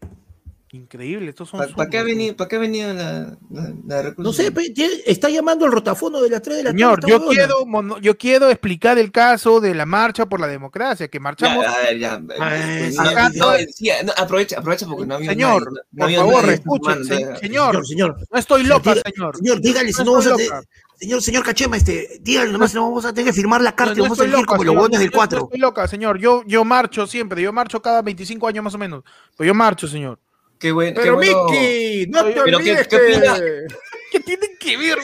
Speaker 1: Increíble, estos son
Speaker 2: ¿Para
Speaker 1: sus-
Speaker 2: qué ha venido, pa' qué ha venido la, la, la recursos?
Speaker 4: No sé, pe- tiene- está llamando el rotafono de las 3 de la
Speaker 1: Señor,
Speaker 4: tarde. esta
Speaker 1: yo
Speaker 4: huevona.
Speaker 1: quiero, mono- yo quiero explicar el caso de la marcha por la democracia, que
Speaker 2: Ya,
Speaker 1: marchamos
Speaker 2: a ver, ya. pues,
Speaker 1: Ay,
Speaker 2: No,
Speaker 1: Ah, acá
Speaker 2: no,
Speaker 1: todo-
Speaker 2: sí, no, aprovecha, aprovecha porque no había
Speaker 1: Señor,
Speaker 2: nadie, no
Speaker 1: por
Speaker 2: había
Speaker 1: favor,
Speaker 2: nadie.
Speaker 1: escuchen,
Speaker 2: Mano,
Speaker 1: se-
Speaker 2: ya,
Speaker 1: señor,
Speaker 4: Señor, señor,
Speaker 1: no estoy loca,
Speaker 4: Diga-
Speaker 1: señor.
Speaker 4: señor, dígale, si
Speaker 1: No
Speaker 4: no vamos a
Speaker 1: estoy
Speaker 4: te-
Speaker 1: loca.
Speaker 4: Señor, señor Cachema, este, dígale nomás, si no vamos a tener que firmar la carta y
Speaker 1: No, no
Speaker 4: vamos a
Speaker 1: estoy
Speaker 4: elegir
Speaker 1: loca,
Speaker 4: como los
Speaker 1: señor,
Speaker 4: huevones
Speaker 1: no,
Speaker 4: del
Speaker 1: yo- yo
Speaker 4: 4.
Speaker 1: estoy loca, señor. Yo, yo marcho siempre, yo marcho cada 25 años más o menos. Pero yo marcho, señor.
Speaker 2: Qué bueno.
Speaker 7: Pero
Speaker 2: qué bueno.
Speaker 7: Miki, no te
Speaker 2: Pero ¿qué-
Speaker 7: olvides
Speaker 2: qué opina?
Speaker 7: que...
Speaker 1: ¿Qué tienen que ver?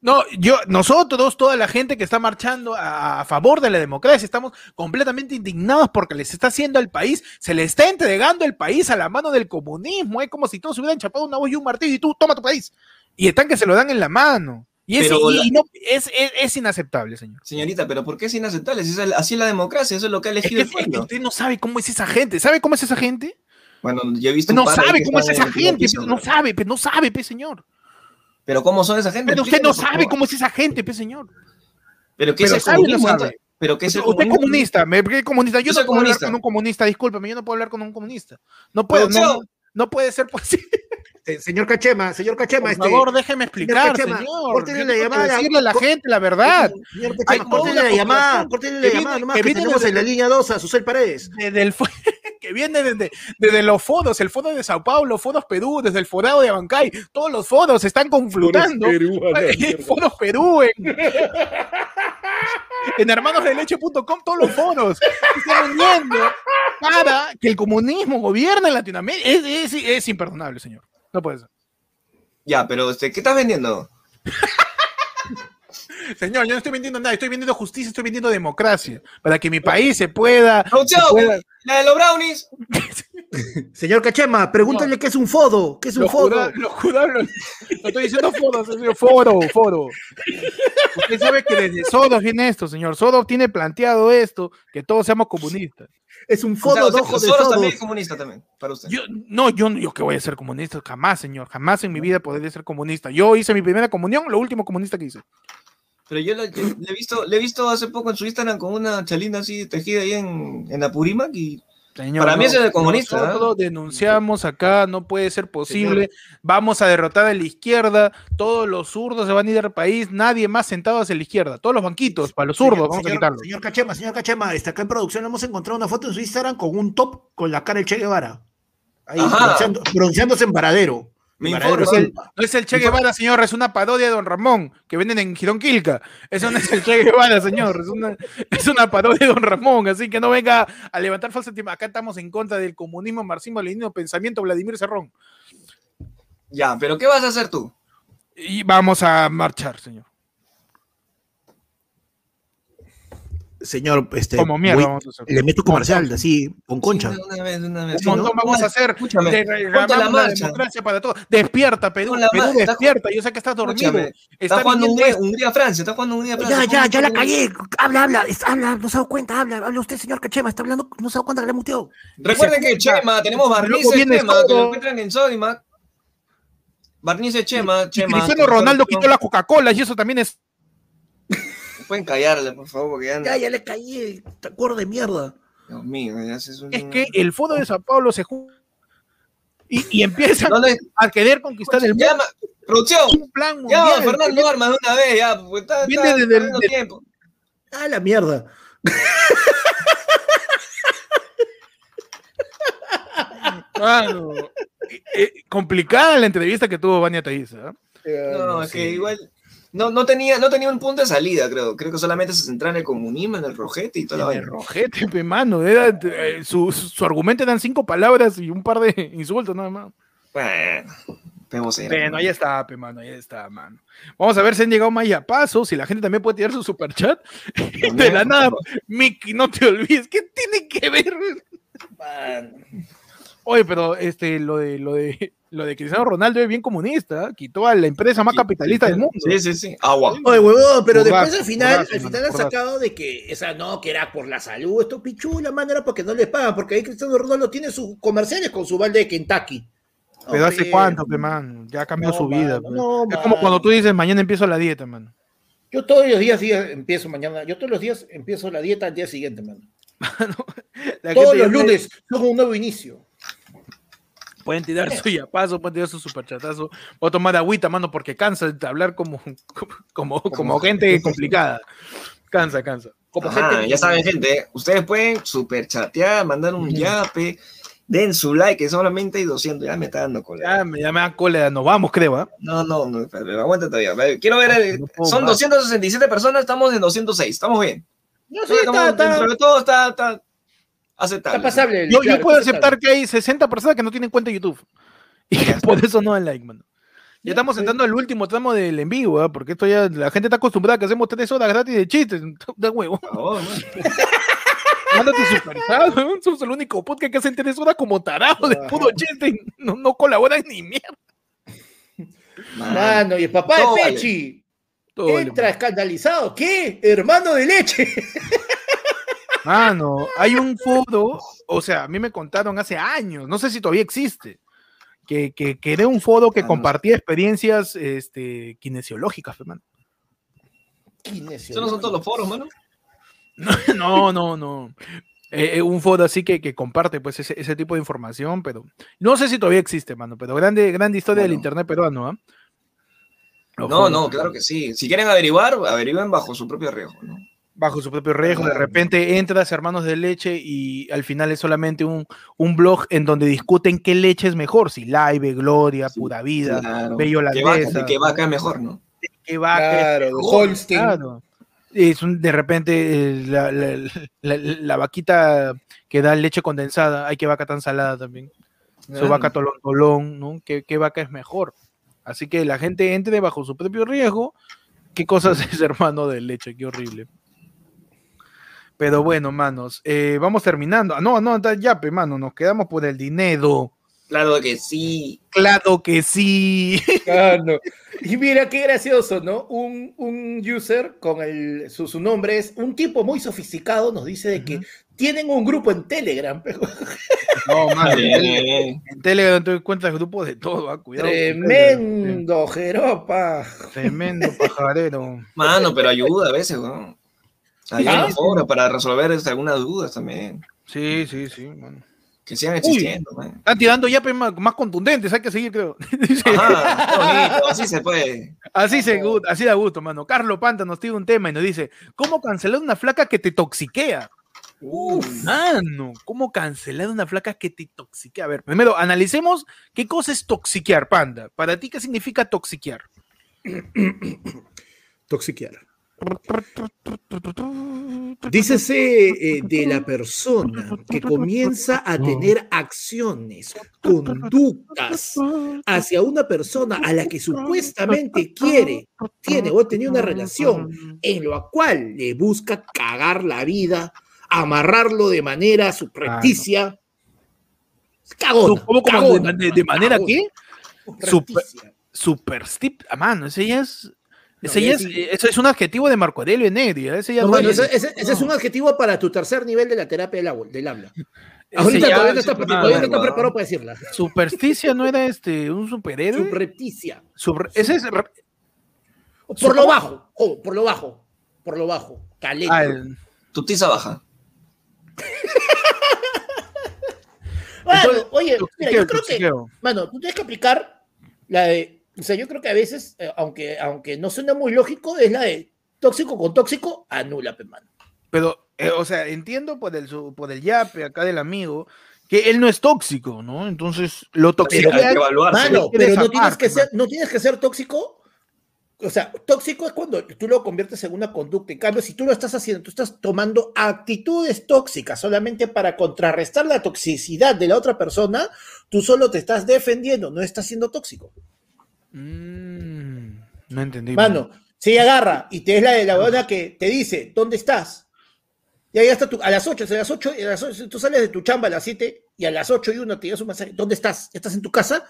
Speaker 1: No, yo, nosotros, toda la gente que está marchando a, a favor de la democracia, estamos completamente indignados porque les está haciendo al país, se le está entregando el país a la mano del comunismo. Es como si todos hubieran chapado una voz y un martillo y tú, toma tu país. Y están que se lo dan en la mano. Y Y, es,
Speaker 2: Pero la-
Speaker 1: y no- es, es- es inaceptable, señor.
Speaker 2: Señorita, pero ¿por qué es inaceptable? Si esa es la- así es la democracia, eso es lo que ha
Speaker 1: Es
Speaker 2: elegido
Speaker 1: que,
Speaker 2: el
Speaker 1: es que
Speaker 2: pueblo.
Speaker 1: usted no sabe cómo es esa gente. ¿Sabe cómo es esa gente?
Speaker 2: Bueno, yo he visto un
Speaker 1: No
Speaker 2: par ahí
Speaker 1: sabe
Speaker 2: que
Speaker 1: cómo es
Speaker 2: están
Speaker 1: esa
Speaker 2: en el último
Speaker 1: gente.
Speaker 2: piso,
Speaker 1: pe, No
Speaker 2: pero-
Speaker 1: sabe, pe, no sabe, pe, señor.
Speaker 2: Pero ¿cómo son esa gente?
Speaker 1: Pero usted no
Speaker 2: Explíquenos, por
Speaker 1: sabe
Speaker 2: favor.
Speaker 1: cómo es esa gente, pe, señor.
Speaker 2: Pero ¿qué es
Speaker 1: pero
Speaker 2: el
Speaker 1: sabe, no
Speaker 2: comunismo?
Speaker 1: sabe.
Speaker 2: entonces? Pero ¿qué es el
Speaker 1: Usted usted es
Speaker 2: comunismo?
Speaker 1: comunista, me porque es comunista. Yo,
Speaker 2: Yo
Speaker 1: no
Speaker 2: soy
Speaker 1: puedo
Speaker 2: comunista.
Speaker 1: hablar con un comunista, discúlpame, yo no puedo hablar con un comunista. pues, No puedo,
Speaker 2: Pero,
Speaker 1: no,
Speaker 2: tío.
Speaker 1: no puede ser posible.
Speaker 7: Eh, señor Cachema, señor Cachema,
Speaker 1: Por
Speaker 7: este,
Speaker 1: favor, déjeme explicar,
Speaker 7: Cachema,
Speaker 1: señor.
Speaker 7: córtele
Speaker 1: Yo
Speaker 7: la
Speaker 1: tengo que
Speaker 7: llamada.
Speaker 1: decirle a la
Speaker 7: Co-
Speaker 1: gente la verdad.
Speaker 7: señor
Speaker 1: Hay
Speaker 7: Cachema,
Speaker 1: como
Speaker 7: córtele
Speaker 1: una
Speaker 7: la llamada,
Speaker 1: conspiración
Speaker 7: córtele
Speaker 1: que
Speaker 7: la
Speaker 1: viene-
Speaker 7: llamada, nomás
Speaker 1: que
Speaker 7: que
Speaker 1: viene
Speaker 7: tenemos
Speaker 1: desde-
Speaker 7: en la línea 2 a Susel Paredes.
Speaker 1: Desde el, fo- que viene desde, desde los fodos, el fodo de Sao Paulo, fodos Perú, desde el fodado de Abancay. Todos los fodos están conflutando. Fonos Perú en, en hermanosdeleche.com todos los foros se están uniendo para que el comunismo gobierne Latinoamérica. Es, es, es imperdonable, señor. No puede ser.
Speaker 2: Ya, pero usted, ¿qué estás vendiendo?
Speaker 1: Señor, yo no estoy vendiendo nada, estoy vendiendo justicia, estoy vendiendo democracia, para que mi país se pueda...
Speaker 2: Producción,
Speaker 1: se pueda-
Speaker 2: la de los brownies.
Speaker 7: Señor Cachema, pregúntale qué es un fodo, qué es un
Speaker 1: Los
Speaker 7: fodo.
Speaker 1: juda- los juda- los- no estoy diciendo foros, señor, foro, foro. Usted sabe que desde Sodos viene esto, señor. Sodos tiene planteado esto, que todos seamos comunistas.
Speaker 7: Es un
Speaker 2: O sea,
Speaker 7: fodo
Speaker 2: usted-
Speaker 7: de ojo de
Speaker 2: Soros también
Speaker 7: todos.
Speaker 2: es comunista también, para usted.
Speaker 1: Yo, no, yo, no- yo que voy a ser comunista, jamás, señor, jamás en mi vida podré ser comunista. Yo hice mi primera comunión, lo último comunista que hice.
Speaker 2: Pero yo lo- yo le he visto, le he visto hace poco en su Instagram con una chalina así tejida ahí en, en Apurímac y
Speaker 1: Señor,
Speaker 2: Para mí ese es el comunista,
Speaker 1: Nosotros denunciamos acá, no puede ser posible. Vamos a derrotar a la izquierda, todos los zurdos se van a ir del país, nadie más sentado hacia la izquierda, todos los banquitos para los zurdos,
Speaker 7: Señor-
Speaker 1: vamos a
Speaker 7: señor-
Speaker 1: quitarlos.
Speaker 7: Señor Cachema, señor Cachema, está acá en producción, le hemos encontrado una foto en su Instagram con un top con la cara del Che Guevara. Ahí,
Speaker 2: Ajá.
Speaker 7: pronunciando- pronunciándose en paradero.
Speaker 2: me
Speaker 7: En paradero,
Speaker 2: informa.
Speaker 7: sí.
Speaker 1: No es el Che Guevara, señor, es una parodia de Don Ramón que venden en Girón Quilca. Eso no es el Che Guevara, señor, es una, es una parodia de Don Ramón. Así que no venga a levantar falsa Acá estamos en contra del comunismo, marxismo, leninismo, pensamiento Vladimir Cerrón.
Speaker 2: Ya, pero ¿qué vas a hacer tú?
Speaker 1: Y vamos a marchar, señor.
Speaker 7: Señor, este.
Speaker 1: Como mierda
Speaker 7: voy-
Speaker 1: vamos a hacer.
Speaker 7: le meto comercial, así, con concha.
Speaker 2: Sí, Una, una vez, una vez.
Speaker 1: Un montón vamos a hacer.
Speaker 2: Escúchame,
Speaker 1: de-
Speaker 2: ponte la
Speaker 1: llamamos la
Speaker 2: marcha.
Speaker 1: democracia para todos. Despierta, Perú.
Speaker 2: Pon la
Speaker 1: Perú,
Speaker 2: marcha, está-
Speaker 1: despierta. Yo sé que estás dormido.
Speaker 2: Escúchame,
Speaker 1: Está
Speaker 2: Está jugando
Speaker 1: viniendo
Speaker 2: Hungría,
Speaker 1: esto.
Speaker 2: Hungría, Francia, está jugando Hungría, Francia.
Speaker 7: Ya, ya, ya la
Speaker 2: ¿Cómo?
Speaker 7: cagué. Habla, habla, es- habla, no se ha dado cuenta, habla, habla usted, señor Cachema, está hablando, no se ha dado cuenta que le muteó.
Speaker 2: Recuerden que Chema, tenemos barnices
Speaker 1: Luego viene
Speaker 2: Chema, que lo
Speaker 1: Soto.
Speaker 2: encuentran en Sodimac. Barnices Chema,
Speaker 1: Y
Speaker 2: Chema.
Speaker 1: Cristiano Ronaldo quitó la Coca-Cola y eso también es.
Speaker 2: Pueden callarle, por favor, porque ya.
Speaker 7: Ya, ya le caí, te acuerdo de mierda.
Speaker 2: Dios mío, ya se es un.
Speaker 1: Es que el fondo de San Pablo se ju- y, y empieza
Speaker 2: No le-
Speaker 1: a querer conquistar el mundo.
Speaker 2: Llama, producción,
Speaker 1: Un plan
Speaker 2: llama a
Speaker 1: mundial.
Speaker 2: Fernando Armas de una vez, ya, porque está.
Speaker 1: Viene
Speaker 2: está
Speaker 1: desde el-
Speaker 2: perdiendo
Speaker 1: del-
Speaker 2: tiempo.
Speaker 7: Ah, la mierda.
Speaker 1: Mano, eh, eh, complicada la entrevista que tuvo Vania Taiza. ¿eh?
Speaker 7: Ah,
Speaker 2: No, es que igual. No, no, tenía, no tenía un punto de salida, creo. Creo que solamente se centraba en el comunismo, en el rojete y toda la
Speaker 1: En
Speaker 2: vaina.
Speaker 1: el rojete, pe, mano. Era, eh, su, su argumento eran cinco palabras y un par de insultos, nada más.
Speaker 2: Bueno, vemos ahí.
Speaker 1: Bueno, ahí está, pe, mano, ahí está, mano. Vamos a ver si han llegado más ya pasos, si la gente también puede tirar su superchat. De la nada, Mickey, no te olvides, ¿qué tiene que ver? Oye, pero este, lo de, lo de, lo de Cristiano Ronaldo es bien comunista, ¿eh? quitó a la empresa más capitalista del mundo.
Speaker 2: Sí, sí, sí. Agua.
Speaker 4: Oye, huevón, pero
Speaker 1: Burrazo,
Speaker 4: después al final,
Speaker 1: burrazo,
Speaker 4: al final
Speaker 1: mano,
Speaker 4: han
Speaker 1: burrazo.
Speaker 4: sacado de que, esa no, que era por la salud, esto pichula, mano, era porque no les pagan, porque ahí Cristiano Ronaldo tiene sus comerciales con su balde de Kentucky.
Speaker 1: Pero hace
Speaker 4: Hombre,
Speaker 1: cuánto, pe, mano, ya cambió
Speaker 4: No,
Speaker 1: su vida.
Speaker 4: mano,
Speaker 1: pe.
Speaker 4: no,
Speaker 1: es como
Speaker 4: mano.
Speaker 1: cuando tú dices, mañana empiezo la dieta, mano.
Speaker 4: Yo todos los días, días empiezo mañana, yo todos los días empiezo la dieta al día siguiente, mano.
Speaker 1: La
Speaker 4: Todos
Speaker 1: gente ya
Speaker 4: los
Speaker 1: me-
Speaker 4: lunes son un nuevo inicio.
Speaker 1: Pueden tirar su yapazo, pueden tirar su superchatazo, o tomar agüita, mano, porque cansa de hablar como, como, como, como gente complicada. Cansa, cansa. Como
Speaker 2: Ajá,
Speaker 1: gente-
Speaker 2: ya saben, gente, ustedes pueden superchatear, mandar un yape, den su like, que solamente hay 200, ya me está dando cola.
Speaker 1: Ya me, ya me da cólera, nos vamos, creo, ¿ah?
Speaker 2: No, no, no, espérate, aguanta todavía. Vale, Quiero ver, el-
Speaker 1: No puedo
Speaker 2: son
Speaker 1: más.
Speaker 2: 267 personas, estamos en 206, estamos bien.
Speaker 4: No, sí,
Speaker 2: Creo que estamos-
Speaker 4: está, está,
Speaker 2: dentro de todo está, está
Speaker 4: está
Speaker 2: aceptable.
Speaker 4: pasable.
Speaker 1: Yo, yo
Speaker 4: claro,
Speaker 1: puedo
Speaker 4: está
Speaker 1: aceptar que hay 60 personas que no tienen cuenta de YouTube. Y por eso no dan like, mano. Ya estamos entrando al último tramo del en vivo, ¿ah? porque esto ya la gente está acostumbrada a que hacemos tres horas gratis de chistes. De huevo.
Speaker 2: Por favor, man.
Speaker 1: Mándate super chat, weón. Somos el único podcast que hacen tres horas como tarado de puro chiste. y No, no colaboran ni mierda.
Speaker 4: Mano, y el papá
Speaker 2: Todo
Speaker 4: de
Speaker 2: vale.
Speaker 4: Pechi.
Speaker 1: Todo le-
Speaker 7: Entra escandalizado. ¿Qué? Hermano de leche.
Speaker 1: Mano, hay un foro, o sea, a mí me contaron hace años, no sé si todavía existe, que, que, que era un foro que
Speaker 2: Ah, no.
Speaker 1: compartía experiencias este, kinesiológicas, hermano.
Speaker 2: Eso no son todos los foros, mano.
Speaker 1: No, no, no. Eh, eh, un foro así que, que comparte pues ese, ese tipo de información, pero no sé si todavía existe, mano, pero grande, grande historia del
Speaker 2: Bueno.
Speaker 1: internet peruano, ¿ah? Los
Speaker 2: No,
Speaker 1: foros,
Speaker 2: no, claro que sí. Si quieren averiguar, averigüen bajo su propio riesgo, ¿no?
Speaker 1: Bajo su propio riesgo, de
Speaker 2: Claro.
Speaker 1: repente entras hermanos de leche y al final es solamente un, un blog en donde discuten qué leche es mejor, si live, gloria,
Speaker 2: Sí,
Speaker 1: pura vida,
Speaker 2: Claro.
Speaker 1: bello
Speaker 2: Que va,
Speaker 1: holandesa,
Speaker 2: que va acá mejor, ¿no?
Speaker 1: qué vaca,
Speaker 7: Claro, Holstein.
Speaker 1: Claro. Es un- de repente eh, la, la- la- la vaquita que da leche condensada, hay que vaca tan salada también. Su
Speaker 2: Claro.
Speaker 1: vaca tolón tolón, ¿no? ¿Qué, qué vaca es mejor? Así que la gente entre bajo su propio riesgo. ¿Qué cosas es hermano de leche? Qué horrible. Pero bueno, manos, eh, vamos terminando. Ah, No, no, da- ya, pe, mano, nos quedamos por el dinero.
Speaker 2: Claro que sí.
Speaker 1: Claro que sí.
Speaker 7: Claro. Ah, Y mira qué gracioso, ¿no? Un, un user con el, su, su nombre es un tipo muy sofisticado, nos dice de que tienen un grupo en Telegram.
Speaker 1: No, mano,
Speaker 2: Bien, bien, bien.
Speaker 1: en Telegram te encuentras grupos de todo, ah, cuidado. con Telegram.
Speaker 7: Tremendo, Jeropa.
Speaker 1: Tremendo pajarero.
Speaker 2: Mano, pero ayuda a veces, weón. Ayuda a los foros para resolver este, algunas dudas también.
Speaker 1: Sí, sí, sí. mano.
Speaker 2: Que sigan existiendo, ¿eh? man.
Speaker 1: Están tirando ya pe, más, más contundentes, hay que seguir, creo. Dice,
Speaker 2: Ajá, bonito, así se puede.
Speaker 1: así, se, gu- así da gusto, mano. Carlos Panta nos tira un tema y nos dice, ¿cómo cancelar una flaca que te toxiquea? Uf, mano, ¿cómo cancelar una flaca que te toxiquea? A ver, primero analicemos qué cosa es toxiquear, Panda. Para ti, ¿qué significa toxiquear?
Speaker 7: Toxiquear. Dícese eh, de la persona que comienza a tener acciones, conductas hacia una persona a la que supuestamente quiere, tiene o ha tenido una relación en la cual le busca cagar la vida, amarrarlo de manera
Speaker 1: Ah,
Speaker 7: supreticia. Cagona,
Speaker 1: ¿Cómo, cómo?
Speaker 7: cagona,
Speaker 1: ¿De- de, de manera
Speaker 7: cagona,
Speaker 1: qué?
Speaker 7: supreticia.
Speaker 1: Super tip, ah, mano, ese ya es... Ese,
Speaker 7: ya
Speaker 1: ya es,
Speaker 7: sí.
Speaker 1: eso es un adjetivo de Marco Aurelio Negri. ¿eh? Ese ya
Speaker 7: No,
Speaker 1: duele.
Speaker 7: mano, ese, ese- ese es un adjetivo para tu tercer nivel de la terapia del, habla- del habla.
Speaker 1: Ese
Speaker 7: Ahorita
Speaker 1: ya-
Speaker 7: todavía no está,
Speaker 1: ese-
Speaker 7: todavía no
Speaker 1: mano,
Speaker 7: está
Speaker 2: mano.
Speaker 7: preparado para decirla.
Speaker 1: Supersticia no era este un superhéroe.
Speaker 7: Subrepticia.
Speaker 1: Super- ese es re-
Speaker 7: Por lo bajo, oh, por lo bajo, por lo bajo. Caleta.
Speaker 1: ah, el-
Speaker 2: Tu tiza baja.
Speaker 7: Mano,
Speaker 1: Entonces,
Speaker 7: oye, mira,
Speaker 1: toxiqueo,
Speaker 7: yo creo que,
Speaker 1: toxiqueo.
Speaker 7: mano, tú tienes que aplicar la de, o sea, yo creo que a veces, eh, aunque, aunque no suena muy lógico, es la de tóxico con tóxico, anula, pe, mano.
Speaker 1: Pero, eh, o sea, entiendo por el, su- por el yape acá del amigo que él no es tóxico, ¿no? Enentonces, lo
Speaker 2: Sí, hay que
Speaker 1: toxiquea.
Speaker 2: evaluarse.
Speaker 7: Mano,
Speaker 1: quieres
Speaker 7: pero no
Speaker 1: amar,
Speaker 7: tienes, que
Speaker 1: pe,
Speaker 7: ser, no tienes que ser tóxico. O sea, tóxico es cuando tú lo conviertes en una conducta. En cambio, si tú lo estás haciendo, tú estás tomando actitudes tóxicas solamente para contrarrestar la toxicidad de la otra persona, tú solo te estás defendiendo, no estás siendo tóxico.
Speaker 1: Mm, no entendí.
Speaker 7: Mano, si ella agarra y te es la de la buena que te dice, ¿dónde estás? Y ahí hasta a las 8, a las 8, a las 8, tú sales de tu chamba a las 7 y a las 8 y uno te das un mensaje, ¿dónde estás? ¿Estás en tu casa?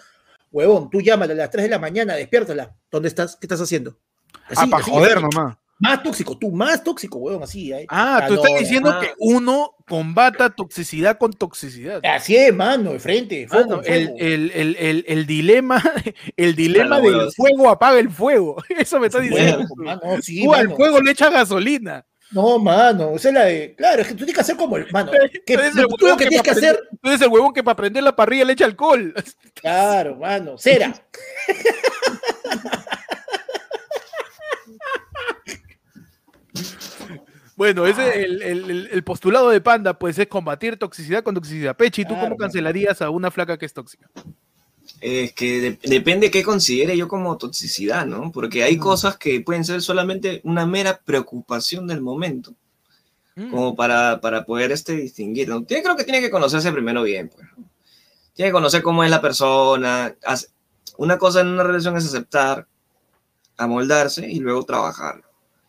Speaker 7: Huevón, tú llámala a las 3 de la mañana, despiértala. ¿Dónde estás? ¿Qué estás haciendo?
Speaker 1: Ah,
Speaker 7: Así,
Speaker 1: para
Speaker 7: así,
Speaker 1: joder
Speaker 7: así.
Speaker 1: nomás.
Speaker 7: Más tóxico, tú más tóxico, huevón, así. eh. ahí.
Speaker 1: Ah, tú
Speaker 7: no,
Speaker 1: estás diciendo
Speaker 2: ah.
Speaker 1: que uno combata toxicidad con toxicidad.
Speaker 7: Así es, mano, de frente. fuego,
Speaker 1: Mano,
Speaker 7: fuego.
Speaker 1: Ah, el, el- el- el- el dilema, el dilema
Speaker 2: Claro,
Speaker 1: del
Speaker 2: huevos.
Speaker 1: fuego apaga el fuego. Eso me está diciendo.
Speaker 7: Fuego, pues, mano, sí,
Speaker 1: Tú al
Speaker 7: mano.
Speaker 1: fuego le echas gasolina.
Speaker 7: No, mano, esa es la de. Claro, es que tú tienes que hacer como el. Mano, que,
Speaker 1: Tú eres el
Speaker 7: tú lo
Speaker 1: huevón
Speaker 7: que
Speaker 1: que
Speaker 7: tienes que
Speaker 1: pa'
Speaker 7: hacer
Speaker 1: prender- tú eres el huevón que para prender la parrilla le echa alcohol.
Speaker 7: Claro, mano, cera.
Speaker 1: Bueno, ese
Speaker 7: Ah.
Speaker 1: es el, el- el- el postulado de Panda, pues es combatir toxicidad con toxicidad. Pechi, ¿tú
Speaker 7: Claro,
Speaker 1: cómo
Speaker 7: mano.
Speaker 1: cancelarías a una flaca que es tóxica?
Speaker 2: Es que de- depende qué considere yo como toxicidad, ¿no? Porque hay cosas que pueden ser solamente una mera preocupación del momento,
Speaker 1: Mm.
Speaker 2: como para, para poder este, distinguir. ¿no? Tiene- creo que tiene que conocerse primero bien, pues. ¿no? Tiene que conocer cómo es la persona. Hace- Una cosa en una relación es aceptar, amoldarse y luego trabajar.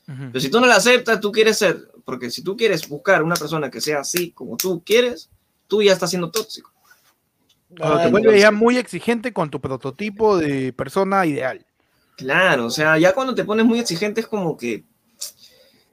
Speaker 1: Ujú.
Speaker 2: Pero si tú no la aceptas, tú quieres ser, porque si tú quieres buscar una persona que sea así como tú quieres, tú ya estás siendo tóxico.
Speaker 1: Cuando te
Speaker 7: Ay,
Speaker 1: vuelves
Speaker 2: entonces-
Speaker 1: ya muy exigente con tu prototipo de persona ideal.
Speaker 2: Claro, o sea, ya cuando te pones muy exigente es como que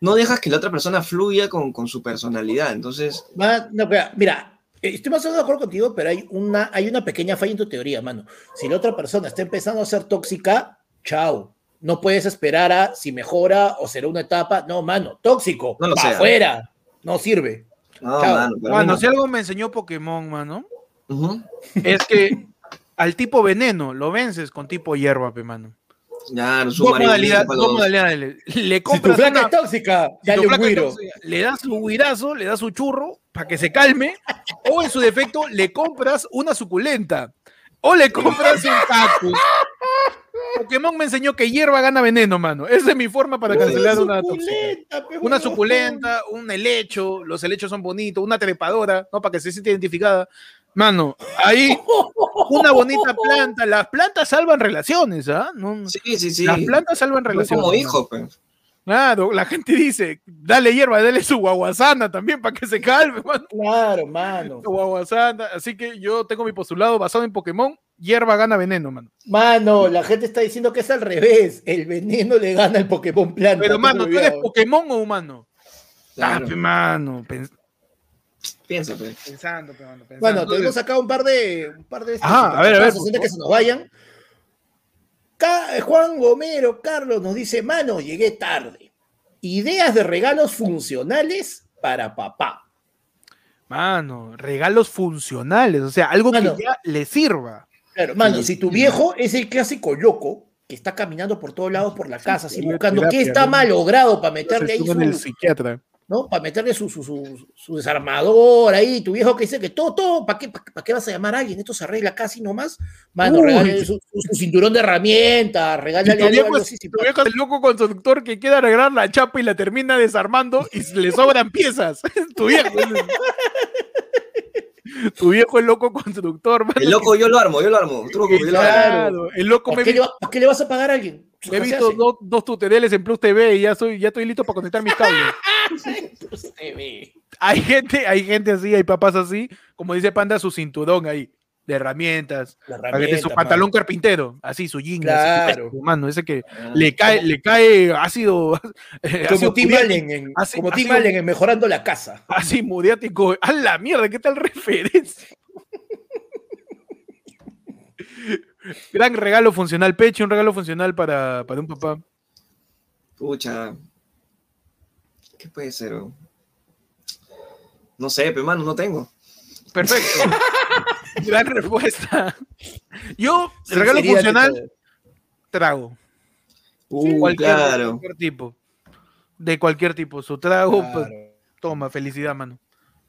Speaker 2: no dejas que la otra persona fluya con, con su personalidad. Entonces,
Speaker 4: Ma- no, mira, mira, eh, estoy más o menos de acuerdo contigo, pero hay una, hay una pequeña falla en tu teoría, mano. Si la otra persona está empezando a ser tóxica, chao. No puedes esperar a si mejora o será una etapa. No, mano, tóxico.
Speaker 2: No lo
Speaker 4: pa'
Speaker 2: sea.
Speaker 4: afuera. No sirve.
Speaker 2: no,
Speaker 4: Chao.
Speaker 2: mano, pero
Speaker 1: Mano,
Speaker 2: no.
Speaker 1: si algo me enseñó Pokémon, mano,
Speaker 2: Ujú.
Speaker 1: es que al tipo veneno lo vences con tipo hierba, pe, mano.
Speaker 2: Ya, no
Speaker 1: Dos
Speaker 2: sumaría,
Speaker 1: modalidades,
Speaker 2: supa
Speaker 1: dos
Speaker 2: los-
Speaker 1: modalidades. Le, le
Speaker 4: Si tu
Speaker 1: compras
Speaker 4: flaca
Speaker 1: una-
Speaker 4: es tóxica,
Speaker 1: si tu
Speaker 4: dale un
Speaker 1: flaca
Speaker 4: guiro.
Speaker 1: entonces le das su guirazo, le das su churro para que se calme, o en su defecto le compras una suculenta, o le compras un cactus. Pokémon me enseñó que hierba gana veneno, mano. Esa es mi forma para cancelar una tóxica. Una suculenta, un helecho, los helechos son bonitos, una trepadora, ¿no? Para que se sienta identificada. Mano, ahí una bonita planta. Las plantas salvan relaciones, ¿ah? No-
Speaker 2: Sí, sí, sí.
Speaker 1: Las plantas salvan
Speaker 2: Son
Speaker 1: relaciones.
Speaker 2: como
Speaker 1: mano.
Speaker 2: hijos,
Speaker 1: Ah,
Speaker 2: pues.
Speaker 1: Claro, la gente dice, dale hierba, dale su guaguasana también para que se calme, mano.
Speaker 4: Claro, mano.
Speaker 1: Su guaguasana. Así que yo tengo mi postulado basado en Pokémon, hierba gana veneno, mano.
Speaker 4: Mano, la gente está diciendo que es al revés. El veneno le gana al Pokémon planta.
Speaker 1: Pero,
Speaker 4: Ten
Speaker 1: mano, ¿tú eres
Speaker 4: cuidado.
Speaker 1: Pokémon o humano?
Speaker 2: Claro.
Speaker 1: Ah, pe, mano, pens-
Speaker 2: Piensa, pues.
Speaker 1: pensando, pe, mano, pensando.
Speaker 4: Bueno, tenemos acá un par de. Un par de estos
Speaker 1: Ah, a ver, a ver,
Speaker 4: superchazos
Speaker 1: por
Speaker 4: antes que se nos vayan. Ca- eh, Juan Gomero Carlos nos dice: Mano, llegué tarde. Ideas de regalos funcionales para papá.
Speaker 1: Mano, regalos funcionales, o sea, algo
Speaker 4: Mano.
Speaker 1: que ya le sirva.
Speaker 4: Claro, mano, si tu viejo es el clásico loco que está caminando por todos lados por la casa, así buscando qué está malogrado para meterle ahí
Speaker 1: en el
Speaker 4: su,
Speaker 1: psiquiatra.
Speaker 4: ¿no? Para meterle su, su, su, su desarmador ahí, tu viejo que dice que todo, todo, ¿para qué, para, qué vas a llamar a alguien? Esto se arregla casi nomás. Mano,
Speaker 1: Uy.
Speaker 4: regálale su, su- su cinturón de herramientas,
Speaker 1: Y
Speaker 4: regálale
Speaker 1: tu
Speaker 4: algo,
Speaker 1: viejo,
Speaker 4: algo
Speaker 1: es,
Speaker 4: así.
Speaker 1: tu viejo es el loco constructor que queda arreglar la chapa y la termina desarmando y le sobran piezas. tu viejo. es- tu viejo es loco constructor, mano.
Speaker 2: El loco yo lo armo, yo lo armo. Truco, yo lo armo.
Speaker 1: Claro, el loco me
Speaker 4: ¿Para qué, le, va- ¿Para qué le vas a pagar a alguien?
Speaker 1: He visto dos, dos tutoriales en Plus TV y ya, soy, ya estoy listo para conectar mis cables. hay gente, hay gente así, hay papás así, como dice Panda, su cinturón ahí, de herramientas, para que te- su pantalón carpintero, así, su jean, así,
Speaker 4: Claro. Ah.
Speaker 1: mano, ese que
Speaker 2: Ah,
Speaker 1: le cae, le cae ácido, eh, ácido
Speaker 4: Como Tim
Speaker 1: muriático,
Speaker 4: Allen en-
Speaker 1: Así-
Speaker 4: como Tim
Speaker 1: así-
Speaker 4: Allen en Mejorando la Casa.
Speaker 1: ácido muriático. A la mierda, ¿qué tal referencia? Gran regalo funcional, Peche, un regalo funcional para, para un papá.
Speaker 2: Pucha. ¿Qué puede ser? bro? No sé, pero mano, no tengo.
Speaker 1: Perfecto. Gran respuesta. Yo, el
Speaker 4: Sinceridad
Speaker 1: regalo
Speaker 4: ante
Speaker 1: funcional,
Speaker 4: todo.
Speaker 1: trago.
Speaker 2: Uh,
Speaker 1: cualquier, de
Speaker 2: claro.
Speaker 1: cualquier tipo. De cualquier tipo. Su trago,
Speaker 4: Claro,
Speaker 1: pa- toma, felicidad, mano.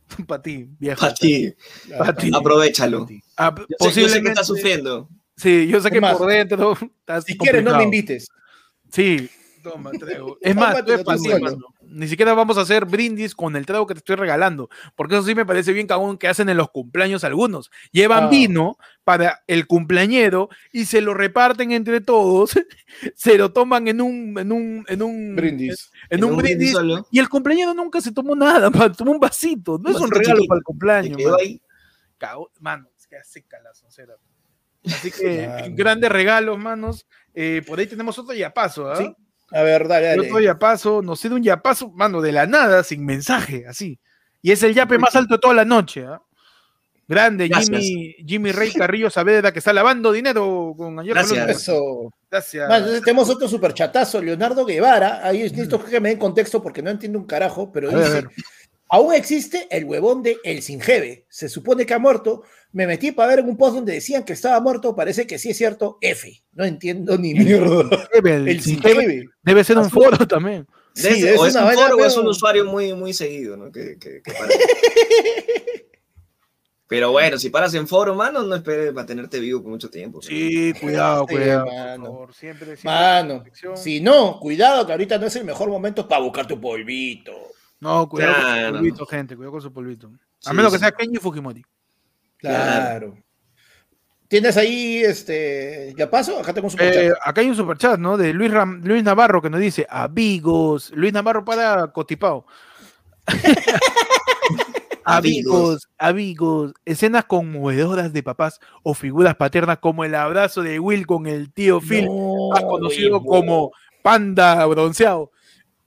Speaker 1: Para ti, viejo.
Speaker 2: Para ti,
Speaker 4: claro.
Speaker 1: pa' ti.
Speaker 2: aprovechalo.
Speaker 1: Ah,
Speaker 2: Yo sé, yo sé que
Speaker 1: posiblemente-
Speaker 2: estás sufriendo.
Speaker 1: Sí, yo sé
Speaker 4: Es
Speaker 1: que
Speaker 4: más,
Speaker 1: por dentro. estás
Speaker 4: Si quieres, no me
Speaker 1: complicado.
Speaker 4: invites.
Speaker 1: Sí, toma, trago. Es más, tú
Speaker 4: Tómatelo
Speaker 1: es
Speaker 4: tú
Speaker 1: pa' ti,
Speaker 4: solo.
Speaker 1: mano. Ni siquiera vamos a hacer brindis con el trago que te estoy regalando. Porque eso sí me parece bien cagón que hacen en los cumpleaños algunos. Llevan
Speaker 4: Ah.
Speaker 1: vino para el cumpleañero y se lo reparten entre todos. se lo toman en un. En un, en un
Speaker 7: Brindis.
Speaker 1: en, un, brindis.
Speaker 2: solo.
Speaker 1: Y el cumpleañero nunca se tomó nada, man, tomó un vasito. No es un
Speaker 2: vasito
Speaker 1: regalo
Speaker 2: chiquito,
Speaker 1: para el cumpleaños,
Speaker 2: Te quedó
Speaker 1: man.
Speaker 2: ahí.
Speaker 1: Cagó- Mano, es que hace calazonera. Así que
Speaker 4: Claro.
Speaker 1: grandes regalos, manos. Eh, por ahí tenemos otro yapazo, ¿ah?
Speaker 4: Sí, A ver, dale, dale.
Speaker 1: Otro yapazo, nos sirve un yapazo, mano, de la nada, sin mensaje, así. Y es el yape más alto de toda la noche, ¿ah? Grande,
Speaker 2: Gracias.
Speaker 1: Jimmy, Jimmy Rey Carrillo Saavedra, que está lavando dinero con ayer.
Speaker 2: Gracias.
Speaker 1: Colombia.
Speaker 4: Eso.
Speaker 1: Gracias.
Speaker 4: Bueno, entonces tenemos otro superchatazo, Leonardo Guevara. Ahí es- necesito que me den contexto porque no entiendo un carajo, pero
Speaker 1: Mm. A ver, a
Speaker 4: dice,
Speaker 1: ver.
Speaker 4: aún existe el huevón de El Singeve. Se supone que ha muerto. Me metí para ver en un post donde decían que estaba muerto. Parece que sí es cierto. F. No entiendo ni mierda.
Speaker 1: Ebel,
Speaker 4: El
Speaker 1: sin Ebel,
Speaker 4: Singeve.
Speaker 1: Debe ser un foro también.
Speaker 4: Sí,
Speaker 2: Debe ser-
Speaker 4: es
Speaker 2: o es
Speaker 4: una
Speaker 2: un
Speaker 4: vaina,
Speaker 2: foro o es un
Speaker 4: pero-
Speaker 2: usuario muy, muy seguido, ¿no? Que, que- que para. Pero bueno, si paras en foro, mano, no esperes mantenerte vivo por mucho tiempo.
Speaker 1: Sí, cuidado,
Speaker 4: Sí,
Speaker 1: cuidado.
Speaker 4: mano.
Speaker 1: por favor, siempre, siempre
Speaker 4: Mano,
Speaker 1: protección.
Speaker 4: si no, cuidado que ahorita no es el mejor momento para buscar tu polvito.
Speaker 1: No, cuidado con su
Speaker 2: Claro.
Speaker 1: polvito, gente, cuidado con su polvito. A
Speaker 2: Sí,
Speaker 1: menos que
Speaker 2: sí.
Speaker 1: sea Kenji Fujimori.
Speaker 4: Claro. ¿Tienes ahí este ya paso? Acá tengo un superchat.
Speaker 1: Eh, acá hay un superchat, ¿no? De Luis, Ram- Luis Navarro que nos dice, amigos, Luis Navarro para Cotipao. Amigos, amigos, escenas conmovedoras de papás o figuras paternas como el abrazo de Will con el tío Phil, más conocido
Speaker 4: Will,
Speaker 1: como Panda Bronceado,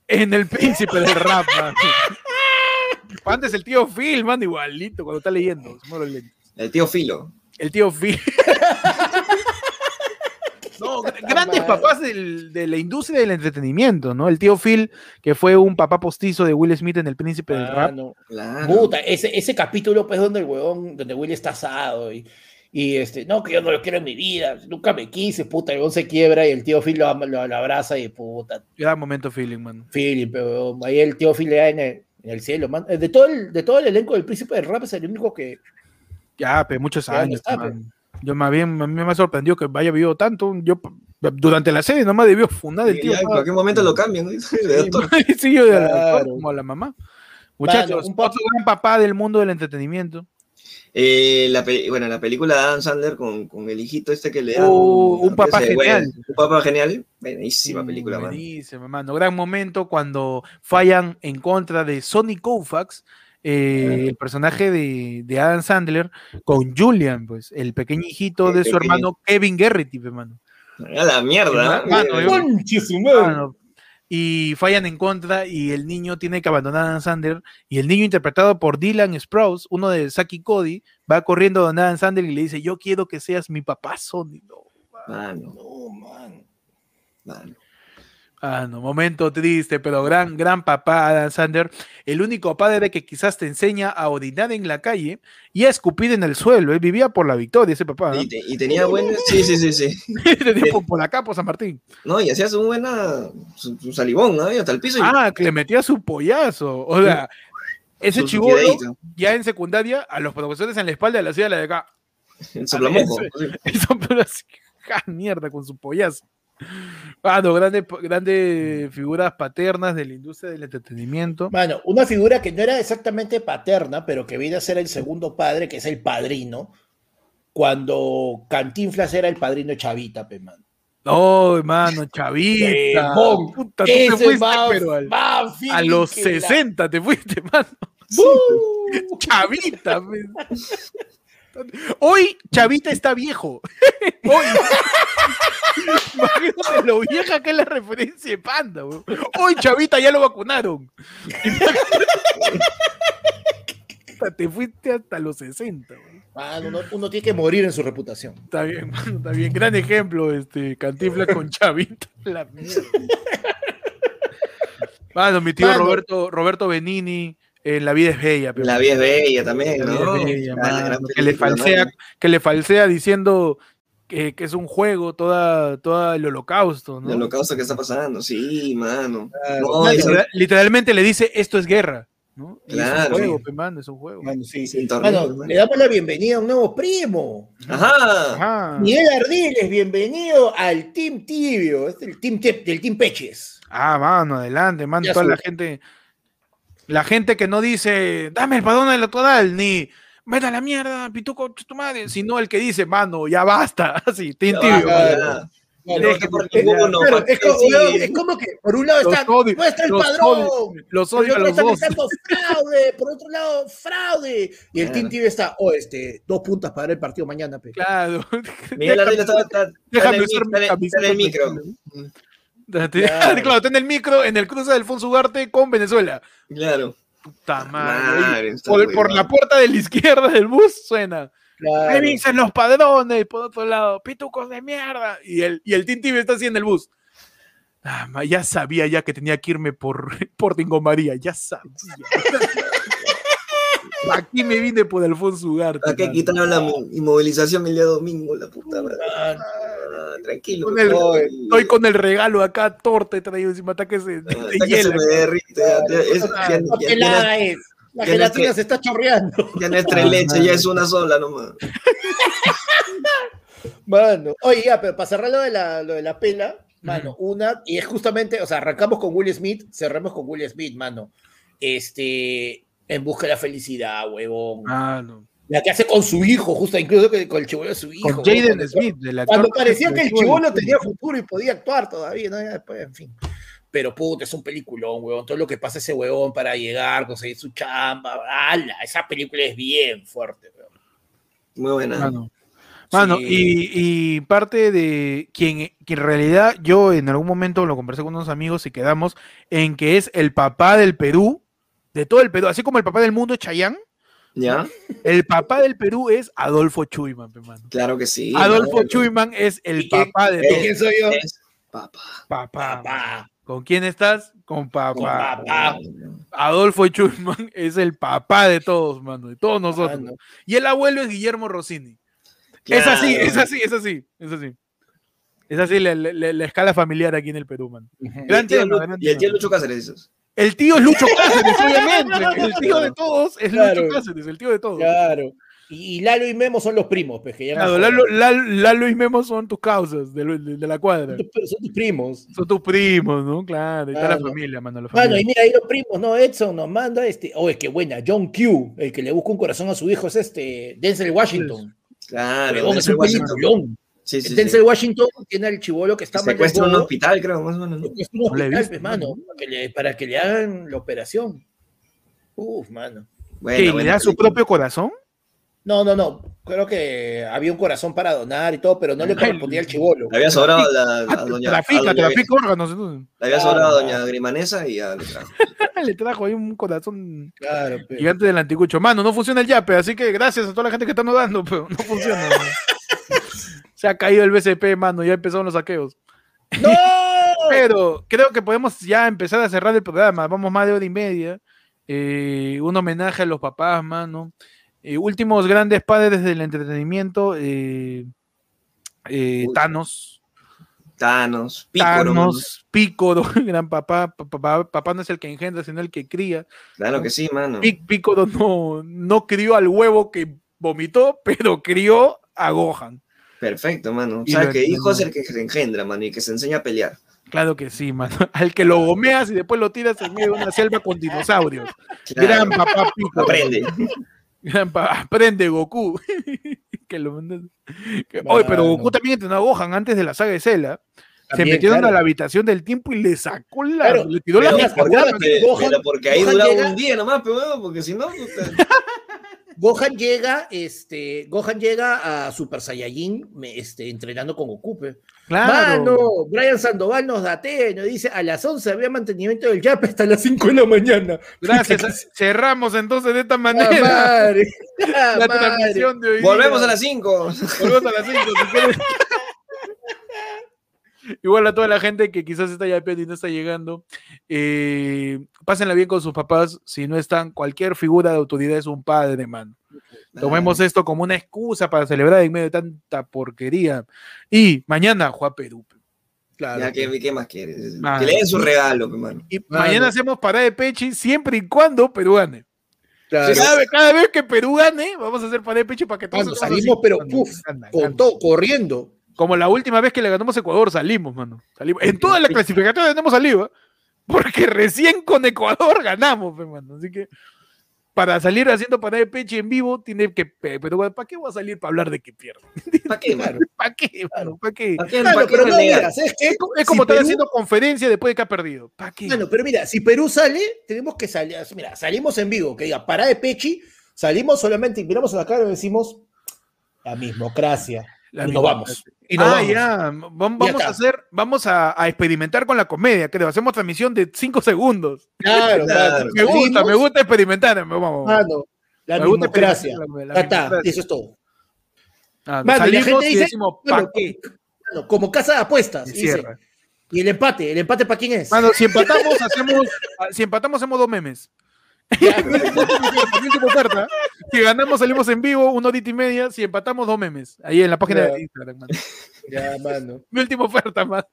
Speaker 1: en El Príncipe del Rap. man. Panda es el tío Phil, man, igualito cuando está leyendo. se mueve los lentes.
Speaker 2: El tío Filo.
Speaker 1: El tío Phil. No, gr- grandes papás del- de la industria del entretenimiento, ¿no? El tío Phil, que fue un papá postizo de Will Smith en El Príncipe del
Speaker 4: Ah,
Speaker 1: Rap.
Speaker 4: no.
Speaker 2: Claro.
Speaker 4: Puta, ese, ese capítulo, pues, donde el huevón, donde Will está asado y, y este, no, que yo no lo quiero en mi vida, nunca me quise, puta, el huevón se quiebra y el tío Phil lo, ama- lo- lo abraza y puta,
Speaker 1: Gran momento feeling, man.
Speaker 4: Phil, pe, huevón, ahí el tío Phil le da en el, en el cielo, man. Eh, De todo, el, de todo el elenco del Príncipe del Rap es el único que,
Speaker 1: Ya, pe, muchos
Speaker 4: Ya, ya
Speaker 1: años.
Speaker 4: está,
Speaker 1: man. Yo más bien, a mí me ha sorprendido que vaya vivo tanto. Yo p- durante la serie nomás debió fundar el
Speaker 2: Y
Speaker 1: tío.
Speaker 2: ya en
Speaker 1: pa-
Speaker 2: cualquier momento lo cambian. ¿no? De doctor.
Speaker 1: Sí, yo de la-
Speaker 4: Claro.
Speaker 1: como la mamá. Muchachos,
Speaker 4: un poco-
Speaker 1: otro gran papá del mundo del entretenimiento.
Speaker 2: Eh, la pe- bueno, la película de Adam Sandler con, con el hijito este que le da.
Speaker 1: Oh, un papá genial.
Speaker 2: un papá genial. Buenísima
Speaker 1: Mm,
Speaker 2: película, man.
Speaker 1: Buenísima, mano. Gran momento cuando fallan en contra de Sonny Koufax, eh, el personaje de, de Adam Sandler, con Julian, pues, el pequeño hijito
Speaker 2: El
Speaker 1: de su
Speaker 2: pequeño.
Speaker 1: hermano Kevin Garrity, pues, pe, mano.
Speaker 2: A la mierda. ¿eh?
Speaker 1: Mano, yo-
Speaker 4: ¡Conche su madre!
Speaker 1: Claro. Ah, Y fallan en contra y el niño tiene que abandonar a Dan Sander. Y el niño interpretado por Dylan Sprouse, uno de Saki Cody, va corriendo a Dan Sander y le dice, yo quiero que seas mi papá, Sonny. No.
Speaker 2: Mano,
Speaker 4: No, man.
Speaker 2: mano.
Speaker 1: Ah, no, momento triste, pero gran, gran papá Adam Sander, el único padre que quizás te enseña a orinar en la calle y a escupir en el suelo. Él vivía por la victoria, ese papá. ¿no?
Speaker 2: Y, te- y tenía buenas. Sí, sí, sí, sí.
Speaker 1: Tenía por- por acá, por San Martín.
Speaker 2: No, y hacía su buena. ah, Su, su salivón, ¿no? Y hasta el piso. y-
Speaker 1: Ah, que le metía su pollazo. O sea, ese Ah,
Speaker 2: su- su
Speaker 1: chivolo
Speaker 2: fideíto,
Speaker 1: ya en secundaria, a los profesores en la espalda le hacía la de acá.
Speaker 2: El soplamoco. sí.
Speaker 1: El sombrero así, ja, mierda, con su pollazo. Ah, no, grandes grande figuras paternas de la industria del entretenimiento.
Speaker 4: Mano, una figura que no era exactamente paterna, pero que viene a ser el segundo padre, que es el padrino, cuando Cantinflas era el padrino de Chavita, pe, man.
Speaker 1: No, hermano, chavita.
Speaker 4: Huevón,
Speaker 1: Puta, tú te
Speaker 4: Ese
Speaker 1: fuiste,
Speaker 4: va-
Speaker 1: pero al-
Speaker 4: va fin
Speaker 1: a los
Speaker 4: que la-
Speaker 1: 60 te fuiste, mano.
Speaker 4: ¡Bú!
Speaker 1: Chavita. pe. Hoy Chavita está viejo. Hoy. Imagínate lo vieja que es la referencia de Panda. weón. Hoy Chavita ya lo vacunaron. Puta, Te fuiste hasta los 60. weón.
Speaker 4: Mano, Ah, uno, uno tiene que morir en su reputación.
Speaker 1: Está bien, mano, está bien. Gran ejemplo, este, Cantinflas con Chavita. La mierda. Mano, mi tío
Speaker 4: Mano.
Speaker 1: Roberto, Roberto Benini en La vida es bella. pe,
Speaker 2: La vía es bella también,
Speaker 1: La
Speaker 2: ¿no?
Speaker 1: vida es bella,
Speaker 2: Ah, la
Speaker 1: mano,
Speaker 2: gran
Speaker 1: que, le
Speaker 2: película,
Speaker 1: falsea,
Speaker 2: mano.
Speaker 1: que le falsea diciendo que, que es un juego toda, toda el holocausto, ¿no?
Speaker 2: El holocausto que está pasando, sí, mano.
Speaker 1: No,
Speaker 2: No, y
Speaker 1: literal-
Speaker 2: sobre-
Speaker 1: literalmente le dice esto es guerra, ¿no? Y es un
Speaker 2: Claro.
Speaker 1: juego, pe, mano, es un juego.
Speaker 4: Mano, sí.
Speaker 2: sin tornillo,
Speaker 4: Mano,
Speaker 2: mano.
Speaker 4: le damos la bienvenida a un nuevo primo.
Speaker 1: Ah.
Speaker 2: Ajá.
Speaker 1: Ajá.
Speaker 4: Miguel Ardiles, bienvenido al Team Tibio, este es el Team, Te- del Team Peches.
Speaker 1: Ah, mano, adelante, mano,
Speaker 4: Ya
Speaker 1: toda la
Speaker 4: sube.
Speaker 1: gente, la gente que no dice, dame el padrón del total, ni vete a la mierda, pituco, chucha tu madre, sino el que dice, mano, ya basta, así, tin,
Speaker 2: Ya
Speaker 1: tibio.
Speaker 2: va,
Speaker 4: claro.
Speaker 2: ya.
Speaker 4: Claro,
Speaker 2: No, que por
Speaker 1: ya.
Speaker 2: ninguno,
Speaker 4: Claro,
Speaker 2: pa'
Speaker 4: eh, es,
Speaker 2: qué,
Speaker 4: como,
Speaker 2: sí.
Speaker 4: weón, es como que por un lado
Speaker 1: Los
Speaker 4: está,
Speaker 1: odio,
Speaker 4: no está el
Speaker 1: los
Speaker 4: padrón,
Speaker 1: odio, los
Speaker 4: por
Speaker 1: odio a
Speaker 4: otro
Speaker 1: los
Speaker 4: está
Speaker 1: dos.
Speaker 4: gritando fraude, por otro lado fraude, y el
Speaker 1: Ah.
Speaker 4: Team
Speaker 2: Claro.
Speaker 4: Tibio está, oh, este, dos puntas para el partido mañana, pe.
Speaker 1: Claro.
Speaker 2: Miguel Ardila estaba- está- está en
Speaker 1: Déjame
Speaker 2: el
Speaker 1: usar
Speaker 2: mic-
Speaker 1: mi
Speaker 2: está en- está en el
Speaker 1: camiseta.
Speaker 2: micro.
Speaker 1: Claro. está en el micro, en el cruce de Alfonso Ugarte con Venezuela.
Speaker 2: Claro.
Speaker 1: Puta madre.
Speaker 2: Ah, Madre, está
Speaker 1: Por,
Speaker 2: muy
Speaker 1: por
Speaker 2: mal.
Speaker 1: la puerta de la izquierda del bus suena.
Speaker 4: Claro.
Speaker 1: Ahí dicen los padrones, por otro lado, pitucos de mierda. Y el, y el Tinti está así en el bus. Ah, ma, ya sabía ya que tenía que irme por, por Tingo María, ya sabía. Aquí me vine por Alfonso Ugarte.
Speaker 2: ¿Para qué
Speaker 1: mano.
Speaker 2: quitaron la mo- inmovilización el día domingo? La puta madre.
Speaker 4: Mano.
Speaker 2: Ah, Tranquilo.
Speaker 1: Con el-
Speaker 2: por favor.
Speaker 1: Estoy con el regalo acá, torta he traído encima, ataque se,
Speaker 2: Ah,
Speaker 1: se
Speaker 2: hasta que se
Speaker 1: hiela.
Speaker 2: me derrite. ya- ya- es- ya-
Speaker 4: Ah, no
Speaker 2: ya- ya no-
Speaker 4: pelada es. La
Speaker 2: ya no
Speaker 4: gelatina
Speaker 2: estre-
Speaker 4: se está chorreando.
Speaker 2: Ya no es tres leches, ya es una sola nomás.
Speaker 4: Mano. Oye, ya, pero para cerrar lo de la, lo de la pela, mano, una, y es justamente, o sea, arrancamos con Will Smith, cerramos con Will Smith, mano. Este, en busca de la felicidad, huevón.
Speaker 1: Ah. Mano.
Speaker 4: La que hace con su hijo, justo, incluso que- con el chivolo de su hijo.
Speaker 1: Con
Speaker 4: huevón,
Speaker 1: Jaden
Speaker 4: cuando-
Speaker 1: Smith, del actor
Speaker 4: Cuando parecía que el
Speaker 1: interpretó
Speaker 4: chivolo
Speaker 1: al-
Speaker 4: tenía futuro y podía actuar todavía, ¿no? Ya después, en fin. Pero puta, es un peliculón, huevón. Todo lo que pasa ese huevón para llegar, conseguir su chamba, ala, esa película es bien fuerte, huevón.
Speaker 2: Muy buena.
Speaker 1: Mano, Mano,
Speaker 4: Sí.
Speaker 1: y, y parte de quien, quien en realidad yo en algún momento lo conversé con unos amigos y quedamos en que es el papá del Perú, de todo el Perú, así como el papá del mundo es Chayán,
Speaker 2: ¿Ya?
Speaker 1: el papá del Perú es Adolfo Chuyman, pe, mano.
Speaker 2: Claro que sí.
Speaker 1: Adolfo
Speaker 2: mano.
Speaker 1: Chuyman es el
Speaker 4: ¿Y quién-
Speaker 1: papá de
Speaker 4: ¿Y
Speaker 1: todo.
Speaker 4: quién soy yo?
Speaker 2: Es Papá.
Speaker 1: Papá.
Speaker 4: Papá.
Speaker 1: ¿Con quién estás? Con
Speaker 4: Con
Speaker 1: papá.
Speaker 4: papá.
Speaker 1: Adolfo Chuyman es el papá de todos, mano, de todos nosotros.
Speaker 4: Mano.
Speaker 1: Y el abuelo es Guillermo Rossini. Es así, es así, es así, es así. Es así la, la- la- la escala familiar aquí en el Perú, man.
Speaker 2: Y el
Speaker 1: Gran
Speaker 2: tío,
Speaker 1: tema,
Speaker 2: Lu-
Speaker 1: gran
Speaker 2: y el tío
Speaker 1: tema.
Speaker 2: Lucho Cáceres, dices.
Speaker 1: El tío es Lucho Cáceres, obviamente. El tío de todos es
Speaker 4: Claro.
Speaker 1: Lucho Cáceres, el tío de todos.
Speaker 4: Claro. Y, y Lalo y Memo son los primos, pues, que ya
Speaker 1: Claro, Lalo, Lalo- Lalo y Memo son tus causas de, lo- de- de la cuadra.
Speaker 4: Son tus- son tus primos.
Speaker 1: Son tus primos, ¿no? Claro, y está la
Speaker 4: Claro.
Speaker 1: familia, mano. La
Speaker 4: Mano, y
Speaker 1: familia.
Speaker 4: mira ahí los primos, ¿no? Edson nos manda este. Oh, es que buena, John Q, el que le busca un corazón a su hijo es este Denzel Washington.
Speaker 2: Claro.
Speaker 4: Huevón, es
Speaker 2: Denzel
Speaker 4: un Este
Speaker 2: Washington.
Speaker 4: peliculón.
Speaker 2: Sí, sí, sí.
Speaker 4: Denzel Washington tiene al chivolo que está mal
Speaker 2: Secuestra
Speaker 4: del
Speaker 2: un
Speaker 4: huevo,
Speaker 2: hospital, creo, más o menos. ¿no?
Speaker 4: Es un
Speaker 1: No la he
Speaker 4: hospital,
Speaker 1: visto,
Speaker 4: pues, mano, para que, le, para que le hagan la operación. Uf, mano.
Speaker 2: Buena,
Speaker 1: ¿Qué, ¿Le
Speaker 2: buena
Speaker 1: da su
Speaker 2: película.
Speaker 1: propio corazón?
Speaker 4: No, no, no. Creo que había un corazón para donar y todo, pero no le
Speaker 1: Ay,
Speaker 4: correspondía al chivolo.
Speaker 2: Le había sobrado a la, a
Speaker 1: Ah,
Speaker 2: doña, a
Speaker 1: trafica,
Speaker 2: doña-
Speaker 1: trafica órganos. entonces.
Speaker 2: Le había sobrado a
Speaker 4: Ah.
Speaker 2: doña Grimanesa y a Lucha.
Speaker 1: Le trajo ahí un corazón
Speaker 4: Claro, pe.
Speaker 1: Gigante del anticucho. Mano, no funciona el yape, así que gracias a toda la gente que está dando, pero no funciona. mano. Se ha caído el BCP, mano, ya empezaron los saqueos.
Speaker 4: ¡No!
Speaker 1: Pero creo que podemos ya empezar a cerrar el programa. Vamos más de hora y media. Eh, un homenaje a los papás, mano. Eh, últimos grandes padres del entretenimiento. eh, eh,
Speaker 2: Uy.
Speaker 1: Thanos.
Speaker 2: Thanos, Pícoro.
Speaker 1: Thanos, Pícoro, gran papá. Pa- pa- pa- Papá no es el que engendra, sino el que cría.
Speaker 2: Claro que sí, mano.
Speaker 1: Pic Piccolo no, no crió al huevo que vomitó, pero crió a Gohan.
Speaker 2: Perfecto, mano. O
Speaker 1: Y
Speaker 2: sea,
Speaker 1: lo
Speaker 2: que hijo es el
Speaker 1: entiendo.
Speaker 2: que se engendra, mano, y que se enseña a pelear.
Speaker 1: Claro que sí, mano. Al que lo gomeas y después lo tiras en medio de una selva con dinosaurios.
Speaker 2: Claro,
Speaker 1: Gran papá Piccolo.
Speaker 2: Aprende.
Speaker 1: Gran papá. Aprende Goku. que lo mandas- que- Oye, pero
Speaker 4: Mano.
Speaker 1: Goku también entrenó a Gohan antes de la saga de Cela. Se
Speaker 4: También,
Speaker 1: metieron
Speaker 4: claro.
Speaker 1: a la habitación del tiempo y le sacó la.
Speaker 4: Claro,
Speaker 1: le tiró la
Speaker 4: pero
Speaker 2: Pero
Speaker 4: Gohan-
Speaker 2: porque,
Speaker 4: Gohan-
Speaker 2: pero
Speaker 4: Gohan-
Speaker 2: porque ahí
Speaker 4: Gohan
Speaker 2: duraba
Speaker 4: llega-
Speaker 2: un día nomás, pero bueno, porque si no, puta.
Speaker 4: Gohan llega, este, Gohan llega a Super Saiyajin me- este, entrenando con Goku. pe.
Speaker 1: Claro.
Speaker 4: Mano, Brian Sandoval nos datea y nos dice a las 11 había mantenimiento del YAP hasta las 5 de la mañana.
Speaker 1: Gracias. Cerramos entonces de esta
Speaker 4: Ah,
Speaker 1: manera
Speaker 4: madre. Ah,
Speaker 1: la
Speaker 4: madre.
Speaker 1: transmisión de hoy. día.
Speaker 2: Volvemos a las 5.
Speaker 1: Volvemos a las cinco, si quieres. Igual a toda la gente que quizás está ya y no está llegando, eh, pásenla bien con sus papás. Si no están, cualquier figura de autoridad es un padre, man. Tomemos esto como una excusa para celebrar en medio de tanta porquería. Y mañana, Juan Perú. pe.
Speaker 4: Claro.
Speaker 2: Ya, ¿qué, qué más quieres?
Speaker 1: Mano.
Speaker 2: Que le den su regalo, pe, mano.
Speaker 1: Ah, Y
Speaker 4: Claro.
Speaker 1: mañana hacemos parada de pechi siempre y cuando Perú gane.
Speaker 4: claro.
Speaker 2: Sí,
Speaker 1: Cada vez, cada vez que Perú gane, vamos a hacer parada de pechi para que todos
Speaker 4: Mano,
Speaker 1: hagamos así.
Speaker 4: salimos, pero,
Speaker 1: Gana,
Speaker 4: puf,
Speaker 1: gana,
Speaker 4: Con
Speaker 1: gana.
Speaker 4: todo, corriendo.
Speaker 1: Como la última vez que le ganamos a Ecuador, salimos, mano. Salimos. En todas las clasificatorias tenemos salido, ¿eh? porque recién con Ecuador ganamos, pe, mano. Así que para salir haciendo panel de peche en vivo, tiene que. pe- Pero ¿para qué voy a salir para hablar de que pierdo?
Speaker 2: ¿Para qué, mano?
Speaker 4: Claro,
Speaker 1: ¿Para qué, mano? ¿Para qué?
Speaker 2: ¿Para qué,
Speaker 4: Claro,
Speaker 2: para qué
Speaker 4: pero no,
Speaker 2: renegar?
Speaker 4: mira, ¿sabes qué?
Speaker 1: Es co- Es como
Speaker 4: Si
Speaker 1: estar
Speaker 4: Perú-
Speaker 1: haciendo conferencia después de que ha perdido. ¿Para qué?
Speaker 4: Mano, pero mira, si Perú sale, tenemos que salir. Mira, salimos en vivo, que diga, pará de Pechi, salimos solamente y miramos a la cara y decimos, la mismocracia.
Speaker 1: La
Speaker 4: y nos
Speaker 1: misma-
Speaker 4: vamos. Y nos
Speaker 1: ah,
Speaker 4: vamos.
Speaker 1: ya. Vam- Vamos
Speaker 4: está.
Speaker 1: a hacer, vamos a, a experimentar con la comedia, creo. Hacemos transmisión de 5 segundos.
Speaker 4: Claro, claro.
Speaker 1: Me gusta,
Speaker 4: Salimos,
Speaker 1: me gusta experimentar. Vamos, vamos.
Speaker 4: Mano, la
Speaker 1: Me gusta
Speaker 4: mismocracia.
Speaker 1: experimentar la- la
Speaker 4: Ya está,
Speaker 1: mismocracia.
Speaker 4: eso es todo.
Speaker 1: Ah,
Speaker 4: Mano, y la
Speaker 1: salimos
Speaker 4: gente
Speaker 1: y
Speaker 4: dice,
Speaker 1: decimos,
Speaker 4: Bueno,
Speaker 1: ¿pa' qué?
Speaker 4: mano, como casa de apuestas.
Speaker 1: Y
Speaker 4: dice.
Speaker 1: cierra.
Speaker 4: y el empate, ¿el empate para quién es?
Speaker 1: Mano, si empatamos, hacemos, ah, si empatamos, hacemos dos memes. Última oferta. Si ganamos, salimos en vivo, una horita y media. Si empatamos, dos memes. Ahí en la página
Speaker 4: Ya.
Speaker 1: de Instagram. mano.
Speaker 4: ya, mano.
Speaker 1: Mi última oferta, más.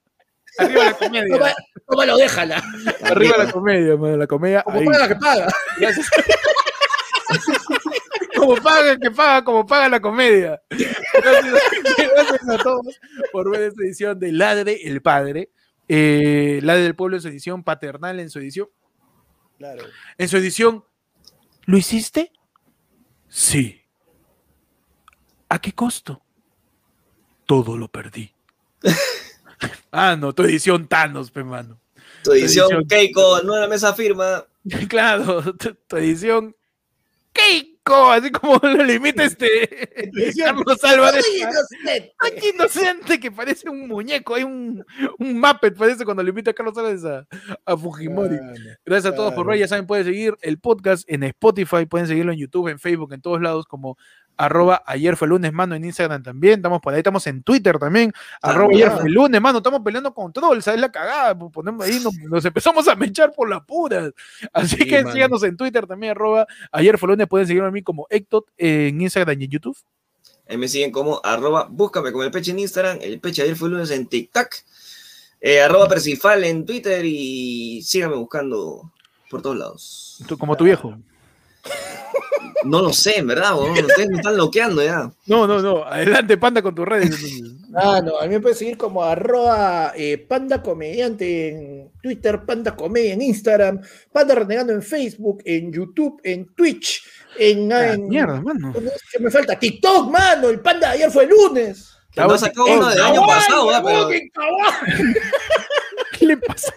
Speaker 1: Arriba la
Speaker 4: No,
Speaker 1: comedia.
Speaker 4: va- no va, lo déjala.
Speaker 1: Arriba la comedia, mano. La comedia.
Speaker 4: Como
Speaker 1: ahí.
Speaker 4: paga que paga.
Speaker 1: Como paga, que paga, como paga la comedia. Gracias, gracias a todos por ver esta edición de Ladre el Padre. Eh, Ladre del Pueblo en su edición, Paternal en su edición.
Speaker 4: Claro.
Speaker 1: en su edición. ¿Lo hiciste? Sí. ¿A qué costo? Todo lo perdí. ah, no, tu edición Thanos, pe mano.
Speaker 2: Tu edición Keiko, no la mesa firma.
Speaker 1: Claro, tu, tu edición Keiko, así como lo limita este Carlos Álvarez. Ay, inocente, que parece un muñeco, hay un, un Muppet, parece cuando lo invita a Carlos Álvarez a, a Fujimori.
Speaker 8: Claro,
Speaker 1: Gracias a todos por ver, ya saben, pueden seguir el podcast en Spotify, pueden seguirlo en YouTube, en Facebook, en todos lados como arroba ayer fue lunes, mano, en Instagram también, estamos por ahí, estamos en Twitter también,
Speaker 8: Ah,
Speaker 1: arroba ayer fue lunes, mano, estamos peleando control, ¿sabes la cagada? Pues Ponemos ahí, nos, nos empezamos a mechar por las puras. Así
Speaker 8: Sí,
Speaker 1: que
Speaker 8: mano.
Speaker 1: síganos en Twitter también, arroba ayer fue lunes, pueden seguirme a mí como Ectot en Instagram y en YouTube.
Speaker 2: Ahí me siguen como arroba, búscame como el peche en Instagram, el peche ayer fue lunes en TikTok, eh, arroba Percifal en Twitter y síganme buscando por todos lados.
Speaker 1: Tú- como tu viejo.
Speaker 2: No lo sé, en verdad, weón, ustedes me están loqueando ya.
Speaker 1: No, no, no, adelante, panda con tus redes. entonces.
Speaker 7: Ah, no, a mí me pueden seguir como arroba eh, panda comediante en Twitter, panda comedia en Instagram, panda renegando en Facebook, en YouTube, en Twitch, en...
Speaker 1: Ah,
Speaker 7: en-
Speaker 1: Mierda, mano.
Speaker 7: ¿Qué me falta? TikTok, mano, el panda de ayer fue el lunes.
Speaker 2: Que no ha sacado uno del año
Speaker 7: Kawaii,
Speaker 2: pasado, ¿verdad?
Speaker 7: huevón,
Speaker 2: pero
Speaker 7: en Kawaii.
Speaker 1: ¿Qué le pasa?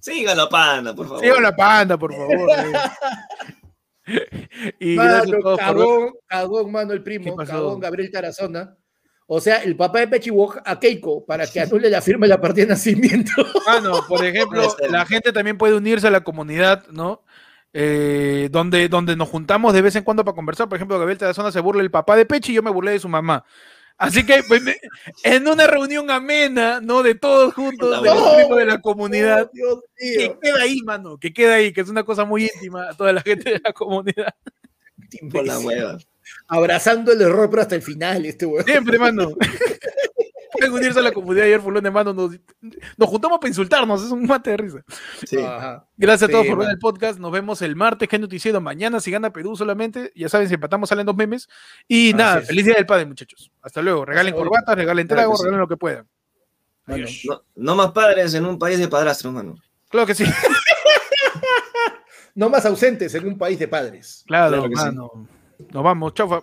Speaker 2: síganlo, pana, por favor.
Speaker 1: Sigan la panda, por favor. y gracias a
Speaker 7: Mano,
Speaker 1: todos por ver.
Speaker 7: cagón, cagón, mano, el
Speaker 1: ¿Qué
Speaker 7: primo,
Speaker 1: pasó?
Speaker 7: cagón, Gabriel Tarazona. O sea, el papá de Pechiwok a Keiko para que anule la firma de la partida de nacimiento.
Speaker 1: Mano, por ejemplo,
Speaker 2: Puede ser.
Speaker 1: la gente también puede unirse a la comunidad, ¿no? Eh, donde, donde nos juntamos de vez en cuando para conversar. Por ejemplo, Gabriel Tarazona se burla del papá de Pechi y yo me burlé de su mamá. Así que pues, me- en una reunión amena, ¿no? De todos juntos, de los
Speaker 7: No.
Speaker 1: primos de la comunidad.
Speaker 7: Dios
Speaker 1: Que
Speaker 7: mío.
Speaker 1: queda ahí, mano, que queda ahí, que es una cosa muy íntima a toda la gente de la comunidad.
Speaker 2: Por la hueva.
Speaker 7: Abrazando el error, pero hasta el final, este huevón.
Speaker 1: Siempre, mano. Pueden unirse a la comunidad ayer, fulón de mano. Nos, nos juntamos para insultarnos, es un mate de risa.
Speaker 2: Sí.
Speaker 7: Ajá.
Speaker 1: Gracias a
Speaker 7: Sí,
Speaker 1: todos por ver
Speaker 7: mano.
Speaker 1: el podcast. Nos vemos el martes. ¿Qué noticiero? Mañana, si gana Perú solamente, ya saben, si empatamos salen dos memes. Y
Speaker 7: Así
Speaker 1: nada,
Speaker 7: es.
Speaker 1: feliz día del padre, muchachos. Hasta luego. Regalen
Speaker 7: Hasta luego.
Speaker 1: corbatas, regalen
Speaker 2: Claro que
Speaker 1: tragos,
Speaker 2: sí.
Speaker 1: regalen lo que puedan.
Speaker 7: Mano.
Speaker 2: No, no más padres en un país de padrastros, mano.
Speaker 1: Claro que sí.
Speaker 7: No más ausentes en un país de padres.
Speaker 1: Claro,
Speaker 2: Claro que sí.
Speaker 1: mano. Nos vamos. Chau, fa.